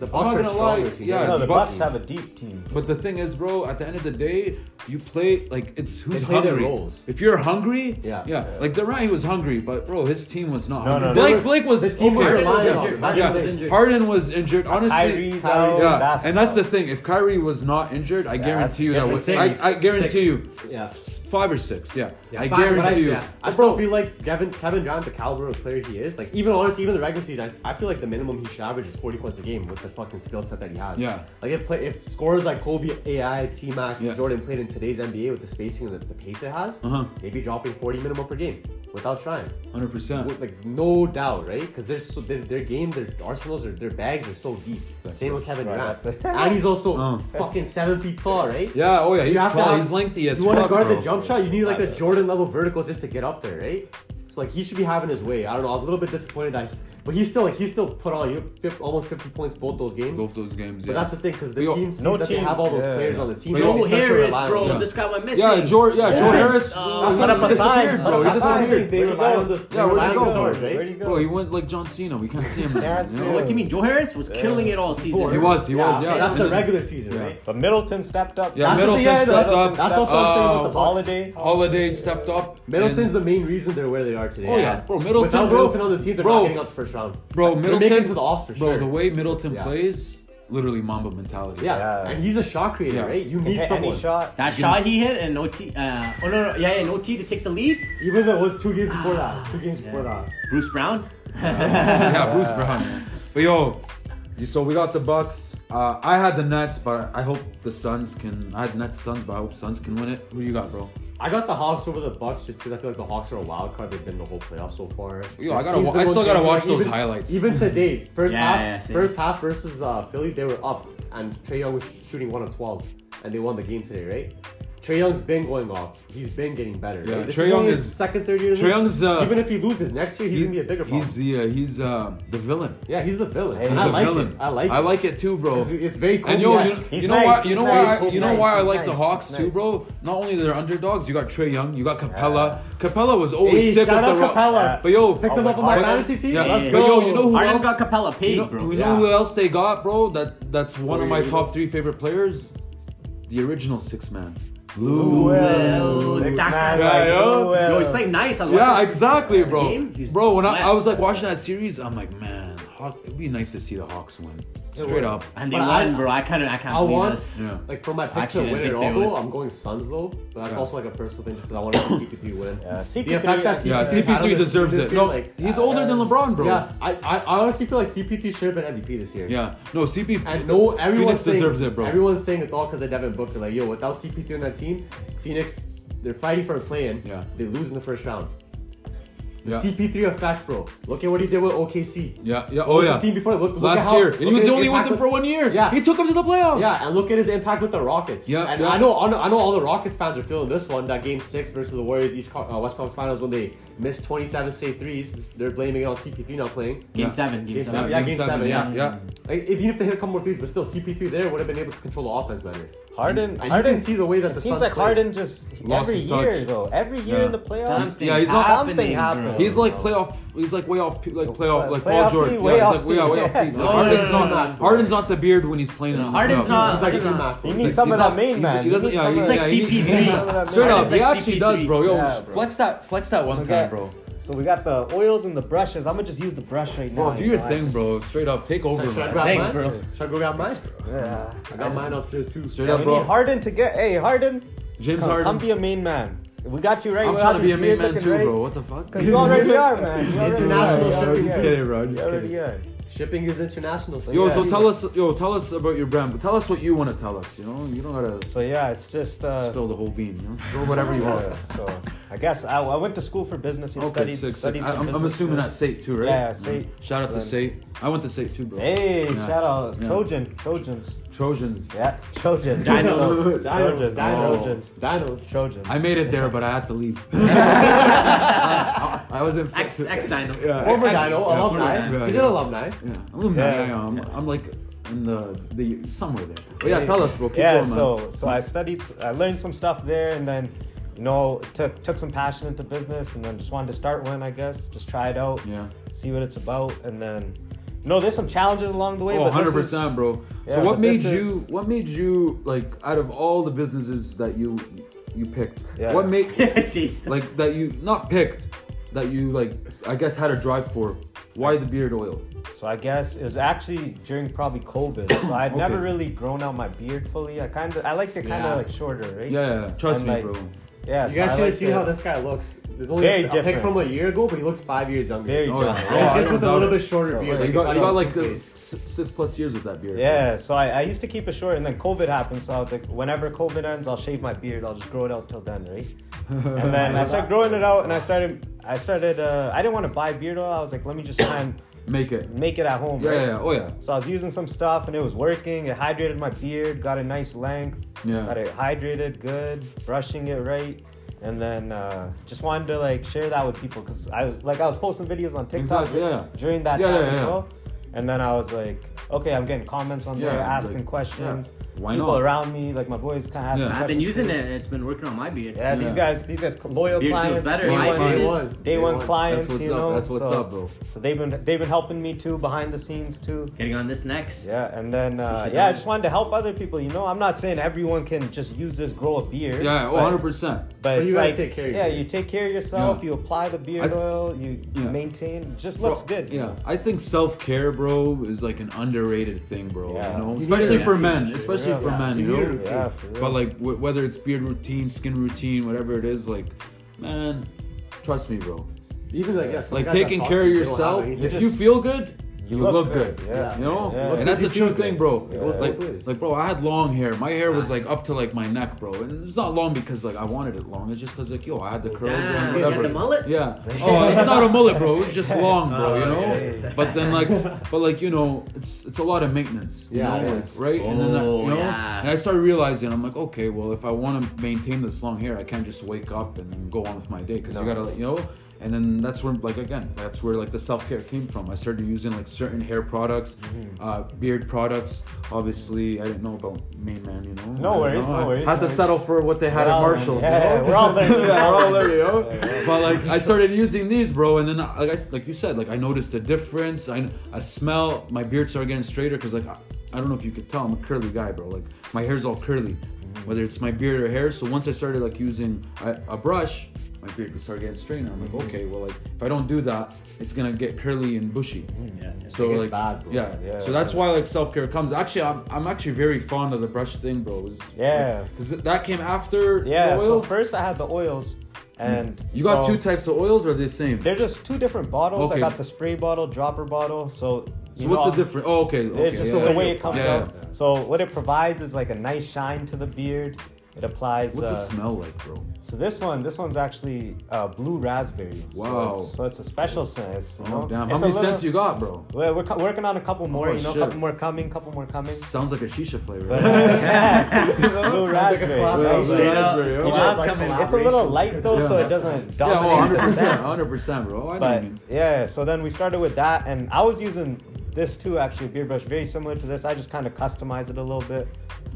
Speaker 4: The
Speaker 1: I'm
Speaker 4: Bucks
Speaker 1: not
Speaker 4: are a
Speaker 1: gonna lie.
Speaker 4: stronger team.
Speaker 1: Yeah,
Speaker 2: no,
Speaker 1: the
Speaker 2: the
Speaker 1: Bucks-
Speaker 2: Bucks have a deep team.
Speaker 1: But the thing is, bro, at the end of the day, you play like it's who's
Speaker 4: play their
Speaker 1: hungry.
Speaker 4: roles.
Speaker 1: If you're hungry,
Speaker 4: Yeah.
Speaker 1: yeah,
Speaker 4: Yeah.
Speaker 1: like Durant, he was hungry, but bro, his team was not.
Speaker 2: No,
Speaker 1: hungry.
Speaker 2: no, no.
Speaker 1: Blake,
Speaker 4: They were-
Speaker 1: Blake was
Speaker 4: the team was
Speaker 1: okay.
Speaker 3: Harden was
Speaker 4: relying on
Speaker 3: injured.
Speaker 4: it.
Speaker 3: Harden
Speaker 1: yeah,
Speaker 3: was injured.
Speaker 1: Harden was injured. Honestly,
Speaker 2: Kyrie's out.
Speaker 1: yeah, and
Speaker 2: basketball.
Speaker 1: that's the thing. If Kyrie was not injured, I
Speaker 2: that's
Speaker 1: guarantee you that
Speaker 2: different.
Speaker 1: was.
Speaker 3: Six.
Speaker 1: I, I guarantee
Speaker 3: Six.
Speaker 1: you,
Speaker 4: Yeah.
Speaker 1: s- five or six. Yeah, I
Speaker 4: But
Speaker 1: guarantee
Speaker 4: I,
Speaker 1: you.
Speaker 4: yeah, I
Speaker 1: Bro,
Speaker 4: still feel like Kevin Kevin Durant, the caliber of player he is, like even honestly, even the regular season, I, I feel like the minimum he should average is 40 points a game with the fucking skill set that he has.
Speaker 1: Yeah.
Speaker 4: Like if play, if scorers like Kobe, AI, T Mac,
Speaker 1: Yeah.
Speaker 4: Jordan played in today's NBA with the spacing and the, the pace it has,
Speaker 1: Uh-huh.
Speaker 4: they'd be dropping 40 minimum per game without trying,
Speaker 1: hundred percent.
Speaker 4: with, like no doubt, right? Because there's so their, their game, their arsenals, their, their bags are so deep.
Speaker 1: That's
Speaker 4: Same with Kevin
Speaker 2: Right.
Speaker 4: Durant, and he's also
Speaker 1: Oh.
Speaker 4: fucking seven feet tall, right?
Speaker 1: Yeah. Oh yeah. He's
Speaker 4: You have to
Speaker 1: tall.
Speaker 4: have-
Speaker 1: he's lengthy as
Speaker 4: you wanna
Speaker 1: fuck,
Speaker 4: guard
Speaker 1: bro.
Speaker 4: the jump shot, you need like a
Speaker 2: Yeah.
Speaker 4: Jordan level vertical just to get up there, right? So like he should be having his way. I don't know. I was a little bit disappointed that, he, but he still like he still put on you know, fif- almost 50 points both those games.
Speaker 1: Both those games.
Speaker 4: but
Speaker 1: yeah.
Speaker 4: that's the thing because the
Speaker 1: We all-
Speaker 4: team sees
Speaker 2: no
Speaker 4: that they
Speaker 2: team-
Speaker 4: have all those
Speaker 2: yeah,
Speaker 4: players
Speaker 2: yeah.
Speaker 4: on the team.
Speaker 1: But yo,
Speaker 4: so
Speaker 3: Joe
Speaker 4: they start to
Speaker 3: Harris,
Speaker 4: rely on
Speaker 3: bro.
Speaker 4: them.
Speaker 1: Yeah.
Speaker 3: This guy went missing.
Speaker 1: Yeah, Jor- yeah,
Speaker 4: Yeah.
Speaker 1: Joe Harris.
Speaker 3: Uh,
Speaker 1: he
Speaker 4: That's what I'm
Speaker 1: disappeared, bro. He
Speaker 2: That's what I'm
Speaker 1: disappeared.
Speaker 2: saying. They rely on
Speaker 4: those.
Speaker 1: Yeah, where'd he go?
Speaker 2: Where'd he go?
Speaker 1: Bro, he went like John Cena. We can't see him.
Speaker 2: Yeah,
Speaker 1: now,
Speaker 2: that's
Speaker 1: you
Speaker 2: it.
Speaker 1: know?
Speaker 3: What do you mean? Joe Harris was killing it all season.
Speaker 1: He was. He was. Yeah.
Speaker 4: That's
Speaker 1: And
Speaker 4: the
Speaker 1: then-
Speaker 4: regular season, right?
Speaker 2: But Middleton stepped up.
Speaker 1: Yeah,
Speaker 4: That's the
Speaker 1: Middleton
Speaker 4: thing, yeah,
Speaker 1: stepped
Speaker 4: that's-
Speaker 1: up.
Speaker 4: uh, That's also what I'm saying about the
Speaker 1: Uh,
Speaker 4: Bucks.
Speaker 2: Holiday.
Speaker 1: Holiday stepped up.
Speaker 4: Middleton's
Speaker 1: and-
Speaker 4: the main reason they're where they are today.
Speaker 1: Oh, yeah. Bro, Middleton,
Speaker 4: Without
Speaker 1: bro.
Speaker 4: Middleton on the team, they're
Speaker 1: Bro.
Speaker 4: not getting up the first round.
Speaker 1: bro.
Speaker 4: they're
Speaker 1: Middleton
Speaker 4: making it to the off for
Speaker 1: Bro,
Speaker 4: sure.
Speaker 1: the way Middleton
Speaker 4: Yeah.
Speaker 1: plays, literally Mamba mentality.
Speaker 4: yeah.
Speaker 2: Yeah.
Speaker 4: and he's a shot creator,
Speaker 1: Yeah.
Speaker 4: right? You
Speaker 2: He
Speaker 4: need
Speaker 2: hit
Speaker 4: someone.
Speaker 2: any shot.
Speaker 3: That shot he hit and OT. Uh, oh no, no, yeah, yeah, no T to take the lead.
Speaker 4: Even though it was two games before that. Two games before that.
Speaker 3: Bruce Brown.
Speaker 1: yeah, Bruce Brown. man. But yo, you, so we got the Bucks. Uh, I had the Nets, but I hope the Suns can. I had Nets Suns, but I hope Suns can win it. Who you got, bro?
Speaker 4: I got the Hawks over the Bucks just because I feel like the Hawks are a wild card. They've been the whole playoff so far.
Speaker 1: Yo, I
Speaker 4: Their
Speaker 1: gotta
Speaker 4: team's
Speaker 1: wa-
Speaker 4: been
Speaker 1: I
Speaker 4: going
Speaker 1: still gotta
Speaker 4: crazy.
Speaker 1: watch those
Speaker 4: Even-
Speaker 1: highlights.
Speaker 4: Even today, first
Speaker 3: Yeah,
Speaker 4: half,
Speaker 3: yeah, same.
Speaker 4: first half versus uh, Philly, they were up, and Trey Young was shooting one of twelve, and they won the game today, right? Trey Young's been going off. He's been getting better.
Speaker 1: Yeah,
Speaker 4: right? This
Speaker 1: Trae
Speaker 4: is
Speaker 1: Young
Speaker 4: only
Speaker 1: is-
Speaker 4: his second, third year. in the
Speaker 1: Trae
Speaker 4: league.
Speaker 1: Young's, uh,
Speaker 4: even if he loses next year, he's gonna be a bigger problem.
Speaker 1: He's the uh, he's uh, the villain.
Speaker 4: yeah, he's the villain.
Speaker 2: He's
Speaker 4: and I
Speaker 1: the
Speaker 4: like
Speaker 1: villain.
Speaker 4: it. I like.
Speaker 1: I
Speaker 4: it.
Speaker 1: like it too, bro.
Speaker 4: It's, it's very cool.
Speaker 1: And yo, you,
Speaker 2: He's
Speaker 1: you know
Speaker 2: nice,
Speaker 1: why?
Speaker 2: he's
Speaker 1: You know
Speaker 2: nice,
Speaker 1: why?
Speaker 2: he's
Speaker 1: You know
Speaker 2: nice,
Speaker 1: why I
Speaker 2: he's
Speaker 1: like
Speaker 2: nice,
Speaker 1: the Hawks
Speaker 2: he's
Speaker 1: too,
Speaker 2: nice.
Speaker 1: bro. Not only they're underdogs, you got Trey Young, you got Capella. Capella was always
Speaker 4: Hey,
Speaker 1: sick with
Speaker 4: shout
Speaker 1: the
Speaker 4: out
Speaker 1: ro-
Speaker 4: Capella.
Speaker 1: But yo,
Speaker 4: Picked him
Speaker 2: Oh
Speaker 4: up on my
Speaker 1: but-
Speaker 4: fantasy team.
Speaker 1: Yeah,
Speaker 4: Let's
Speaker 1: but
Speaker 4: go.
Speaker 1: yo, you know who
Speaker 3: Harden
Speaker 1: else?
Speaker 3: got Capella paid,
Speaker 1: you know,
Speaker 3: bro.
Speaker 1: you
Speaker 4: Yeah.
Speaker 1: know who else they got, bro? That that's one of my
Speaker 4: Who?
Speaker 1: top three favorite players. The original six man.
Speaker 2: Lou
Speaker 3: Will.
Speaker 2: Will. Six
Speaker 3: Taka.
Speaker 2: man
Speaker 1: Yeah,
Speaker 2: like
Speaker 1: yo.
Speaker 2: Lou Will.
Speaker 3: Yo, he's playing nice. I
Speaker 1: Yeah,
Speaker 3: watched him.
Speaker 1: exactly, bro.
Speaker 3: Game, he's
Speaker 1: Bro, when I,
Speaker 3: black.
Speaker 1: I was like watching that series, I'm like, man, Hawk, it'd be nice to see the Hawks win. Straight
Speaker 2: would.
Speaker 1: up.
Speaker 3: And they
Speaker 4: But
Speaker 3: won,
Speaker 4: I-
Speaker 3: bro. I kind of, I can't
Speaker 4: I
Speaker 3: believe
Speaker 4: want,
Speaker 3: this.
Speaker 1: Yeah.
Speaker 4: like, for my pick to
Speaker 3: Actually, I
Speaker 4: win
Speaker 3: think
Speaker 4: it
Speaker 3: they
Speaker 4: all,
Speaker 3: would.
Speaker 4: though, I'm going Suns, though. But that's
Speaker 1: Yeah.
Speaker 4: also, like, a personal thing because I want to see CP3 win.
Speaker 2: Yeah,
Speaker 4: The
Speaker 2: CP3
Speaker 4: fact that
Speaker 1: Yeah,
Speaker 4: CP3 's out of
Speaker 1: CP3
Speaker 4: this
Speaker 1: deserves
Speaker 4: team
Speaker 1: it.
Speaker 4: this
Speaker 1: No,
Speaker 4: year, like,
Speaker 1: he's older than LeBron, bro.
Speaker 4: Yeah, I, I I honestly feel like CP3 should have been MVP this year.
Speaker 1: Yeah. No, CP3
Speaker 4: And no, everyone
Speaker 1: Phoenix
Speaker 4: saying,
Speaker 1: deserves it, bro.
Speaker 4: Everyone's saying it's all because of Devin Booker. Like, yo, without CP3 on that team, Phoenix, they're fighting for a play-in.
Speaker 1: Yeah.
Speaker 4: They lose in the first round.
Speaker 1: Yeah.
Speaker 4: CP3 effect, bro. Look at what he did with OKC.
Speaker 1: Yeah, yeah,
Speaker 4: Look
Speaker 1: oh
Speaker 4: at
Speaker 1: yeah.
Speaker 4: The team before look, look at
Speaker 1: Last
Speaker 4: how,
Speaker 1: year, and
Speaker 4: look
Speaker 1: he was
Speaker 4: at
Speaker 1: the
Speaker 4: his
Speaker 1: only one
Speaker 4: impact
Speaker 1: them
Speaker 4: with-
Speaker 1: for one year.
Speaker 4: Yeah.
Speaker 1: he took him to the playoffs.
Speaker 4: Yeah, and look at his impact with the Rockets.
Speaker 1: Yeah,
Speaker 4: and
Speaker 1: yeah.
Speaker 4: I know, I know, I know all the Rockets fans are feeling this one. That Game Six versus the Warriors East Co- uh, West Conference Finals when they missed 27 straight threes. They're blaming it on CP3 not playing.
Speaker 1: Yeah.
Speaker 3: Game seven. Game
Speaker 4: Game
Speaker 3: seven.
Speaker 4: seven, yeah, game seven, yeah.
Speaker 1: yeah.
Speaker 4: Like, if- even if they hit a couple more threes, but still CP3 there would have been able to control the offense better.
Speaker 2: Harden,
Speaker 4: And you
Speaker 2: Harden
Speaker 4: can see the way that
Speaker 2: it
Speaker 4: the
Speaker 2: seems
Speaker 4: Suns
Speaker 2: like
Speaker 4: play.
Speaker 2: Harden just
Speaker 1: Lost
Speaker 2: every
Speaker 1: his touch.
Speaker 2: year though. Every year
Speaker 1: Yeah.
Speaker 2: in the playoffs,
Speaker 3: Something
Speaker 1: Yeah, he's not-
Speaker 2: something
Speaker 3: happening,
Speaker 2: happened.
Speaker 3: bro.
Speaker 1: He's like playoff. He's like way off. Like playoff. Like Paul
Speaker 2: Playoff
Speaker 1: George.
Speaker 2: P,
Speaker 1: Yeah,
Speaker 2: way
Speaker 1: he's
Speaker 2: off
Speaker 1: like way
Speaker 2: P,
Speaker 1: out. Way
Speaker 2: yeah.
Speaker 1: off. P. Like,
Speaker 2: No,
Speaker 3: no,
Speaker 1: Harden's
Speaker 3: no,
Speaker 1: not.
Speaker 3: no, no.
Speaker 1: Harden's not the beard when he's playing.
Speaker 3: No,
Speaker 1: in the
Speaker 3: Harden's
Speaker 1: playoffs.
Speaker 3: not-
Speaker 4: He's like
Speaker 3: Harden's
Speaker 4: a
Speaker 3: not-
Speaker 4: Mac.
Speaker 2: He needs some
Speaker 1: he's
Speaker 2: of that
Speaker 1: not-
Speaker 2: main
Speaker 1: he's-
Speaker 2: man.
Speaker 1: He doesn't.
Speaker 2: He needs
Speaker 1: Yeah,
Speaker 2: some
Speaker 1: he's
Speaker 2: of
Speaker 1: yeah,
Speaker 2: that-
Speaker 1: he-
Speaker 3: He's like
Speaker 1: he-
Speaker 3: CP3.
Speaker 1: he's not- Straight up,
Speaker 3: Harden's
Speaker 1: he
Speaker 3: like
Speaker 1: actually
Speaker 3: CP3.
Speaker 1: does, bro. Yo,
Speaker 2: Yeah, bro.
Speaker 1: flex that. Flex that one
Speaker 2: Okay.
Speaker 1: time, bro.
Speaker 2: So we got the oils and the brushes. I'm gonna just use the brush right now.
Speaker 1: Bro, do
Speaker 2: you
Speaker 1: your
Speaker 2: know, I
Speaker 1: thing,
Speaker 2: just-
Speaker 1: bro. Straight up, take over.
Speaker 4: Should I
Speaker 1: man.
Speaker 4: grab
Speaker 3: Thanks,
Speaker 4: mine?
Speaker 3: bro.
Speaker 4: Should I go grab mine?
Speaker 2: Yeah.
Speaker 4: I got mine upstairs too.
Speaker 1: Straight
Speaker 2: Yeah,
Speaker 1: up,
Speaker 2: we
Speaker 1: bro.
Speaker 2: need Harden to get. Hey, Harden,
Speaker 1: James
Speaker 2: come, come
Speaker 1: Harden.
Speaker 2: be a main man. We got you right.
Speaker 1: I'm
Speaker 2: We
Speaker 1: trying
Speaker 2: got
Speaker 1: to be
Speaker 2: you
Speaker 1: a main man
Speaker 2: looking
Speaker 1: too,
Speaker 2: right.
Speaker 1: bro. What the fuck?
Speaker 2: You already are, man. You already
Speaker 4: International
Speaker 2: are. You
Speaker 4: shipping
Speaker 2: already
Speaker 1: Just
Speaker 2: are.
Speaker 1: kidding, bro.
Speaker 2: You
Speaker 1: Just
Speaker 2: already
Speaker 1: kidding.
Speaker 2: are.
Speaker 4: Shipping is international. so
Speaker 1: Yo,
Speaker 4: yeah.
Speaker 1: so tell us, yo, tell us about your brand. But tell us what you want to tell us. You know, you don't gotta
Speaker 2: So yeah, it's just. Uh,
Speaker 1: spill the whole bean. You know, throw whatever you want.
Speaker 2: Yeah, so I guess I, I went to school for business. You
Speaker 1: Okay,
Speaker 2: studied,
Speaker 1: sick, sick.
Speaker 2: studied
Speaker 1: I,
Speaker 2: some
Speaker 1: I'm, I'm
Speaker 2: business,
Speaker 1: assuming
Speaker 2: yeah.
Speaker 1: that's Sate too, right?
Speaker 2: Yeah, Sate.
Speaker 1: Shout out to
Speaker 2: Then-
Speaker 1: Sate. I went to Sate too, bro.
Speaker 2: Hey,
Speaker 1: Yeah.
Speaker 2: shout out
Speaker 1: Yeah.
Speaker 2: Trojan, Trojans.
Speaker 1: Trojans.
Speaker 2: Yeah, Trojans.
Speaker 3: Dinos.
Speaker 4: Dinos,
Speaker 2: Trojans.
Speaker 4: dinos,
Speaker 2: Trojans.
Speaker 4: dinos.
Speaker 2: Trojans.
Speaker 1: I made it there, but I had to leave. I, I wasn't. fit
Speaker 3: X
Speaker 1: to-
Speaker 3: X Dino.
Speaker 1: Yeah.
Speaker 4: Former
Speaker 1: Yeah,
Speaker 4: Dino,
Speaker 1: yeah,
Speaker 4: alumni.
Speaker 1: former Dino.
Speaker 4: He's an alumni.
Speaker 1: Yeah, alumni.
Speaker 2: Yeah.
Speaker 1: I am. I'm like in the the somewhere there. But yeah, tell us, bro. Keep
Speaker 2: yeah,
Speaker 1: going, man.
Speaker 2: so so I studied, I learned some stuff there, and then you know took took some passion into business, and then just wanted to start one, I guess, just try it out,
Speaker 1: Yeah.
Speaker 2: see what it's about, and then No, there's some challenges along the way.
Speaker 1: Oh,
Speaker 2: but this
Speaker 1: 100
Speaker 2: is-
Speaker 1: percent, bro.
Speaker 2: Yeah,
Speaker 1: so what
Speaker 2: but
Speaker 1: made
Speaker 2: this
Speaker 1: you?
Speaker 2: is-
Speaker 1: What made you like out of all the businesses that you you picked?
Speaker 2: Yeah.
Speaker 1: What made
Speaker 3: Jeez.
Speaker 1: like that you not picked that you like? I guess had a drive for. Why the beard oil?
Speaker 2: So I guess it was actually during probably COVID. So I'd
Speaker 1: Okay.
Speaker 2: never really grown out my beard fully. I kind of I like to kind of
Speaker 4: Yeah.
Speaker 2: like shorter, right?
Speaker 1: Yeah, trust
Speaker 2: And,
Speaker 1: me,
Speaker 2: like,
Speaker 1: bro.
Speaker 2: Yeah. so I
Speaker 4: You guys should
Speaker 2: like
Speaker 4: have seen
Speaker 2: to-
Speaker 4: how this guy looks. There's only
Speaker 2: Very
Speaker 4: a pic
Speaker 2: different.
Speaker 4: from a year ago, but he looks five years younger.
Speaker 2: Very
Speaker 1: Oh,
Speaker 2: dark.
Speaker 1: yeah.
Speaker 4: And
Speaker 1: Oh, I
Speaker 4: it's just
Speaker 1: don't
Speaker 4: with a
Speaker 1: doubt
Speaker 4: little
Speaker 1: it.
Speaker 4: bit shorter
Speaker 2: So,
Speaker 4: beard.
Speaker 1: Yeah,
Speaker 4: like
Speaker 1: you
Speaker 4: it's
Speaker 1: got
Speaker 4: not
Speaker 1: you
Speaker 4: even
Speaker 1: got
Speaker 4: on
Speaker 1: like
Speaker 4: full
Speaker 1: uh,
Speaker 4: face.
Speaker 1: s- six plus years with that beard. bro.
Speaker 2: Yeah, so I, I used to keep it short, and then COVID happened, so I was like, whenever COVID ends, I'll shave my beard. I'll just grow it out till then, right? And then uh, I started growing it out, and I started, I started, uh, I didn't want to buy beard oil. I was like, let me just try and
Speaker 1: Make it.
Speaker 2: make it at home.
Speaker 1: Yeah,
Speaker 2: right?
Speaker 1: yeah, yeah. Oh yeah.
Speaker 2: So I was using some stuff, and it was working. It hydrated my beard, got a nice length.
Speaker 1: Yeah.
Speaker 2: Got it hydrated good, brushing it right. And then uh, just wanted to like share that with people because I was like I was posting videos on TikTok
Speaker 1: Exactly,
Speaker 2: dur-
Speaker 1: yeah.
Speaker 2: during that
Speaker 1: Yeah,
Speaker 2: time
Speaker 1: yeah,
Speaker 2: as
Speaker 1: yeah.
Speaker 2: well. And then I was like, okay, I'm getting comments on there,
Speaker 1: Yeah,
Speaker 2: asking
Speaker 1: like,
Speaker 2: questions.
Speaker 1: yeah. Why
Speaker 2: people
Speaker 1: not?
Speaker 2: around me, like my boys, kind of asking.
Speaker 1: Yeah.
Speaker 2: Questions
Speaker 1: I've
Speaker 3: I've been using
Speaker 2: too.
Speaker 3: it. It's been working on my beard.
Speaker 2: Yeah, these
Speaker 1: Yeah.
Speaker 2: guys, these guys, loyal
Speaker 3: Beard
Speaker 2: clients,
Speaker 3: feels better.
Speaker 2: day,
Speaker 3: My
Speaker 2: one,
Speaker 3: beard
Speaker 2: day
Speaker 3: is-
Speaker 2: one,
Speaker 4: Day one. That's
Speaker 2: clients.
Speaker 1: what's
Speaker 2: you
Speaker 1: up,
Speaker 2: know,
Speaker 1: that's what's
Speaker 2: so,
Speaker 1: up, bro.
Speaker 2: So they've been they've been helping me too behind the scenes too.
Speaker 3: Getting on this next.
Speaker 2: Yeah, and then uh,
Speaker 3: should
Speaker 2: yeah, I
Speaker 3: do
Speaker 2: just
Speaker 3: it.
Speaker 2: wanted to help other people. You know, I'm not saying everyone can just use this grow a beard.
Speaker 1: Yeah,
Speaker 2: but-
Speaker 1: 100 percent.
Speaker 2: But
Speaker 4: But
Speaker 2: it's
Speaker 4: you gotta
Speaker 2: like,
Speaker 4: take care of your
Speaker 2: yeah,
Speaker 4: beard.
Speaker 2: you take care of yourself.
Speaker 1: Yeah.
Speaker 2: You apply the beard
Speaker 1: I th-
Speaker 2: oil. You, you
Speaker 1: Yeah.
Speaker 2: maintain. it Just looks
Speaker 1: Bro,
Speaker 2: good. you
Speaker 1: Yeah,
Speaker 2: know?
Speaker 1: I think self care, bro, is like an underrated thing, bro.
Speaker 2: Yeah.
Speaker 1: You know,
Speaker 4: You need
Speaker 1: especially
Speaker 4: a
Speaker 1: for
Speaker 4: routine,
Speaker 1: men,
Speaker 4: shit,
Speaker 1: especially
Speaker 2: yeah.
Speaker 1: for
Speaker 2: Yeah,
Speaker 1: men,
Speaker 4: you
Speaker 1: you
Speaker 4: need a
Speaker 1: know.
Speaker 4: routine.
Speaker 2: Yeah, for real.
Speaker 1: But like, w- whether it's beard routine, skin routine, whatever it is, like, man, trust me, bro.
Speaker 4: Even like, yeah, some
Speaker 1: Like
Speaker 4: guys that
Speaker 1: taking
Speaker 4: talk
Speaker 1: care
Speaker 4: to
Speaker 1: of
Speaker 4: you, they don't
Speaker 1: yourself,
Speaker 4: have
Speaker 1: if
Speaker 4: anything.
Speaker 1: you feel good, you, look, good.
Speaker 2: Yeah.
Speaker 1: You know,
Speaker 2: Yeah.
Speaker 1: and that's a true thing, bro.
Speaker 2: Yeah.
Speaker 1: Like,
Speaker 4: Yeah.
Speaker 1: like, bro, I had long hair. My hair was like up to like my neck, bro. And it's not long because like I wanted it long. It's just because like yo, I had the curls
Speaker 3: Damn,
Speaker 1: and
Speaker 3: you
Speaker 1: whatever.
Speaker 3: had the mullet?
Speaker 1: Yeah. Oh, it's not a mullet, bro. It's just long, bro.
Speaker 3: Oh,
Speaker 1: you know.
Speaker 2: okay.
Speaker 1: But then like, but like you know, it's it's a lot of maintenance. You
Speaker 4: Yeah,
Speaker 1: know,
Speaker 4: it
Speaker 1: like,
Speaker 4: is.
Speaker 1: right? and then I,
Speaker 3: Oh,
Speaker 1: you know,
Speaker 3: yeah.
Speaker 1: and I started realizing I'm like, okay, well, if I want to maintain this long hair, I can't just wake up and go on with my day because
Speaker 2: No.
Speaker 1: you gotta, you know. And then that's where, like again, that's where like the self care came from. I started using like certain hair products,
Speaker 2: Mm-hmm.
Speaker 1: uh, beard products. Obviously, I didn't know about Main Man, you know.
Speaker 2: No
Speaker 1: I didn't
Speaker 2: worries,
Speaker 1: know.
Speaker 2: no
Speaker 1: I
Speaker 2: worries,
Speaker 1: Had
Speaker 2: no
Speaker 1: to
Speaker 2: worries.
Speaker 1: settle for what they had at
Speaker 2: all-
Speaker 1: Marshalls. you
Speaker 2: yeah,
Speaker 1: know?
Speaker 2: we're all learning, we're
Speaker 1: yeah,
Speaker 2: all
Speaker 1: we're all learning, you
Speaker 2: Yeah,
Speaker 1: know.
Speaker 2: yeah.
Speaker 1: But like, I started using these, bro, and then I, like I s- like you said, like I noticed a difference. I I smell my beard started getting straighter because like I, I don't know if you could tell I'm a curly guy, bro. Like my hair's all curly, whether it's my beard or hair. So once I started like using a, a brush, my beard would start getting straighter. I'm like, okay, well, like if I don't do that, it's gonna get curly and bushy.
Speaker 3: Mm,
Speaker 1: So
Speaker 4: It gets
Speaker 1: like,
Speaker 4: bad, bro.
Speaker 1: yeah.
Speaker 2: Yeah,
Speaker 1: So that's why like self care comes. Actually, I'm, I'm actually very fond of the brush thing, bro. It was,
Speaker 2: Yeah.
Speaker 1: Because that came after
Speaker 2: Yeah.
Speaker 1: the
Speaker 2: So
Speaker 1: oil.
Speaker 2: first I had the oils, and
Speaker 1: you got
Speaker 2: so-
Speaker 1: two types of oils, or are they the same?
Speaker 2: They're just two different bottles.
Speaker 1: Okay.
Speaker 2: I got the spray bottle, dropper bottle. So,
Speaker 1: So
Speaker 2: you
Speaker 1: what's
Speaker 2: know,
Speaker 1: the difference? Oh, okay. okay
Speaker 2: It's just
Speaker 1: yeah,
Speaker 2: the
Speaker 1: yeah.
Speaker 2: way it comes
Speaker 1: Yeah.
Speaker 2: out. So what it provides is like a nice shine to the beard. It applies.
Speaker 1: What's
Speaker 2: uh,
Speaker 1: the smell like, bro? Oh,
Speaker 2: So this one, this one's actually uh, blue raspberry. So
Speaker 1: Wow.
Speaker 2: it's- So it's, a special scent. It's, you
Speaker 1: Oh
Speaker 2: know,
Speaker 1: damn! How
Speaker 2: it's
Speaker 1: many
Speaker 2: a little-
Speaker 1: cents you got, bro?
Speaker 2: Well, we're co- working on a couple more.
Speaker 1: Oh,
Speaker 2: you know,
Speaker 1: shit.
Speaker 2: couple more coming, couple more coming.
Speaker 1: Sounds like a shisha flavor. oh,
Speaker 2: But, uh, blue
Speaker 4: Sounds like a
Speaker 2: raspberry.
Speaker 4: collab.
Speaker 2: right?
Speaker 1: Yeah,
Speaker 3: Straight
Speaker 1: Raspberry, yeah.
Speaker 3: up, uh, collab
Speaker 4: Yeah.
Speaker 3: coming.
Speaker 2: It's a little light though, so
Speaker 1: Yeah.
Speaker 2: it doesn't
Speaker 1: yeah, oh,
Speaker 2: dominate
Speaker 1: 100
Speaker 2: the
Speaker 1: percent,
Speaker 2: scent.
Speaker 1: 100 percent, bro. Oh, I
Speaker 2: But
Speaker 1: mean,
Speaker 2: yeah, so then we started with that, and I was using this too actually, a beard brush very similar to this. I just kind of customized it a little bit,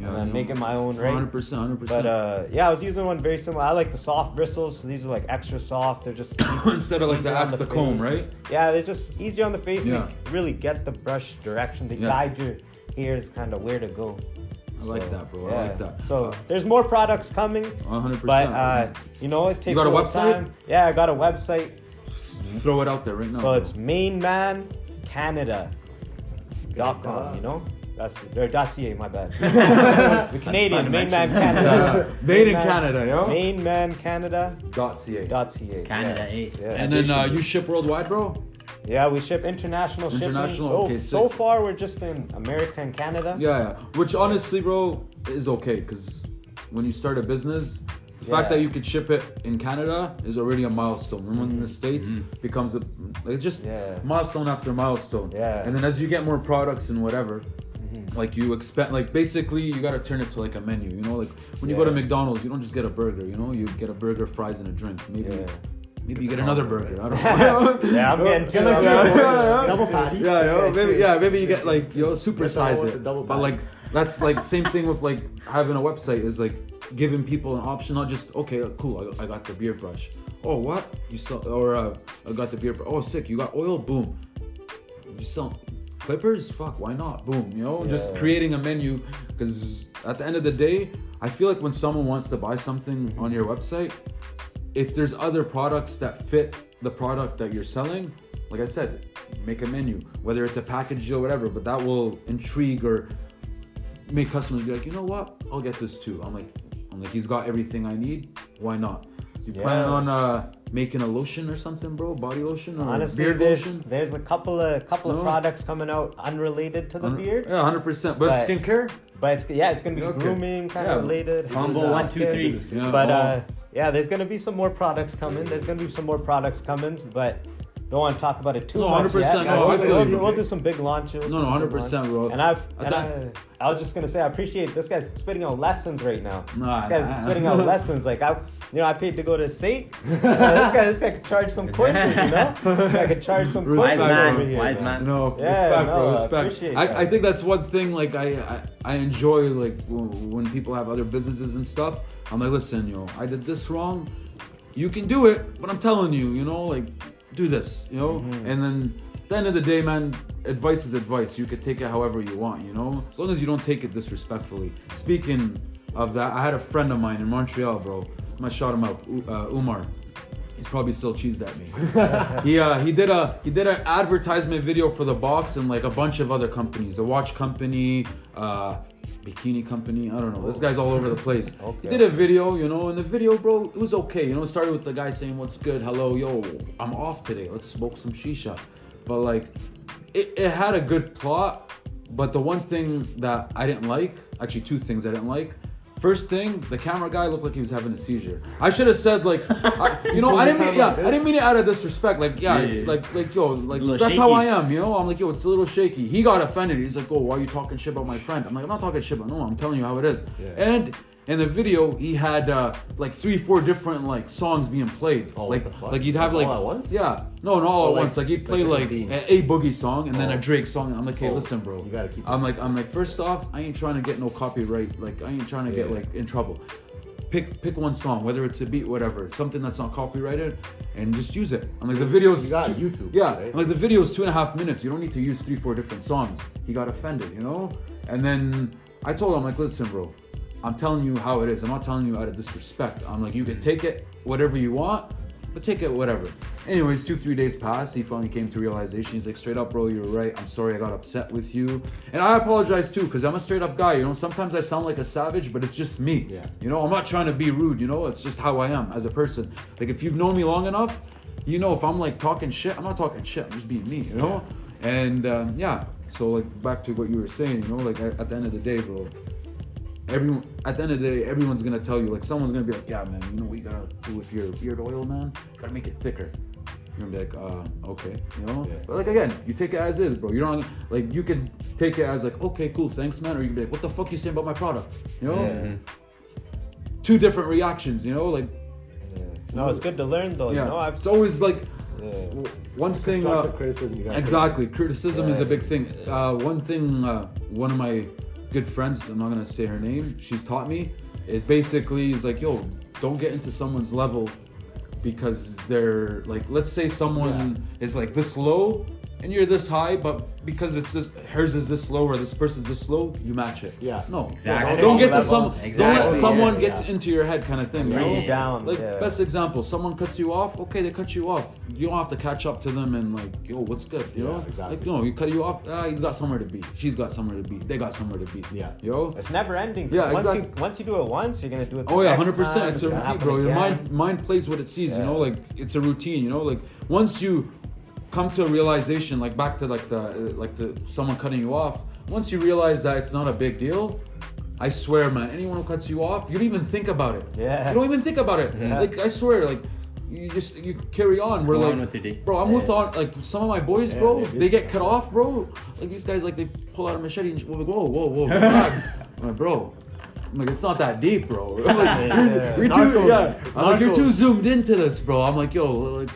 Speaker 1: Yeah,
Speaker 2: and
Speaker 1: I
Speaker 2: then
Speaker 1: know.
Speaker 2: make it my own,
Speaker 1: 100
Speaker 2: right?
Speaker 1: percent, 100
Speaker 2: But
Speaker 1: percent.
Speaker 2: uh, yeah, I was using one very similar. I like the soft bristles, so these are like extra soft. They're just
Speaker 1: Instead of like the,
Speaker 2: easier on
Speaker 1: act- the comb,
Speaker 2: face.
Speaker 1: right?
Speaker 2: Yeah, they're just easier on the face. and
Speaker 1: Yeah.
Speaker 2: They really get the brush direction. They
Speaker 1: Yeah.
Speaker 2: guide your hairs kind of where to go.
Speaker 1: I like that, bro. I like that.
Speaker 2: So
Speaker 1: Uh,
Speaker 2: there's more products coming,
Speaker 1: 100%.
Speaker 2: but uh, you know it takes
Speaker 1: got a
Speaker 2: little
Speaker 1: website?
Speaker 2: time. Yeah, I got a website.
Speaker 1: Throw it out there right now.
Speaker 2: So
Speaker 1: bro.
Speaker 2: it's mainmancanada.com, you know? That's or .ca, my bad. the Canadian,
Speaker 1: Might have
Speaker 2: mainman
Speaker 1: mentioned.
Speaker 2: Canada.
Speaker 1: Yeah. Made in
Speaker 2: Mainman-
Speaker 1: Canada, yo.
Speaker 2: Mainmancanada.ca.
Speaker 1: dot ca.
Speaker 3: Canada,
Speaker 2: yeah.
Speaker 3: eh?
Speaker 2: Yeah.
Speaker 1: and then uh, you ship worldwide, bro.
Speaker 2: yeah, we ship international,
Speaker 1: International, okay,
Speaker 2: shipping. So, so
Speaker 1: six.
Speaker 2: far, we're just in America and Canada.
Speaker 1: Yeah, yeah. which honestly, bro, is okay because when you start a business, the fact
Speaker 2: Yeah.
Speaker 1: that you could ship it in Canada is already a milestone. When one in the states becomes a like, it's just
Speaker 2: Mm-hmm. Yeah.
Speaker 1: milestone after milestone.
Speaker 2: Yeah. Mm-hmm.
Speaker 1: And then as you get more products and whatever, like you expect, like basically you gotta turn it to like a menu. You know, like when you go to
Speaker 2: Yeah.
Speaker 1: McDonald's, you don't just get a burger. You know, you get a burger, fries, and a drink. Maybe.
Speaker 2: Yeah.
Speaker 1: Maybe you get another burger. I don't know.
Speaker 2: Yeah, I'm getting two.
Speaker 4: Can I
Speaker 2: I'm
Speaker 4: get
Speaker 2: getting
Speaker 4: a
Speaker 2: two.
Speaker 4: burger? Double patty.
Speaker 1: Yeah,
Speaker 4: That's
Speaker 1: yo,
Speaker 4: kinda
Speaker 1: maybe
Speaker 4: true.
Speaker 1: yeah, maybe you get like yo
Speaker 4: That's
Speaker 1: supersize
Speaker 4: all
Speaker 1: it.
Speaker 4: the double
Speaker 1: But
Speaker 4: back.
Speaker 1: like that's like same thing with like having a website is like giving people an option, not just okay, cool, I, I got the beard brush. Oh what you sell or uh, I got the beard brush. Oh sick, you got oil, boom. You sell. Clippers? Fuck, why not? Boom, you know, just
Speaker 2: Yeah.
Speaker 1: creating a menu because at the end of the day, I feel like when someone wants to buy something on your website, if there's other products that fit the product that you're selling, like I said, make a menu, whether it's a package deal, whatever, but that will intrigue or make customers be like, you know what, I'll get this too. I'm like, I'm like, he's got everything I need. Why not? You plan
Speaker 2: Yeah.
Speaker 1: on uh, making a lotion or something, bro? Body lotion or
Speaker 2: Honestly,
Speaker 1: beard
Speaker 2: there's,
Speaker 1: lotion?
Speaker 2: there's a couple of couple
Speaker 1: No.
Speaker 2: of products coming out unrelated to the
Speaker 1: Hun-
Speaker 2: beard,
Speaker 1: Yeah, hundred percent. But,
Speaker 2: But-
Speaker 1: skincare.
Speaker 2: but it's yeah, it's gonna be
Speaker 1: Okay.
Speaker 2: grooming kind
Speaker 1: Yeah.
Speaker 2: of related.
Speaker 3: Combo
Speaker 2: Here's the
Speaker 3: one, two,
Speaker 2: healthcare.
Speaker 3: three.
Speaker 1: Yeah,
Speaker 2: but
Speaker 1: oh,
Speaker 2: uh, yeah, there's gonna be some more products coming. There's gonna be some more products coming, but don't want to talk about it too
Speaker 1: No,
Speaker 2: much
Speaker 1: 100%,
Speaker 2: yet.
Speaker 1: no,
Speaker 2: we'll,
Speaker 1: I feel
Speaker 2: we'll,
Speaker 1: you.
Speaker 2: we'll do some big launches.
Speaker 1: No, no,
Speaker 2: some big
Speaker 1: 100%,
Speaker 2: ones.
Speaker 1: bro.
Speaker 2: And I've,
Speaker 1: I
Speaker 2: and I,
Speaker 1: thought-
Speaker 2: I was just gonna say, I appreciate this guy's spitting out lessons right now.
Speaker 1: Nah,
Speaker 2: this guy's
Speaker 1: nah.
Speaker 2: spitting out lessons. Like I, you know, I paid to go to Sate. You know, this guy, this guy could charge some courses. You know, I could charge some
Speaker 1: Wise
Speaker 2: courses
Speaker 1: man,
Speaker 2: over here.
Speaker 3: wise
Speaker 2: man.
Speaker 3: man.
Speaker 1: no,
Speaker 2: Yeah,
Speaker 1: respect,
Speaker 2: no, I
Speaker 1: bro. Respect.
Speaker 2: appreciate
Speaker 1: I,
Speaker 2: that.
Speaker 1: I, think that's one thing. Like I, I, I enjoy like w- when people have other businesses and stuff. I'm like, listen, yo, I did this wrong. You can do it, but I'm telling you, you know, like, do this, you know.
Speaker 2: Mm-hmm.
Speaker 1: And then, at the end of the day, man, advice is advice. You could take it however you want, you know, as long as you don't take it disrespectfully. Speaking of that, I had a friend of mine in Montreal, bro. I'm gonna shout him out, U- uh, Umar. He's probably still cheesed at me. he uh, he did a he did an advertisement video for the box and like a bunch of other companies, a watch company, uh, bikini company. I don't know. This guy's all over the place. He
Speaker 2: Okay.
Speaker 1: did a video, you know, and the video, bro, it was okay. You know, it started with the guy saying, "What's good? Hello, yo, I'm off today. Let's smoke some shisha." But like, it, it had a good plot. But the one thing that I didn't like, actually two things I didn't like. First thing, the camera guy looked like he was having a seizure. I should have said like, I, you know, I didn't mean yeah, I didn't mean it out of disrespect. Like yeah,
Speaker 3: Yeah, yeah, yeah.
Speaker 1: like like yo, like
Speaker 3: little
Speaker 1: that's how I
Speaker 3: shaky.
Speaker 1: am. You know, I'm like yo, it's a little shaky. He got offended. He's like, oh, why are you talking shit about my friend? I'm like, I'm not talking shit about no. I'm telling you how it is.
Speaker 4: Yeah.
Speaker 1: And in the video, he had uh, like three, four different like songs being played.
Speaker 4: Oh, what
Speaker 1: like
Speaker 4: the fuck?
Speaker 1: like he'd have
Speaker 4: All
Speaker 1: like
Speaker 4: at once?
Speaker 1: Yeah, no, not all
Speaker 4: Oh,
Speaker 1: at
Speaker 4: like-
Speaker 1: once. Like he'd
Speaker 4: like
Speaker 1: play like,
Speaker 4: Christine.
Speaker 1: a, a boogie song and then a
Speaker 4: Oh.
Speaker 1: Drake song. And I'm like, hey,
Speaker 4: Oh,
Speaker 1: listen, bro.
Speaker 4: you gotta keep it.
Speaker 1: I'm like, I'm like, first off, I ain't trying to get no copyright. Like I ain't trying to get
Speaker 4: Yeah.
Speaker 1: like in trouble. Pick pick one song, whether it's a beat, whatever, something that's not copyrighted, and just use it. I'm like the videos.
Speaker 4: You got
Speaker 1: two-
Speaker 4: YouTube,
Speaker 1: Yeah,
Speaker 4: right?
Speaker 1: I'm like the video is two and a half minutes. You don't need to use three, four different songs. He got offended, you know. And then I told him, like, listen, bro, I'm telling you how it is. I'm not telling you out of disrespect. I'm like, you can take it whatever you want, but take it whatever. Anyways, two, three days passed. He finally came to realization. He's like, straight up, bro, you were right. I'm sorry I got upset with you. And I apologize too, because I'm a straight up guy. You know, sometimes I sound like a savage, but it's just me.
Speaker 4: Yeah.
Speaker 1: You know, I'm not trying to be rude, you know, it's just how I am as a person. Like if you've known me long enough, you know if I'm like talking shit, I'm not talking shit, I'm just being me, you know? And um, yeah, so like back to what you were saying, you know, like at, at the end of the day, bro, everyone at the end of the day, everyone's gonna tell you, like someone's gonna be like, Yeah, man, you know what you gotta do with your beard oil, man? Gotta make it thicker. You're gonna be like, uh, okay, you know?
Speaker 4: Yeah.
Speaker 1: But like again, you take it as is, bro. You don't like you can take it as like, okay, cool, thanks, man, or you can be like, what the fuck you saying about my product? You know?
Speaker 2: Yeah.
Speaker 1: two different reactions, you know? Like,
Speaker 2: No, it's good to learn though.
Speaker 1: yeah.
Speaker 2: You know, I've,
Speaker 1: it's always like
Speaker 2: yeah.
Speaker 1: w- one thing. Uh,
Speaker 4: Constructive criticism, you gotta take.
Speaker 1: exactly. Criticism is a
Speaker 2: Yeah.
Speaker 1: big thing. Uh, one thing, uh, one of my good friends, I'm not going to say her name, she's taught me is basically, is like, yo, don't get into someone's level because they're like, let's say someone is like this low and you're this high, but because it's this, hers is this low or this person's this low, you match it.
Speaker 4: Yeah.
Speaker 1: No.
Speaker 3: Exactly.
Speaker 1: Don't get to
Speaker 2: Levels.
Speaker 1: some. Don't let
Speaker 3: Exactly.
Speaker 1: someone
Speaker 4: Yeah,
Speaker 1: get
Speaker 4: yeah.
Speaker 1: into your head, kind of thing. you
Speaker 2: Bring
Speaker 1: know?
Speaker 2: you down,
Speaker 1: Like
Speaker 2: yeah.
Speaker 1: best example, someone cuts you off. Okay, they cut you off. You don't have to catch up to them and like, yo, what's good? You
Speaker 4: Yeah,
Speaker 1: know,
Speaker 4: exactly.
Speaker 1: like no, you cut you off. Ah, he's got somewhere to be. She's got somewhere to be. They got somewhere to be.
Speaker 4: Yeah.
Speaker 1: Yo.
Speaker 2: it's never ending. 'cause
Speaker 1: Yeah,
Speaker 2: once
Speaker 1: exactly.
Speaker 2: you once you do it once, you're gonna do it. the
Speaker 1: Oh yeah,
Speaker 2: next
Speaker 1: hundred percent.
Speaker 2: time,
Speaker 1: It's a
Speaker 2: gonna
Speaker 1: routine,
Speaker 2: happen
Speaker 1: bro. Your
Speaker 2: again.
Speaker 1: mind mind plays what it sees. You
Speaker 2: Yeah.
Speaker 1: know, like it's a routine. You know, like once you come to a realization, like back to like the uh, like the someone cutting you off. Once you realize that it's not a big deal, I swear, man, anyone who cuts you off, you don't even think about it.
Speaker 2: Yeah.
Speaker 1: You don't even think about it. Like I swear, like. You just you carry on. We're
Speaker 3: go
Speaker 1: like,
Speaker 3: on with your day.
Speaker 1: bro. I'm with on like some of my boys,
Speaker 4: Yeah,
Speaker 1: bro.
Speaker 4: they're good.
Speaker 1: They get cut off, bro. Like these guys, like they pull out a machete and we're like, whoa, whoa, whoa, relax. I'm like, bro, I'm like, it's not that deep, bro. I'm like,
Speaker 2: Yeah.
Speaker 1: you're too,
Speaker 4: Narcos.
Speaker 1: yeah.
Speaker 4: It's
Speaker 1: I'm like, you're
Speaker 4: Narcos.
Speaker 1: too zoomed into this, bro. I'm like, yo, like,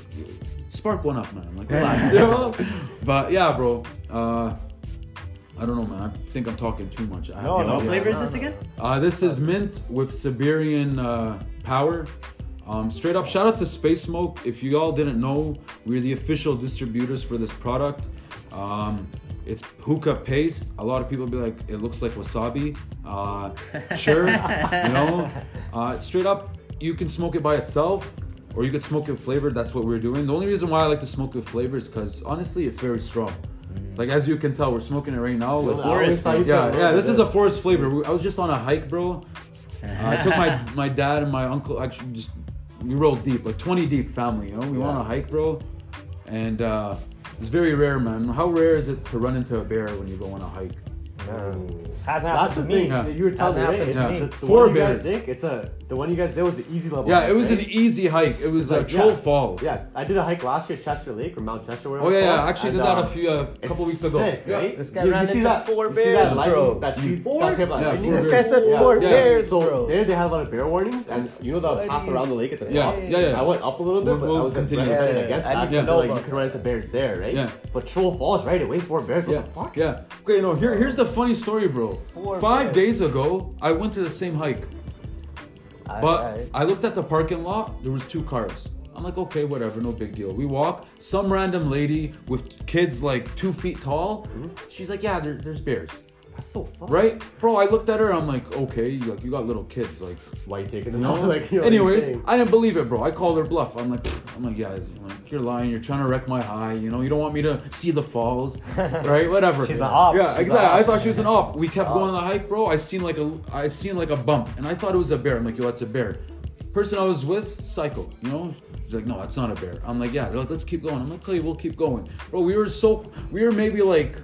Speaker 1: spark one up, man. I'm like, relax, you know? But yeah, bro. Uh, I don't know, man. I think I'm talking too much. I have
Speaker 2: No, no,
Speaker 3: What
Speaker 1: idea.
Speaker 3: flavor is
Speaker 2: no,
Speaker 3: this
Speaker 2: no,
Speaker 3: again?
Speaker 1: Uh, this is mint with Siberian uh, power. Um, straight up, shout out to Space Smoke. If you all didn't know, we're the official distributors for this product. Um, It's hookah paste. A lot of people be like, it looks like wasabi. Uh, sure, you know. Uh, straight up, you can smoke it by itself, or you could smoke it flavored. That's what we're doing. The only reason why I like to smoke it flavored is because honestly, it's very strong. Like as you can tell, we're smoking it right now. with-
Speaker 4: Well,
Speaker 3: forest
Speaker 4: I always
Speaker 1: yeah,
Speaker 4: thought you
Speaker 1: yeah.
Speaker 4: said-
Speaker 1: This is a forest flavor. We- I was just on a hike, bro. Uh, I took my my dad and my uncle. Actually, just we rolled deep, like 20 deep family. You know, we went on a hike, bro. And uh, it's very rare, man. How rare is it to run into a bear when you go on a hike?
Speaker 2: Hasn't
Speaker 4: That's
Speaker 2: happened to
Speaker 4: the
Speaker 2: me.
Speaker 4: thing that you were telling me.
Speaker 2: Hasn't
Speaker 4: Right? It's
Speaker 2: happened
Speaker 1: to
Speaker 4: the,
Speaker 1: me.
Speaker 4: the
Speaker 1: Four
Speaker 4: one you guys
Speaker 1: bears.
Speaker 4: did. It's a the one you guys did was the easy level.
Speaker 1: Yeah,
Speaker 4: one,
Speaker 1: it was an
Speaker 4: right?
Speaker 1: easy hike. It was uh,
Speaker 4: Like, yeah.
Speaker 1: Troll Falls.
Speaker 4: Yeah, I did a hike last year, Chester Lake or Mount Chester. Where
Speaker 1: Oh yeah, yeah. I actually did
Speaker 4: uh,
Speaker 1: that a few, a couple weeks ago.
Speaker 4: Sick,
Speaker 1: Yeah.
Speaker 4: right?
Speaker 2: This guy
Speaker 4: Dude,
Speaker 2: ran
Speaker 4: you see
Speaker 2: into
Speaker 4: that,
Speaker 2: four
Speaker 4: you see that
Speaker 2: bears,
Speaker 4: lightning-
Speaker 2: bro.
Speaker 4: That
Speaker 1: You-
Speaker 4: tweet, that's it, like,
Speaker 1: Yeah,
Speaker 4: lightning
Speaker 1: four
Speaker 4: was
Speaker 2: This
Speaker 1: bears.
Speaker 2: guy said
Speaker 4: Yeah.
Speaker 2: four
Speaker 1: Yeah.
Speaker 2: bears,
Speaker 4: So
Speaker 2: bro.
Speaker 4: there they had a lot of bear warnings, and you know the path around the lake. It's like,
Speaker 1: Yeah,
Speaker 4: up.
Speaker 1: yeah, yeah.
Speaker 4: I went up a little bit, but
Speaker 1: We'll
Speaker 4: I was
Speaker 1: continue.
Speaker 4: like,
Speaker 1: Yeah,
Speaker 4: yeah,
Speaker 2: yeah,
Speaker 4: against
Speaker 2: yeah. I
Speaker 4: that
Speaker 2: need to
Speaker 4: because
Speaker 2: know
Speaker 4: like
Speaker 2: about
Speaker 4: you can run into bears there, right?
Speaker 1: Yeah.
Speaker 4: But Troll Falls right away, four bears. What
Speaker 1: Yeah,
Speaker 4: the fuck?
Speaker 1: yeah. Okay, no, here, here's the funny story, bro.
Speaker 2: Four
Speaker 1: Five
Speaker 2: bears.
Speaker 1: days ago, I went to the same hike.
Speaker 2: I-
Speaker 1: But
Speaker 2: I-
Speaker 1: I looked at the parking lot. There was two cars. I'm like, okay, whatever, no big deal. We walk. Some random lady with kids like two feet tall. She's like, yeah, there, there's bears,
Speaker 4: That's so fun.
Speaker 1: right, bro? I looked at her. I'm like, okay, like you got little kids, like
Speaker 4: Why you taking
Speaker 1: you
Speaker 4: them
Speaker 1: know.
Speaker 4: out? Like, you know what I'm
Speaker 1: Anyways,
Speaker 4: saying?
Speaker 1: I didn't believe it, bro. I called her bluff. I'm like, I'm like, yeah, I'm like, you're lying. You're trying to wreck my high. You know, you don't want me to see the falls, right? Whatever.
Speaker 2: She's an op.
Speaker 1: Yeah,
Speaker 2: She's
Speaker 1: exactly.
Speaker 2: an op.
Speaker 1: I thought she was an op. We kept
Speaker 2: Op.
Speaker 1: going on the hike, bro. I seen like a, I seen like a bump, and I thought it was a bear. I'm like, yo, that's a bear. Person I was with, psycho. You know, she's like, no, that's not a bear. I'm like, yeah. They're like, let's keep going. I'm like, okay, we'll keep going, bro. We were so, we were maybe like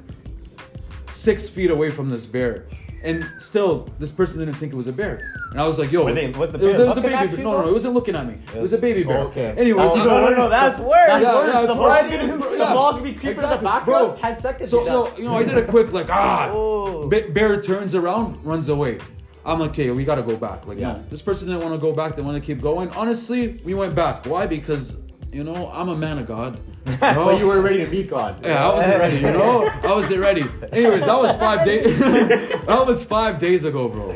Speaker 1: six feet away from this bear. And still, this person didn't think it was a bear. And I was like, yo,
Speaker 2: Were
Speaker 1: it's-
Speaker 2: they- was the
Speaker 1: it was,
Speaker 2: bear
Speaker 1: it was a
Speaker 2: looking
Speaker 1: baby
Speaker 2: at
Speaker 1: bear.
Speaker 2: you,
Speaker 1: No, no,
Speaker 2: though?
Speaker 1: it wasn't looking at me. It was a baby bear.
Speaker 4: Okay.
Speaker 1: Anyways,
Speaker 2: Oh,
Speaker 1: you
Speaker 2: no, no,
Speaker 1: know-
Speaker 2: no, that's worse.
Speaker 1: Yeah,
Speaker 2: worse.
Speaker 1: yeah,
Speaker 2: the
Speaker 1: it's
Speaker 2: ball
Speaker 1: worse.
Speaker 2: didn't-
Speaker 1: Yeah.
Speaker 2: the ball
Speaker 4: be creeping
Speaker 1: Exactly.
Speaker 4: in the
Speaker 1: Bro,
Speaker 4: background. Ten seconds.
Speaker 1: So,
Speaker 4: you
Speaker 1: yo,
Speaker 4: know.
Speaker 1: you know, I did a quick, like, ah.
Speaker 2: Oh.
Speaker 1: Ba- bear turns around, runs away. I'm like, okay, we gotta go back. Like,
Speaker 4: Yeah.
Speaker 1: no, this person didn't want to go back. They want to keep going. Honestly, we went back. Why? Because, you know, I'm a man of God. You know?
Speaker 4: But you were ready to be gone.
Speaker 1: Yeah, I wasn't ready, you know? I wasn't ready. Anyways, that was five days that was five days ago, bro.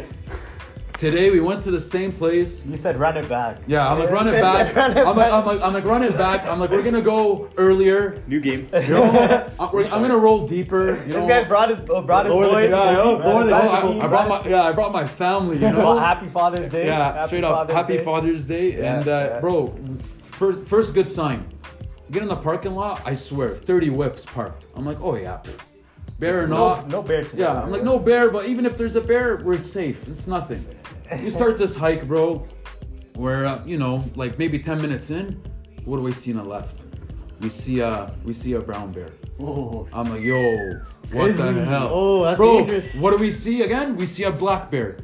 Speaker 1: Today we went to the same place.
Speaker 2: You said run it back.
Speaker 1: Yeah, I'm like run it back. I'm like, I'm like I'm like run it back. I'm like we're gonna go earlier.
Speaker 3: New game.
Speaker 1: You know, I'm, we're- I'm gonna roll deeper. You know,
Speaker 2: This guy brought his oh, brought his
Speaker 4: Lower the-
Speaker 2: boys.
Speaker 4: yeah,
Speaker 2: Brought
Speaker 4: yo,
Speaker 2: his
Speaker 4: lower the-
Speaker 1: Oh, I,
Speaker 2: back.
Speaker 1: I brought my yeah, I brought my family. You know,
Speaker 2: Well, happy Father's Day.
Speaker 1: Yeah,
Speaker 2: happy
Speaker 1: straight up.
Speaker 2: Father's
Speaker 1: happy
Speaker 2: Day.
Speaker 1: Father's Day.
Speaker 2: Yeah,
Speaker 1: and uh,
Speaker 2: yeah.
Speaker 1: bro, first first good sign. Get in the parking lot. I swear, thirty whips parked. I'm like, oh yeah, pff, bear or
Speaker 2: No-
Speaker 1: not.
Speaker 2: no bear today.
Speaker 1: Yeah, I'm like no bear, but even if there's a bear, we're safe. It's nothing. You start this hike, bro. We're uh, you know like maybe ten minutes in. What do we see on the left? We see uh we see a brown bear.
Speaker 3: Oh,
Speaker 1: I'm like, yo, what the
Speaker 4: Crazy.
Speaker 1: hell?
Speaker 4: Oh, that's
Speaker 1: Bro,
Speaker 4: dangerous.
Speaker 1: what do we see again? We see a black bear.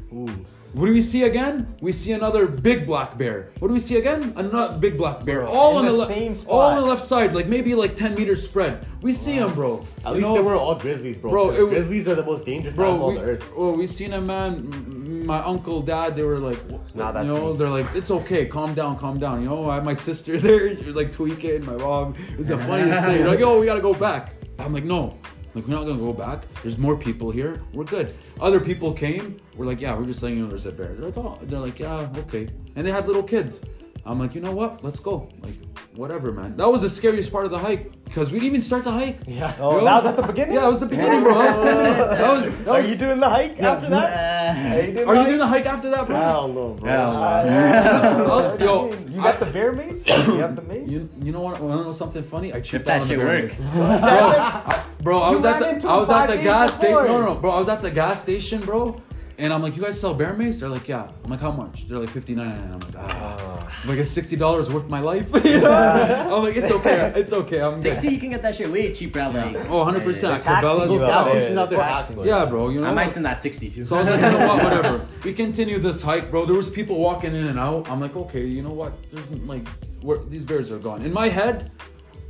Speaker 1: What do we see again? We see another big black bear. What do we see again? Another big black bear.
Speaker 2: Bro,
Speaker 1: all
Speaker 2: in
Speaker 1: on the,
Speaker 2: the
Speaker 1: left,
Speaker 2: same spot.
Speaker 1: all on the left side, like maybe like 10 meters spread. We see him, bro.
Speaker 4: At
Speaker 1: You
Speaker 4: least
Speaker 1: know,
Speaker 4: they were all grizzlies, bro.
Speaker 1: Bro,
Speaker 4: 'cause
Speaker 1: it w-
Speaker 4: grizzlies are the most dangerous animal
Speaker 1: Bro,
Speaker 4: on
Speaker 1: we,
Speaker 4: the earth.
Speaker 1: well, we seen a man. m- My uncle, dad, they were like, wh-
Speaker 2: Nah, that's
Speaker 1: you know,
Speaker 2: me.
Speaker 1: they're like, it's okay, calm down, calm down. You know, I had my sister there. She was like tweaking. My mom. It was the funniest thing. They're like, yo, we gotta go back. I'm like, no. Like we're not gonna go back. There's more people here. We're good. Other people came. We're like, yeah, we're just letting you know there's a bear. They're like, oh, they're like, yeah, okay. And they had little kids. I'm like, you know what? Let's go. Like, whatever, man. That was the scariest part of the hike because we didn't even start the hike.
Speaker 4: Yeah.
Speaker 2: Oh,
Speaker 1: Yo.
Speaker 2: that was at the beginning.
Speaker 1: Yeah, it was the beginning, bro. That was 10 minutes. That was, that
Speaker 2: Are
Speaker 1: was
Speaker 2: you doing the hike
Speaker 1: Yeah.
Speaker 2: after that? Are you doing
Speaker 1: are
Speaker 2: the
Speaker 1: you doing
Speaker 2: hike?
Speaker 1: the hike after that, bro?
Speaker 4: Hell no, bro.
Speaker 3: Yeah.
Speaker 1: I'll-
Speaker 2: Uh,
Speaker 1: Oh, yo,
Speaker 2: you got
Speaker 1: I-
Speaker 2: the bear maze? You have the maze?
Speaker 1: You, you know what? Want to know something funny? I cheaped out
Speaker 3: that
Speaker 1: on the
Speaker 3: shit
Speaker 1: bear
Speaker 3: works.
Speaker 1: mace. bro, I, bro, I
Speaker 2: You
Speaker 1: was at
Speaker 2: ran
Speaker 1: the
Speaker 2: into
Speaker 1: I
Speaker 2: him
Speaker 1: was at
Speaker 2: five
Speaker 1: the
Speaker 2: days
Speaker 1: gas station.
Speaker 2: before.
Speaker 1: No, no, bro, I was at the gas station, bro. And I'm like, you guys sell bear mace? They're like, yeah. I'm like, how much? They're like, 59. And I'm like, ah.
Speaker 3: Oh.
Speaker 1: I'm like, is $60 worth my life? You know? I'm like, it's okay. It's okay. I'm good.
Speaker 3: 60, Uh, you can get that shit way cheaper at like.
Speaker 1: Oh, 100%.
Speaker 2: The taxi
Speaker 1: Cabela's.
Speaker 2: goes
Speaker 4: Gas
Speaker 2: Yeah,
Speaker 4: stations
Speaker 2: yeah,
Speaker 4: out there
Speaker 2: yeah.
Speaker 4: hustling.
Speaker 1: Yeah, bro. You know
Speaker 3: I might
Speaker 1: what?
Speaker 3: send that 60 too.
Speaker 1: So I was like, you know what, whatever. We continue this hike, bro. There was people walking in and out. I'm like, okay, you know what? There's like, where, these bears are gone. In my head,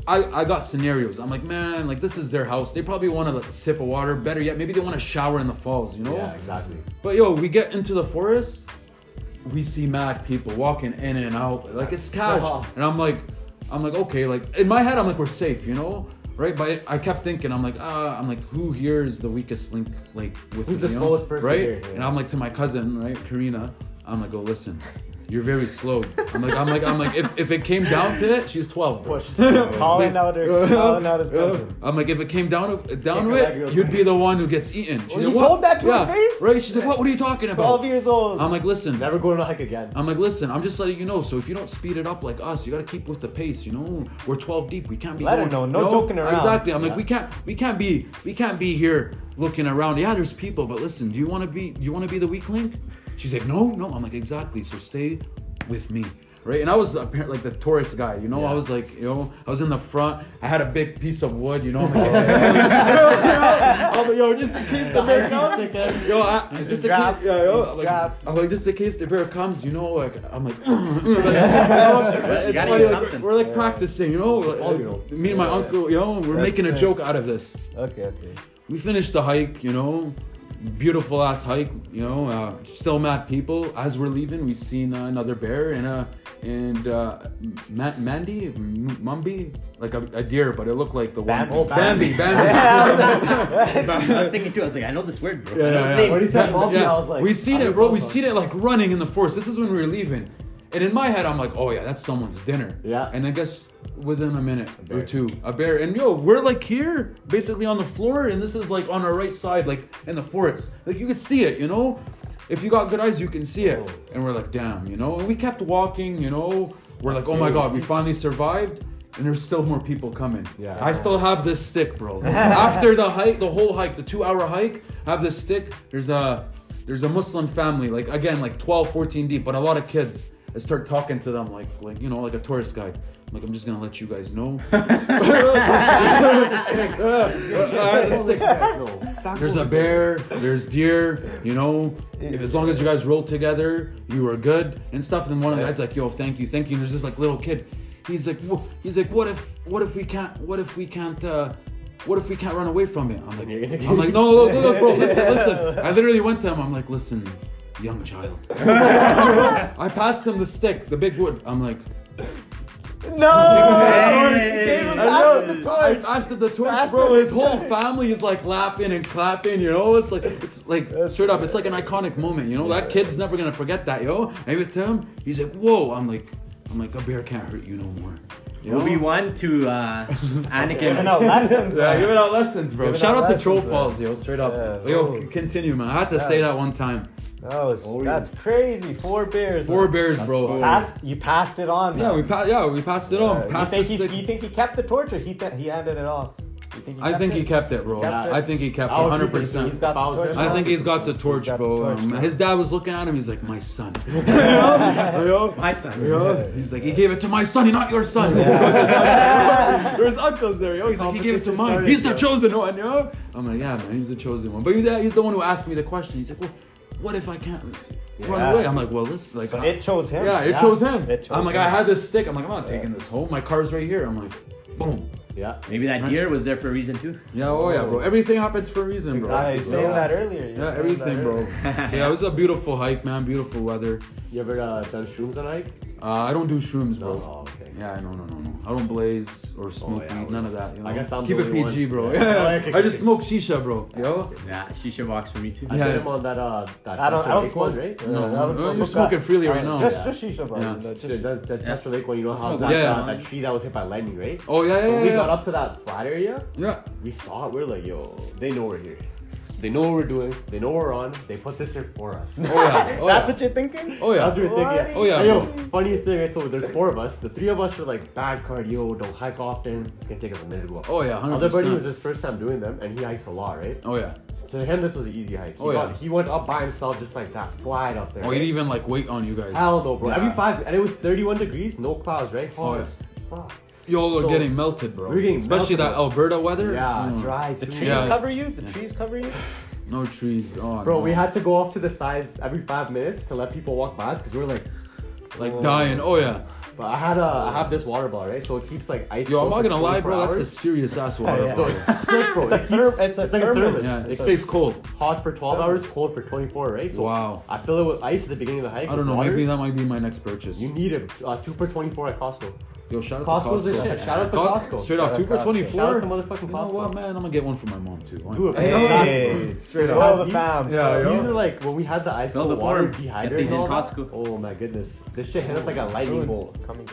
Speaker 1: I, I got scenarios. I'm like, man, like this is their house. They probably want to like, sip of water. Better yet, maybe they want to shower in the falls. You know?
Speaker 4: Yeah, exactly.
Speaker 1: But yo, we get into the forest, we see mad people walking in and out. Like it's cash.
Speaker 4: Wow.
Speaker 1: And I'm like, I'm like, okay, like in my head, I'm like, we're safe, you know? Right? But I kept thinking, I'm like, ah, I'm like, who here is the weakest link like with
Speaker 4: Who's
Speaker 1: me,
Speaker 4: the
Speaker 1: you know?
Speaker 4: slowest person
Speaker 1: Right?
Speaker 4: here? Yeah.
Speaker 1: And I'm like to my cousin, right, Karina, I'm like, go listen. You're very slow. I'm like, I'm like, I'm like, if, if it came down to it, she's 12. bro.
Speaker 2: Calling out her, calling out his cousin.
Speaker 1: I'm like, if it came down to, down
Speaker 3: Yeah, that
Speaker 1: to
Speaker 3: girl's
Speaker 1: it, you'd
Speaker 3: mad.
Speaker 1: be the one who gets eaten. She's
Speaker 2: you told that to her face?
Speaker 1: Right? She's like, what? What are you talking about?
Speaker 2: Twelve years old.
Speaker 1: I'm like, listen.
Speaker 4: Never going on a hike again.
Speaker 1: I'm like, listen. I'm just letting you know. So if you don't speed it up like us, you gotta keep with the pace. You know, we're 12 deep. We can't be.
Speaker 2: Let her
Speaker 1: going-
Speaker 2: know. No joking around.
Speaker 1: Exactly. I'm like, we can't. We can't be. We can't be here looking around. Yeah, there's people, but listen. Do you want to be? Do you want to be the weak link? She's like, no, no. I'm like, exactly. So stay with me. Right, and I was apparently like the tourist guy, you know. I
Speaker 4: Yeah.
Speaker 1: was like, you know, I was in the front. I had a big piece of wood, you know. I'm
Speaker 4: Oh,
Speaker 1: like, yo, just in case the bear comes, Yo, I, just in case,
Speaker 2: strapped.
Speaker 1: yeah, yo,
Speaker 2: He's
Speaker 1: like,
Speaker 2: strapped.
Speaker 1: I'm like, just in case the bear comes, you know, like, I'm like, it's
Speaker 3: gotta
Speaker 1: funny,
Speaker 3: eat
Speaker 1: like, we're,
Speaker 3: something.
Speaker 1: we're like practicing, you know, like,
Speaker 4: all, you know.
Speaker 1: me and my
Speaker 2: Yeah.
Speaker 1: uncle, you know, we're
Speaker 2: That's
Speaker 1: making a
Speaker 2: it.
Speaker 1: joke out of this.
Speaker 2: okay, okay.
Speaker 1: We finished the hike, you know, beautiful ass hike, you know, uh, still mad people. As we're leaving, we seen uh, another bear and uh, and uh, Ma- Mandy, M- Mumby, like a, a deer, but it looked like the
Speaker 2: Bambi.
Speaker 1: one.
Speaker 2: Oh,
Speaker 1: Bambi,
Speaker 4: Bambi.
Speaker 1: Bambi.
Speaker 3: I was thinking too. I was like, I know this word, bro. I know his
Speaker 4: When he
Speaker 3: name.
Speaker 4: said
Speaker 1: Yeah,
Speaker 4: Bobby,
Speaker 1: yeah.
Speaker 4: I was like,
Speaker 1: we seen
Speaker 4: I
Speaker 1: it,
Speaker 4: don't
Speaker 1: bro.
Speaker 4: know.
Speaker 1: We seen it like running in the forest. This is when we were leaving, and in my head, I'm like, oh yeah, that's someone's dinner.
Speaker 4: Yeah.
Speaker 1: And I guess within a minute or
Speaker 2: bear.
Speaker 1: two, a bear. And yo, we're like here, basically on the floor, and this is like on our right side, like in the forest. Like you could see it, you know. If you got good eyes, you can see it.
Speaker 4: Oh.
Speaker 1: And we're like, damn, you know. And we kept walking, you know. We're like, oh my god, we finally survived. And there's still more people coming.
Speaker 4: Yeah.
Speaker 1: I still have this stick, bro. After the hike, the whole hike, the two-hour hike, I have this stick. There's a there's a Muslim family, like again, like 12, 14 deep, but a lot of kids. I start talking to them like like you know, like a tourist guide. I'm like, I'm just gonna let you guys know. There's a bear, there's deer, you know. If, as long as you guys roll together, you are good and stuff. And then one of the guys like, yo, thank you, thank you. And there's this like little kid. He's like, "Wha- he's like, what if, what if we can't, what if we can't, uh, what if we can't run away from it? I'm
Speaker 4: You're
Speaker 1: like,
Speaker 4: gonna-
Speaker 1: I'm like, no, look, look, look, bro, listen, listen. I literally went to him. I'm like, listen, young child. I passed him the stick, the big wood. I'm like,
Speaker 2: No.
Speaker 3: Hey.
Speaker 2: Gave him
Speaker 3: I
Speaker 2: half
Speaker 1: know.
Speaker 2: the
Speaker 1: I
Speaker 2: torch.
Speaker 1: passed him the torch,
Speaker 2: Passed
Speaker 1: bro.
Speaker 2: him
Speaker 1: His
Speaker 2: the
Speaker 1: whole
Speaker 2: torch.
Speaker 1: family is like laughing and clapping, you know? It's like, it's like, straight up, it's like an iconic moment, you know? That kid's never gonna forget that, yo. I give it to him, he's like, whoa. I'm like, I'm like, a bear can't hurt you no more. You know?
Speaker 3: Obi Wan to uh, Anakin.
Speaker 2: Giving out lessons.
Speaker 1: Yeah,
Speaker 2: man.
Speaker 1: giving out lessons, bro.
Speaker 2: Giving
Speaker 1: Shout
Speaker 2: out
Speaker 1: out, to
Speaker 2: lessons,
Speaker 1: Troll
Speaker 2: man.
Speaker 1: Falls, yo, straight up.
Speaker 2: Yeah.
Speaker 1: yo,
Speaker 2: Oh.
Speaker 1: c- continue, man. I had to
Speaker 2: Yeah.
Speaker 1: say that one time.
Speaker 2: That was
Speaker 4: Oh, yeah.
Speaker 2: that's crazy. Four bears.
Speaker 1: Four
Speaker 2: man.
Speaker 1: bears, bro.
Speaker 2: Passed. You passed it on.
Speaker 1: Yeah,
Speaker 2: man.
Speaker 1: we passed. Yeah, we passed it
Speaker 2: Uh,
Speaker 1: on.
Speaker 2: you
Speaker 1: Passed
Speaker 2: think,
Speaker 1: the
Speaker 2: he,
Speaker 1: stick.
Speaker 2: you think he kept the torch or he, th- he handed it off? You think he
Speaker 1: I think he kept it, bro.
Speaker 2: Kept it.
Speaker 1: I think he kept it,
Speaker 4: I was
Speaker 1: 100.
Speaker 4: thinking
Speaker 1: percent
Speaker 2: He's got the
Speaker 4: Thousand.
Speaker 2: torch.
Speaker 1: I
Speaker 2: now?
Speaker 1: think he's got the torch,
Speaker 2: got the
Speaker 1: bro.
Speaker 2: torch
Speaker 1: Um,
Speaker 2: now.
Speaker 1: his dad was looking at him. He's like, "My son."
Speaker 3: My son.
Speaker 1: He's like, "He gave it to my son, not your son." There's uncles there. Yo. He's like, "He gave it to mine. He's the chosen one." Yo. I'm like, "Yeah, man. He's the chosen one." But he's, he's the one who asked me the question. He's like, "Well, what if I can't
Speaker 2: Yeah.
Speaker 1: run away?" I'm like, "Well, listen, like,
Speaker 2: So it chose him.
Speaker 1: yeah, it chose him."
Speaker 2: It chose
Speaker 1: I'm like,
Speaker 2: him.
Speaker 1: "I had this stick. I'm like, I'm not taking this home. My car's right here." I'm like, "Boom."
Speaker 4: Yeah.
Speaker 3: Maybe that deer was there for a reason too.
Speaker 1: Yeah, oh yeah, bro. Everything happens for a reason, bro.
Speaker 2: I was
Speaker 1: So-
Speaker 2: saying that earlier. you were
Speaker 1: Yeah,
Speaker 2: saying
Speaker 1: everything,
Speaker 2: that
Speaker 1: bro.
Speaker 2: earlier.
Speaker 1: So yeah, it was a beautiful hike, man. Beautiful weather.
Speaker 4: You ever uh, done shrooms on a hike?
Speaker 1: Uh, I don't do shrooms,
Speaker 4: No.
Speaker 1: bro.
Speaker 4: Oh, okay.
Speaker 1: Yeah, no, no, no, no. I don't blaze or smoke
Speaker 4: Oh, yeah,
Speaker 1: weed,
Speaker 4: well,
Speaker 1: none of that. You know?
Speaker 4: I guess I'm
Speaker 1: keep
Speaker 4: the
Speaker 1: it
Speaker 4: only
Speaker 1: PG,
Speaker 4: one.
Speaker 1: bro.
Speaker 4: Yeah. Oh,
Speaker 1: Yeah.
Speaker 4: okay,
Speaker 1: I
Speaker 4: okay,
Speaker 1: just
Speaker 4: okay.
Speaker 1: smoke shisha, bro. Yo.
Speaker 3: Yeah, shisha walks for me too.
Speaker 4: I
Speaker 1: Yeah.
Speaker 4: did them on that uh that
Speaker 2: I don't. I
Speaker 4: Tester
Speaker 2: don't
Speaker 4: Lake one,
Speaker 2: smoke.
Speaker 4: right?
Speaker 1: Mm.
Speaker 2: Yeah, I don't
Speaker 1: No,
Speaker 2: smoke
Speaker 1: you're
Speaker 2: crack.
Speaker 1: smoking freely right
Speaker 2: Uh,
Speaker 1: now.
Speaker 2: Just,
Speaker 4: Yeah.
Speaker 2: just shisha, bro.
Speaker 1: Yeah.
Speaker 2: you know, just-
Speaker 4: Dude, that, that
Speaker 3: Yeah.
Speaker 4: Tester Lake one, you know
Speaker 3: That's
Speaker 4: how
Speaker 3: not
Speaker 4: that's
Speaker 1: bad.
Speaker 4: uh,
Speaker 3: Yeah.
Speaker 4: that tree that was hit by lightning, right?
Speaker 1: Oh yeah,
Speaker 4: So
Speaker 1: yeah,
Speaker 4: we
Speaker 1: yeah.
Speaker 4: got up to that flat area.
Speaker 1: yeah.
Speaker 4: We saw it. We're like, yo, they know we're here. They know what we're doing. They know what we're on. They put this here for us.
Speaker 1: Oh yeah. Oh,
Speaker 2: That's
Speaker 1: yeah.
Speaker 2: what you're thinking.
Speaker 1: Oh yeah.
Speaker 4: That's what we we're thinking.
Speaker 1: Oh, yeah,
Speaker 4: Hey, yo,
Speaker 1: bro.
Speaker 4: funniest thing is, so there's four of us. The three of us are like bad cardio, don't hike often. It's gonna take us a minute to go up.
Speaker 1: Oh, yeah, 100%.
Speaker 4: Other buddy was his first time doing them, and he hikes a lot, right?
Speaker 1: Oh yeah.
Speaker 4: So to him, this was an easy hike. He,
Speaker 1: Oh, yeah.
Speaker 4: got- he went up by himself, just like that, flat up there.
Speaker 1: Oh,
Speaker 4: right?
Speaker 1: he'd even like wait on you guys. Oh,
Speaker 4: Hell no, bro.
Speaker 1: Yeah.
Speaker 4: Every five, and it was 31 degrees, no clouds, right?
Speaker 1: Oh,
Speaker 4: Hot as fuck.
Speaker 1: Y'all are
Speaker 4: So-
Speaker 1: getting melted, bro.
Speaker 4: We're getting
Speaker 1: Especially
Speaker 4: melted,
Speaker 1: that
Speaker 4: bro.
Speaker 1: Alberta weather.
Speaker 4: Yeah,
Speaker 1: Mm.
Speaker 4: dry.
Speaker 2: The
Speaker 4: too.
Speaker 2: trees
Speaker 1: Yeah.
Speaker 2: cover you. The trees cover you.
Speaker 1: No trees. Oh,
Speaker 4: Bro,
Speaker 1: no.
Speaker 4: we had to go off to the sides every five minutes to let people walk by us because we were like,
Speaker 1: like dying. Oh yeah.
Speaker 4: but I had a, I have this water bottle, right? So it keeps like ice.
Speaker 1: Yo, I'm not
Speaker 4: cold for
Speaker 1: gonna lie,
Speaker 4: 24
Speaker 1: bro. That's a
Speaker 4: hours.
Speaker 1: serious ass water
Speaker 2: yeah.
Speaker 4: Bro,
Speaker 1: bottle.
Speaker 4: it's sick, bro.
Speaker 2: It's a
Speaker 4: It
Speaker 2: therm-
Speaker 4: keeps-
Speaker 2: it's a
Speaker 4: like
Speaker 2: thermos.
Speaker 1: Yeah, it
Speaker 4: It's
Speaker 1: stays cold.
Speaker 4: hot for 12 hours, cold for 24, right? So
Speaker 1: Wow.
Speaker 4: I fill it with ice at the beginning of the hike.
Speaker 1: I
Speaker 4: with
Speaker 1: don't know.
Speaker 4: water.
Speaker 1: Maybe that might be my next purchase.
Speaker 4: You need it. Uh, two for 24 at Costco.
Speaker 1: Yo, shout out
Speaker 4: Costco's
Speaker 1: to
Speaker 4: the
Speaker 1: Costco.
Speaker 4: shit. Shout out to
Speaker 1: Co-
Speaker 4: Costco.
Speaker 1: Straight
Speaker 2: Shout
Speaker 1: off,
Speaker 2: out
Speaker 1: two for
Speaker 2: Costco.
Speaker 1: twenty-four.
Speaker 4: Shout out to motherfucking
Speaker 1: you know
Speaker 4: Costco.
Speaker 1: what, man? I'm gonna get one for my mom too. Why
Speaker 4: Do it.
Speaker 1: not?
Speaker 4: Hey,
Speaker 2: Hey,
Speaker 4: Straight
Speaker 2: straight
Speaker 4: up.
Speaker 2: all the fams.
Speaker 1: Yeah,
Speaker 2: bro.
Speaker 1: yo.
Speaker 4: These are like when we had the ice
Speaker 3: Smell
Speaker 4: cold
Speaker 3: the
Speaker 4: water
Speaker 3: farm. Get
Speaker 4: dehydrator.
Speaker 3: these
Speaker 4: and
Speaker 3: in
Speaker 4: all that.
Speaker 3: Costco.
Speaker 4: Oh my goodness, this shit hit us like a lightning bolt.
Speaker 2: Coming.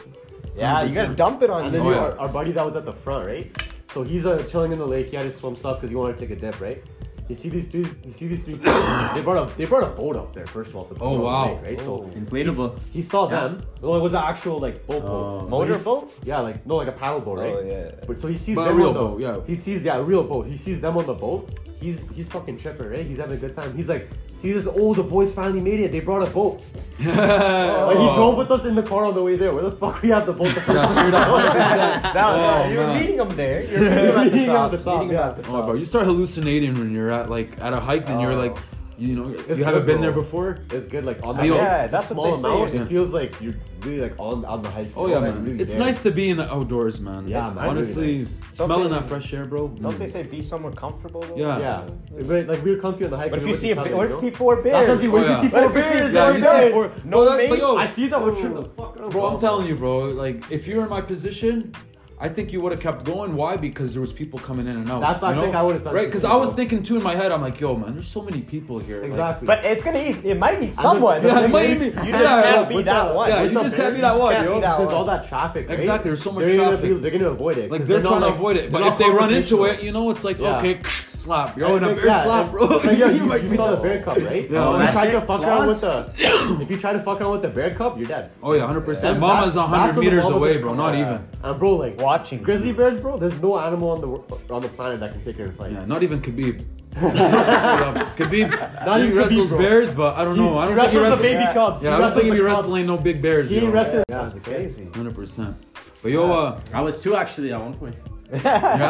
Speaker 2: Yeah, you gotta dump it on
Speaker 4: And then
Speaker 1: Oh,
Speaker 4: you,
Speaker 2: you.
Speaker 1: yeah.
Speaker 4: our, our buddy that was at the front, right? So he's uh, chilling in the lake. He had his swim stuff because he wanted to take a dip, right? You see these three. You see these three. they brought a they brought a boat up there first of all. The boat
Speaker 1: Oh,
Speaker 4: on the
Speaker 1: wow.
Speaker 4: lake, right? So
Speaker 3: Inflatable.
Speaker 4: he saw
Speaker 3: Yeah.
Speaker 4: them. Well, it was an actual like boat boat.
Speaker 1: Oh.
Speaker 4: So he's-
Speaker 2: Motorboat?
Speaker 4: Yeah, like no, like a paddle boat, right?
Speaker 2: Oh, yeah.
Speaker 4: But so he sees
Speaker 1: But a
Speaker 4: them
Speaker 1: real
Speaker 4: on the,
Speaker 1: boat, yeah.
Speaker 4: He sees yeah, a real boat. He sees them on the boat. He's he's fucking tripping, right? He's having a good time. He's like, see this? Oh, the boys finally made it. They brought a boat. Like
Speaker 1: Oh.
Speaker 4: he drove with us in the car on the way there. Where the fuck we had the boat? The first time? Oh,
Speaker 2: Now, now, you're
Speaker 1: man.
Speaker 2: meeting them there. You're meeting them at the
Speaker 4: Meeting 'em
Speaker 2: top.
Speaker 4: at the top,
Speaker 2: meeting 'em
Speaker 4: yeah.
Speaker 2: at the
Speaker 1: Oh,
Speaker 2: top.
Speaker 1: bro, you start hallucinating when you're at like at a hike, and you're
Speaker 2: Oh.
Speaker 1: like, you know,
Speaker 4: It's
Speaker 1: you haven't
Speaker 4: good,
Speaker 1: been
Speaker 4: bro.
Speaker 1: there before.
Speaker 4: It's good, like on the
Speaker 1: Hey, yo.
Speaker 4: hike.
Speaker 1: Yeah,
Speaker 4: It's a
Speaker 2: that's what
Speaker 4: small
Speaker 2: they say.
Speaker 4: amount.
Speaker 1: Yeah.
Speaker 4: It feels like you're really like on on the hike.
Speaker 1: Oh yeah,
Speaker 4: Like,
Speaker 1: man.
Speaker 4: really
Speaker 1: It's
Speaker 4: there.
Speaker 1: nice to be in the outdoors, man.
Speaker 4: Yeah,
Speaker 1: Like,
Speaker 4: man, really
Speaker 1: Honestly,
Speaker 4: nice.
Speaker 2: Don't
Speaker 1: smelling
Speaker 2: they-
Speaker 1: that fresh air, bro. mm.
Speaker 2: Don't they say be somewhere comfortable? Though?
Speaker 1: Yeah.
Speaker 4: Yeah, But, like we were comfy on the hike.
Speaker 2: But if
Speaker 4: we
Speaker 2: you
Speaker 4: were
Speaker 2: see a
Speaker 4: with each
Speaker 2: bi-
Speaker 4: other,
Speaker 2: what
Speaker 4: you
Speaker 2: if you
Speaker 4: know?
Speaker 2: see four bears?
Speaker 4: That's what I see, what if you
Speaker 1: Oh,
Speaker 4: see
Speaker 1: yeah.
Speaker 4: four
Speaker 2: But if you see
Speaker 4: bears?
Speaker 2: four
Speaker 4: yeah,
Speaker 1: you
Speaker 4: you
Speaker 1: see
Speaker 4: see
Speaker 2: bears,
Speaker 1: four-
Speaker 2: no
Speaker 1: Well, that- but
Speaker 2: mates.
Speaker 1: yo,
Speaker 4: I see that would trip the fuck out.
Speaker 1: Bro, I'm telling you, bro. Like, if you're in my position, I think you would have kept going. Why? Because there was people coming in and out.
Speaker 4: That's- I
Speaker 1: you know?
Speaker 4: think I would've done
Speaker 1: Right?
Speaker 4: the
Speaker 1: Because
Speaker 4: same,
Speaker 1: I was
Speaker 4: bro.
Speaker 1: thinking too in my head. I'm like, yo, man, there's so many people here. Like,
Speaker 4: Exactly.
Speaker 2: But it's gonna eat. It might eat someone.
Speaker 1: Yeah, it
Speaker 2: You
Speaker 1: might
Speaker 2: just-
Speaker 1: eat me.
Speaker 2: You just
Speaker 1: Yeah,
Speaker 2: can't
Speaker 1: yeah,
Speaker 2: be
Speaker 1: with
Speaker 2: that
Speaker 4: the-
Speaker 2: one.
Speaker 1: yeah,
Speaker 4: with
Speaker 1: you
Speaker 4: the
Speaker 1: just can't be
Speaker 4: bears,
Speaker 1: that
Speaker 4: you
Speaker 1: one,
Speaker 2: can't
Speaker 1: yo.
Speaker 2: be that
Speaker 4: there's
Speaker 2: one.
Speaker 4: all that traffic. Right?
Speaker 1: Exactly, there's so much
Speaker 4: they're Gonna
Speaker 1: traffic.
Speaker 4: be, they're gonna avoid it.
Speaker 1: Like
Speaker 4: 'cause
Speaker 1: they're,
Speaker 4: not,
Speaker 1: trying
Speaker 4: like-
Speaker 1: to avoid it, but
Speaker 4: they're
Speaker 1: if
Speaker 4: not
Speaker 1: they run into
Speaker 4: confrontational.
Speaker 1: it, you know, it's like
Speaker 4: Yeah.
Speaker 1: okay, slap, yo, and a
Speaker 4: Like,
Speaker 1: bear
Speaker 4: yeah,
Speaker 1: slap, bro.
Speaker 4: Like, yo, you, you saw the bear cup, right?
Speaker 1: Yeah.
Speaker 4: if you try to
Speaker 3: Elastic
Speaker 4: fuck around with
Speaker 3: claws?
Speaker 4: the, if you try to fuck around with the bear cup, you're dead.
Speaker 1: oh yeah, hundred percent.
Speaker 4: And
Speaker 1: Mama's
Speaker 4: that's- that's
Speaker 1: hundred
Speaker 4: when the
Speaker 1: meters
Speaker 4: mama's
Speaker 1: away,
Speaker 4: like,
Speaker 1: bro.
Speaker 4: come
Speaker 1: Not
Speaker 4: on.
Speaker 1: even.
Speaker 4: And bro, like
Speaker 2: Watching.
Speaker 4: grizzly bears, bro. There's no animal on the wor- on the planet that can take your fight.
Speaker 1: Yeah, not even Khabib. Khabib's
Speaker 4: Not
Speaker 1: he
Speaker 4: even Khabib,
Speaker 1: wrestles
Speaker 4: bro.
Speaker 1: bears, but I don't know. I
Speaker 4: he
Speaker 1: don't think he
Speaker 4: wrestles
Speaker 1: wrestles.
Speaker 4: the baby
Speaker 2: Yeah.
Speaker 4: cubs.
Speaker 1: Yeah, I don't
Speaker 4: wrestles
Speaker 1: think he
Speaker 4: the cubs.
Speaker 1: wrestling no big bears.
Speaker 4: He
Speaker 1: yo.
Speaker 4: wrestles.
Speaker 2: That's
Speaker 4: Yeah.
Speaker 2: crazy.
Speaker 1: Hundred percent. But yo, uh,
Speaker 3: I was two actually at one point.
Speaker 1: yeah,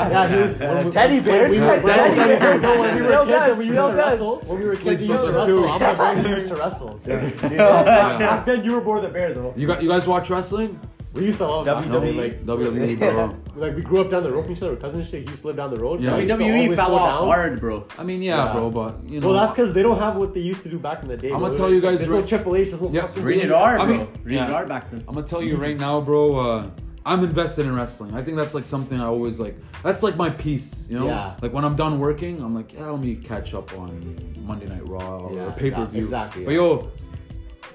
Speaker 4: Yeah, he was.
Speaker 2: Uh,
Speaker 4: when we-
Speaker 2: teddy
Speaker 4: when
Speaker 2: bears.
Speaker 4: we were-
Speaker 2: Teddy
Speaker 4: when we
Speaker 2: bears.
Speaker 4: were- When we were
Speaker 2: Real
Speaker 4: kids,
Speaker 2: guys,
Speaker 4: and we used
Speaker 2: real
Speaker 4: to
Speaker 2: guys.
Speaker 4: wrestle. When we were kids, we used to
Speaker 1: Kids
Speaker 4: wrestle.
Speaker 1: wrestle
Speaker 4: I'm a bear. You used to wrestle.
Speaker 1: Yeah.
Speaker 4: Back then, you were more the bear though.
Speaker 1: You got you guys watch wrestling?
Speaker 4: We used to love back then,
Speaker 1: E.
Speaker 2: WWE.
Speaker 4: E, Like,
Speaker 1: WWE, bro.
Speaker 4: like we grew up down the road from each other. Cousins and shit. He used to live down the road.
Speaker 1: Yeah.
Speaker 4: so we used to
Speaker 3: WWE
Speaker 4: always
Speaker 3: E fell
Speaker 4: go
Speaker 3: off
Speaker 4: down.
Speaker 3: hard, bro.
Speaker 1: I mean, yeah,
Speaker 4: Yeah.
Speaker 1: bro, but you know.
Speaker 4: Well, that's because they don't have what they used to do back in the day.
Speaker 1: I'ma
Speaker 4: bro.
Speaker 1: tell you guys
Speaker 4: There's
Speaker 1: right-
Speaker 4: no Triple H. There's no
Speaker 1: Yeah.
Speaker 4: fucking-
Speaker 3: Rated R,
Speaker 1: I
Speaker 3: bro.
Speaker 1: mean-
Speaker 3: Rated
Speaker 1: Yeah.
Speaker 3: R back then.
Speaker 1: I'm gonna tell you right now, bro. Uh, I'm invested in wrestling. I think that's like something I always like. That's like my piece, you know.
Speaker 4: Yeah.
Speaker 1: Like when I'm done working, I'm like, yeah, let me catch up on Monday Night Raw or
Speaker 4: Yeah,
Speaker 1: pay per view.
Speaker 4: exactly,
Speaker 1: But
Speaker 4: yeah.
Speaker 1: yo,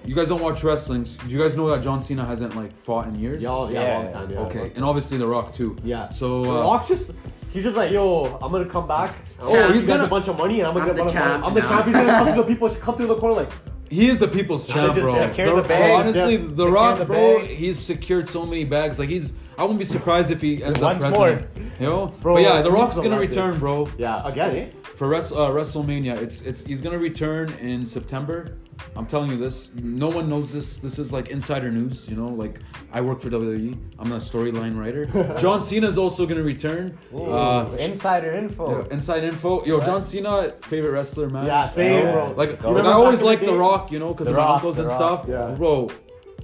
Speaker 1: you guys don't watch wrestling. Do you guys know that John Cena hasn't like fought in years?
Speaker 4: Y'all, yeah,
Speaker 2: Yeah.
Speaker 4: long time. Yeah.
Speaker 1: Okay, and obviously The Rock too.
Speaker 4: Yeah.
Speaker 1: So.
Speaker 4: The
Speaker 1: uh,
Speaker 4: Rock just he's just like, yo, I'm gonna come back. Oh,
Speaker 1: Yeah,
Speaker 4: he's
Speaker 1: he's
Speaker 4: got a
Speaker 1: gonna-
Speaker 4: bunch of money, and I'm gonna
Speaker 3: I'm
Speaker 4: get
Speaker 3: the
Speaker 4: one of
Speaker 3: champ
Speaker 4: my- I'm the
Speaker 3: now.
Speaker 4: champ. He's gonna come to the people, come to the corner like.
Speaker 1: He is the people's champ,
Speaker 2: just
Speaker 1: bro.
Speaker 2: secure the
Speaker 1: bro,
Speaker 2: bag.
Speaker 1: honestly,
Speaker 2: Yeah.
Speaker 1: The
Speaker 2: Secure
Speaker 1: Rock,
Speaker 2: the
Speaker 1: bro,
Speaker 2: bag.
Speaker 1: he's secured so many bags. Like he's, I wouldn't be surprised if he ends
Speaker 2: Once
Speaker 1: up president. You know,
Speaker 4: Bro,
Speaker 1: but yeah, The
Speaker 4: he's
Speaker 1: Rock's
Speaker 4: the
Speaker 1: gonna
Speaker 4: legend.
Speaker 1: return, bro,
Speaker 4: Yeah, again, eh?
Speaker 1: for Wres- uh, WrestleMania. It's it's he's gonna return in September. I'm telling you this. No one knows this. This is like insider news. You know, like I work for WWE. I'm a storyline writer. John Cena's also gonna return.
Speaker 2: Ooh,
Speaker 1: Uh,
Speaker 2: Insider info.
Speaker 1: yo, inside info. Yo, John Cena, favorite wrestler, man.
Speaker 4: Yeah, same,
Speaker 2: Yeah.
Speaker 4: bro.
Speaker 1: Like,
Speaker 4: You
Speaker 1: like
Speaker 4: remember
Speaker 1: I always
Speaker 4: back in
Speaker 1: liked
Speaker 4: day?
Speaker 1: The Rock, you know, because
Speaker 2: The
Speaker 1: of my
Speaker 2: Rock,
Speaker 1: uncles
Speaker 2: The
Speaker 1: and
Speaker 2: Rock,
Speaker 1: stuff.
Speaker 4: yeah.
Speaker 1: Bro,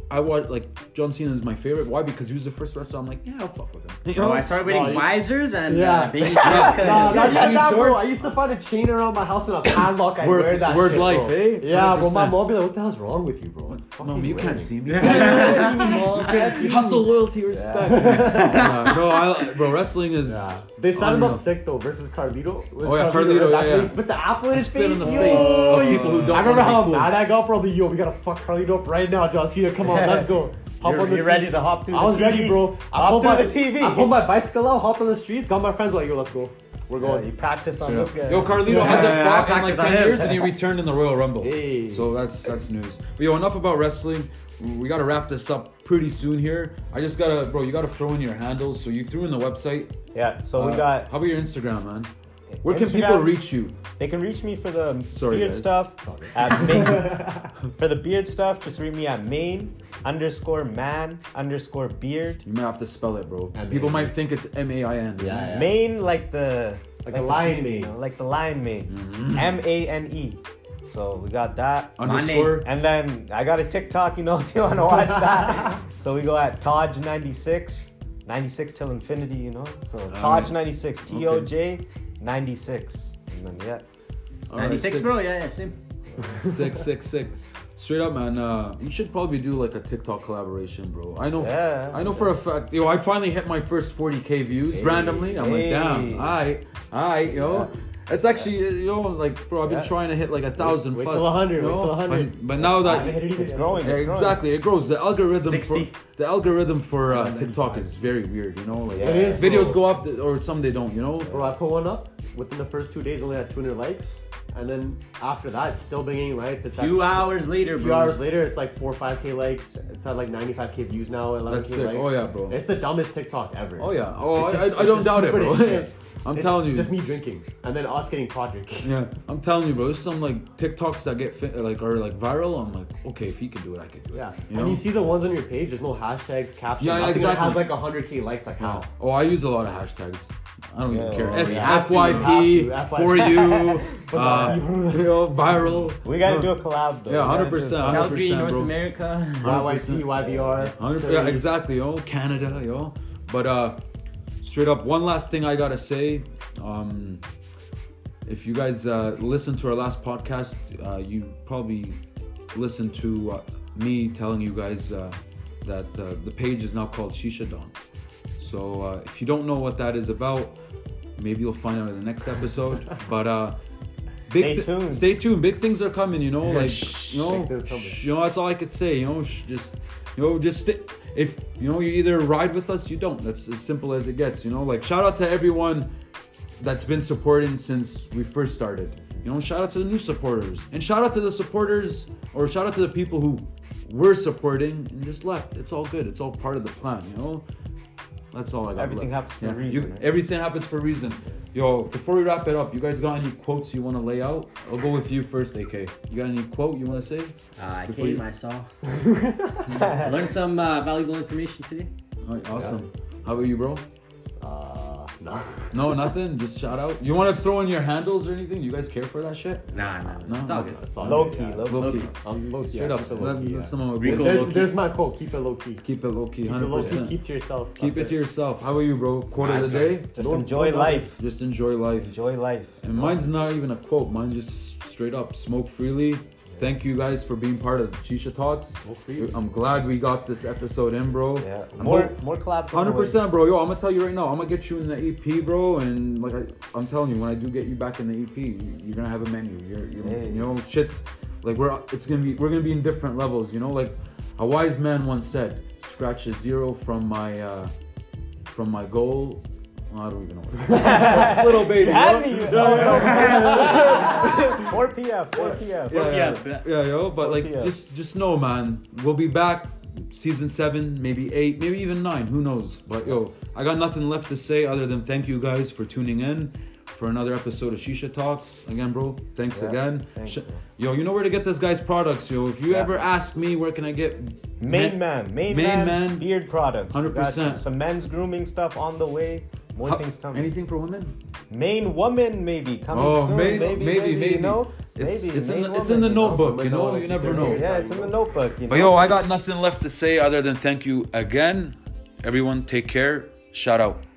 Speaker 1: I watch like John Cena is my favorite. Why? Because he was the first wrestler. I'm like, yeah, I'll fuck with him. You
Speaker 3: Bro,
Speaker 1: know?
Speaker 3: I started
Speaker 4: Oh,
Speaker 3: wearing
Speaker 4: you-
Speaker 3: visors and
Speaker 4: Yeah.
Speaker 3: uh, baby
Speaker 4: Nah,
Speaker 1: Yeah.
Speaker 4: not even
Speaker 1: Hanging
Speaker 4: that, bro.
Speaker 1: shorts.
Speaker 4: I used to find a chain around my house in a padlock. I
Speaker 1: Word-
Speaker 4: wear that
Speaker 1: word
Speaker 4: shit,
Speaker 1: life,
Speaker 4: bro.
Speaker 1: eh?
Speaker 4: Yeah, bro. My
Speaker 1: 100%.
Speaker 4: mom be like, "What the hell's wrong with you, bro?"
Speaker 1: Mom, you can't see me.
Speaker 4: me.
Speaker 1: Hustle, loyalty, respect. Yeah, bro, I, bro, wrestling is.
Speaker 4: Yeah. They set him
Speaker 1: unreal.
Speaker 4: up sick though versus Carlito. It was
Speaker 1: Oh, yeah, Carlito,
Speaker 4: back
Speaker 1: yeah,
Speaker 4: when He
Speaker 1: yeah.
Speaker 4: spit the apple in his
Speaker 1: spit
Speaker 4: face.
Speaker 1: in the
Speaker 4: yo.
Speaker 1: face of
Speaker 4: Yo.
Speaker 1: people who don't
Speaker 4: I remember
Speaker 1: wanna be
Speaker 4: how
Speaker 1: cool.
Speaker 4: mad I got, bro. The yo, we gotta fuck Carlito up right now, John Cena. Come on, let's go. Hop
Speaker 2: You're-
Speaker 4: on the
Speaker 2: you're
Speaker 4: street.
Speaker 2: ready to hop through
Speaker 4: I
Speaker 2: the
Speaker 4: was ready,
Speaker 2: TV.
Speaker 4: bro. I
Speaker 2: Hop
Speaker 4: pulled
Speaker 2: through
Speaker 4: my,
Speaker 2: the TV.
Speaker 4: I pulled my bicycle out, hopped on the streets, got my friends like, yo, let's go. We're
Speaker 2: Yeah, he
Speaker 4: going.
Speaker 2: practiced on this guy.
Speaker 1: Yo, Carlito
Speaker 4: Yeah.
Speaker 1: hasn't
Speaker 3: Yeah,
Speaker 1: fought
Speaker 3: I
Speaker 1: in like
Speaker 3: practice on
Speaker 1: 10
Speaker 3: him.
Speaker 1: years and he returned in the Royal Rumble.
Speaker 4: Hey.
Speaker 1: So that's that's news. But yo, enough about wrestling. We gotta wrap this up pretty soon here. I just gotta, bro, you gotta throw in your handles. So you threw in the website.
Speaker 2: Yeah, so
Speaker 1: Uh,
Speaker 2: we got.
Speaker 1: How about your Instagram, man? Where can
Speaker 2: Instagram?
Speaker 1: people reach you?
Speaker 2: They can reach me for the
Speaker 1: Sorry,
Speaker 2: beard
Speaker 1: guys.
Speaker 2: stuff at main. for the beard stuff, just read me at main underscore man underscore beard.
Speaker 1: You might have to spell it, bro.
Speaker 4: M A N.
Speaker 1: People might think it's M A I N.
Speaker 4: Yeah, yeah.
Speaker 2: Main like the
Speaker 4: Like a lion mane.
Speaker 2: you know, like the lion
Speaker 1: Mm-hmm.
Speaker 2: mane. M A N E. So we got that.
Speaker 1: Underscore.
Speaker 2: And then I got a TikTok, you know, if you want to watch that. so we go at Todge96, 96 till infinity, you know. So Todge96, T O J 96. And then, yeah.
Speaker 1: All right,
Speaker 3: Ninety six,
Speaker 1: sick,
Speaker 3: bro. Yeah, yeah, same.
Speaker 1: Sick, sick, sick. Straight up, man. Uh, you should probably do like a TikTok collaboration, bro. I know.
Speaker 2: Yeah.
Speaker 1: I know for a fact. Yo, I finally hit my first 40k views randomly. I'm like,
Speaker 2: hey.
Speaker 1: damn. I, I, yo. It's actually, you know, like, bro, I've been
Speaker 2: Yeah.
Speaker 1: trying to hit like a thousand
Speaker 4: wait
Speaker 1: plus.
Speaker 4: till 100, wait
Speaker 1: you know?
Speaker 4: till 100.
Speaker 1: But, but now that's
Speaker 2: It's growing. It's
Speaker 1: yeah,
Speaker 2: growing.
Speaker 1: exactly. It grows. The algorithm
Speaker 3: 60.
Speaker 1: for the algorithm for uh,
Speaker 4: 95.
Speaker 1: TikTok is very weird. You know, like
Speaker 2: It is,
Speaker 1: videos
Speaker 4: bro.
Speaker 1: go up th- or some they don't. You know,
Speaker 4: Bro, I put one up within the first two days, only had 200 likes, and then after that, it's still been getting likes. It's at-
Speaker 3: Few hours later,
Speaker 4: A
Speaker 3: bro.
Speaker 4: few hours later, it's like four or five k likes. It's at like ninety five k views now. 11K
Speaker 1: That's sick.
Speaker 4: Likes.
Speaker 1: Oh, yeah, bro.
Speaker 4: It's the dumbest TikTok ever.
Speaker 1: Oh yeah. Oh, I,
Speaker 4: It's just-
Speaker 1: I, I
Speaker 4: it's
Speaker 1: don't
Speaker 4: just
Speaker 1: doubt it,
Speaker 4: stupid
Speaker 1: bro.
Speaker 4: as shit.
Speaker 1: I'm
Speaker 4: It's
Speaker 1: telling you.
Speaker 4: Just me drinking and then us getting caught drinking.
Speaker 1: Yeah, I'm telling you, bro. There's some like TikToks that get fi- like are like viral. I'm like, okay, if he can do it, I can do it.
Speaker 4: Yeah.
Speaker 1: You know?
Speaker 4: And you see the ones on your page. There's no hashtags, captions.
Speaker 1: Yeah, yeah,
Speaker 4: nothing, and
Speaker 1: exactly.
Speaker 4: It has like hundred k likes. Like how?
Speaker 1: Oh, I use a lot of hashtags. I don't even
Speaker 2: Yeah,
Speaker 1: care.
Speaker 2: well,
Speaker 1: F-
Speaker 2: you
Speaker 4: have to, you
Speaker 1: FYP,
Speaker 4: have to.
Speaker 1: for you,
Speaker 4: For
Speaker 1: uh,
Speaker 4: you, bro.
Speaker 1: you know, viral.
Speaker 2: We gotta do a collab though.
Speaker 1: Yeah,
Speaker 2: We gotta do a
Speaker 1: 100%,
Speaker 2: collab.
Speaker 3: Calgary,
Speaker 1: 100%,
Speaker 3: North
Speaker 1: bro.
Speaker 3: America.
Speaker 4: YYC, YVR.
Speaker 1: 100
Speaker 4: Surrey.
Speaker 1: yeah, exactly, yo. Canada, yo. But uh, straight up, one last thing I gotta say. Um, if you guys uh, listened to our last podcast, uh, you probably listened to uh, me telling you guys uh, that uh, the page is now called Shisha Don. So uh, if you don't know what that is about, maybe you'll find out in the next episode. but uh, big
Speaker 2: Stay
Speaker 1: thi-
Speaker 2: tuned.
Speaker 1: Stay tuned. Big things are coming. You know, like
Speaker 4: shh,
Speaker 1: you know,
Speaker 4: big things coming.
Speaker 1: you know. That's all I could say. You know, sh- just you know, just sti- if you know, you either ride with us, you don't. That's as simple as it gets. You know, like shout out to everyone that's been supporting since we first started. You know, shout out to the new supporters and shout out to the supporters or shout out to the people who were supporting and just left. It's all good. It's all part of the plan. You know, that's all I got.
Speaker 2: Everything
Speaker 1: left.
Speaker 2: happens for a reason,
Speaker 1: you-
Speaker 2: right?
Speaker 1: everything happens for a reason. Yo, before we wrap it up, you guys got any quotes you want to lay out? I'll go with you first, AK. You got any quote you want to say?
Speaker 3: Uh, I
Speaker 1: Before
Speaker 3: came,
Speaker 1: you-
Speaker 3: I saw. I learned some uh, valuable information today.
Speaker 1: All right, awesome. How about you, bro?
Speaker 4: Uh, no.
Speaker 1: No, nothing. Just shout out. You want to throw in your handles or anything? You guys care for that shit?
Speaker 3: Nah, nah,
Speaker 1: No,
Speaker 3: nah. It's
Speaker 1: no,
Speaker 3: all good.
Speaker 4: That's all
Speaker 2: Low
Speaker 4: good,
Speaker 2: key,
Speaker 4: yeah. Um,
Speaker 2: low
Speaker 1: Low
Speaker 2: key.
Speaker 1: key.
Speaker 3: Okay.
Speaker 4: I'm low key.
Speaker 1: Straight up. Let- let someone with
Speaker 3: Rico,
Speaker 1: quotes.
Speaker 4: There-
Speaker 3: low key.
Speaker 4: There's my quote. Keep it low key.
Speaker 1: Keep it low key,
Speaker 4: Keep it
Speaker 1: hundred
Speaker 4: low key.
Speaker 1: percent.
Speaker 4: Keep to yourself.
Speaker 1: Keep it
Speaker 4: That's
Speaker 1: to yourself. How about you, bro? Quote of the day.
Speaker 2: Just
Speaker 4: Don't-
Speaker 2: enjoy
Speaker 4: don't-
Speaker 2: life.
Speaker 1: Just enjoy life.
Speaker 2: Enjoy life.
Speaker 1: And mine's not even a quote. Mine's just straight up smoke freely. Thank you guys for being part of Shisha Talks.
Speaker 4: freely.
Speaker 1: I'm glad we got this episode in, bro.
Speaker 2: Yeah.
Speaker 1: I'm
Speaker 2: More
Speaker 1: hope-
Speaker 2: more collabs. on the
Speaker 1: Hundred
Speaker 2: way.
Speaker 1: percent, bro. Yo, I'm gonna tell you right now. I'm gonna get you in the EP, bro. And like I, I'm telling you, when I do get you back in the EP, you- you're gonna have a menu. You're, you're
Speaker 2: Hey.
Speaker 1: you know, shit's like we're it's gonna be we're gonna be in different levels. You know, like a wise man once said, "Scratch a zero from my uh, from my goal." Well, I don't even know. What it's little baby.
Speaker 2: You
Speaker 1: yo.
Speaker 2: had me. Oh, no. 4 PF. 4
Speaker 1: Yeah,
Speaker 2: PF.
Speaker 1: yeah, yeah,
Speaker 3: Yeah.
Speaker 1: yo. But like,
Speaker 2: Yeah.
Speaker 1: just just know, man. We'll be back, season seven, maybe eight, maybe even nine. Who knows? But yo, I got nothing left to say other than thank you guys for tuning in for another episode of Shisha Talks. Again, bro, thanks
Speaker 2: Yeah,
Speaker 1: again.
Speaker 2: thanks,
Speaker 1: Sh- yo, you know where to get this guy's products, yo. If you
Speaker 2: Yeah.
Speaker 1: ever ask me where can I get
Speaker 2: Main man. Main,
Speaker 1: Main
Speaker 2: man,
Speaker 1: man.
Speaker 2: Beard products. We got
Speaker 1: 100%.
Speaker 2: you. Some men's grooming stuff on the way. More
Speaker 1: Huh,
Speaker 2: things coming.
Speaker 1: Anything for women?
Speaker 2: Main woman maybe coming
Speaker 1: Oh,
Speaker 2: soon.
Speaker 1: maybe,
Speaker 2: maybe,
Speaker 1: maybe, maybe.
Speaker 2: You know?
Speaker 1: It's-
Speaker 2: maybe.
Speaker 1: it's in
Speaker 2: main
Speaker 1: the- it's
Speaker 2: woman,
Speaker 1: in the
Speaker 2: you know?
Speaker 1: notebook, you know? You never know.
Speaker 2: Yeah, it's in the notebook. You know?
Speaker 1: But yo, I got nothing left to say other than thank you again. Everyone, take care. Shout out.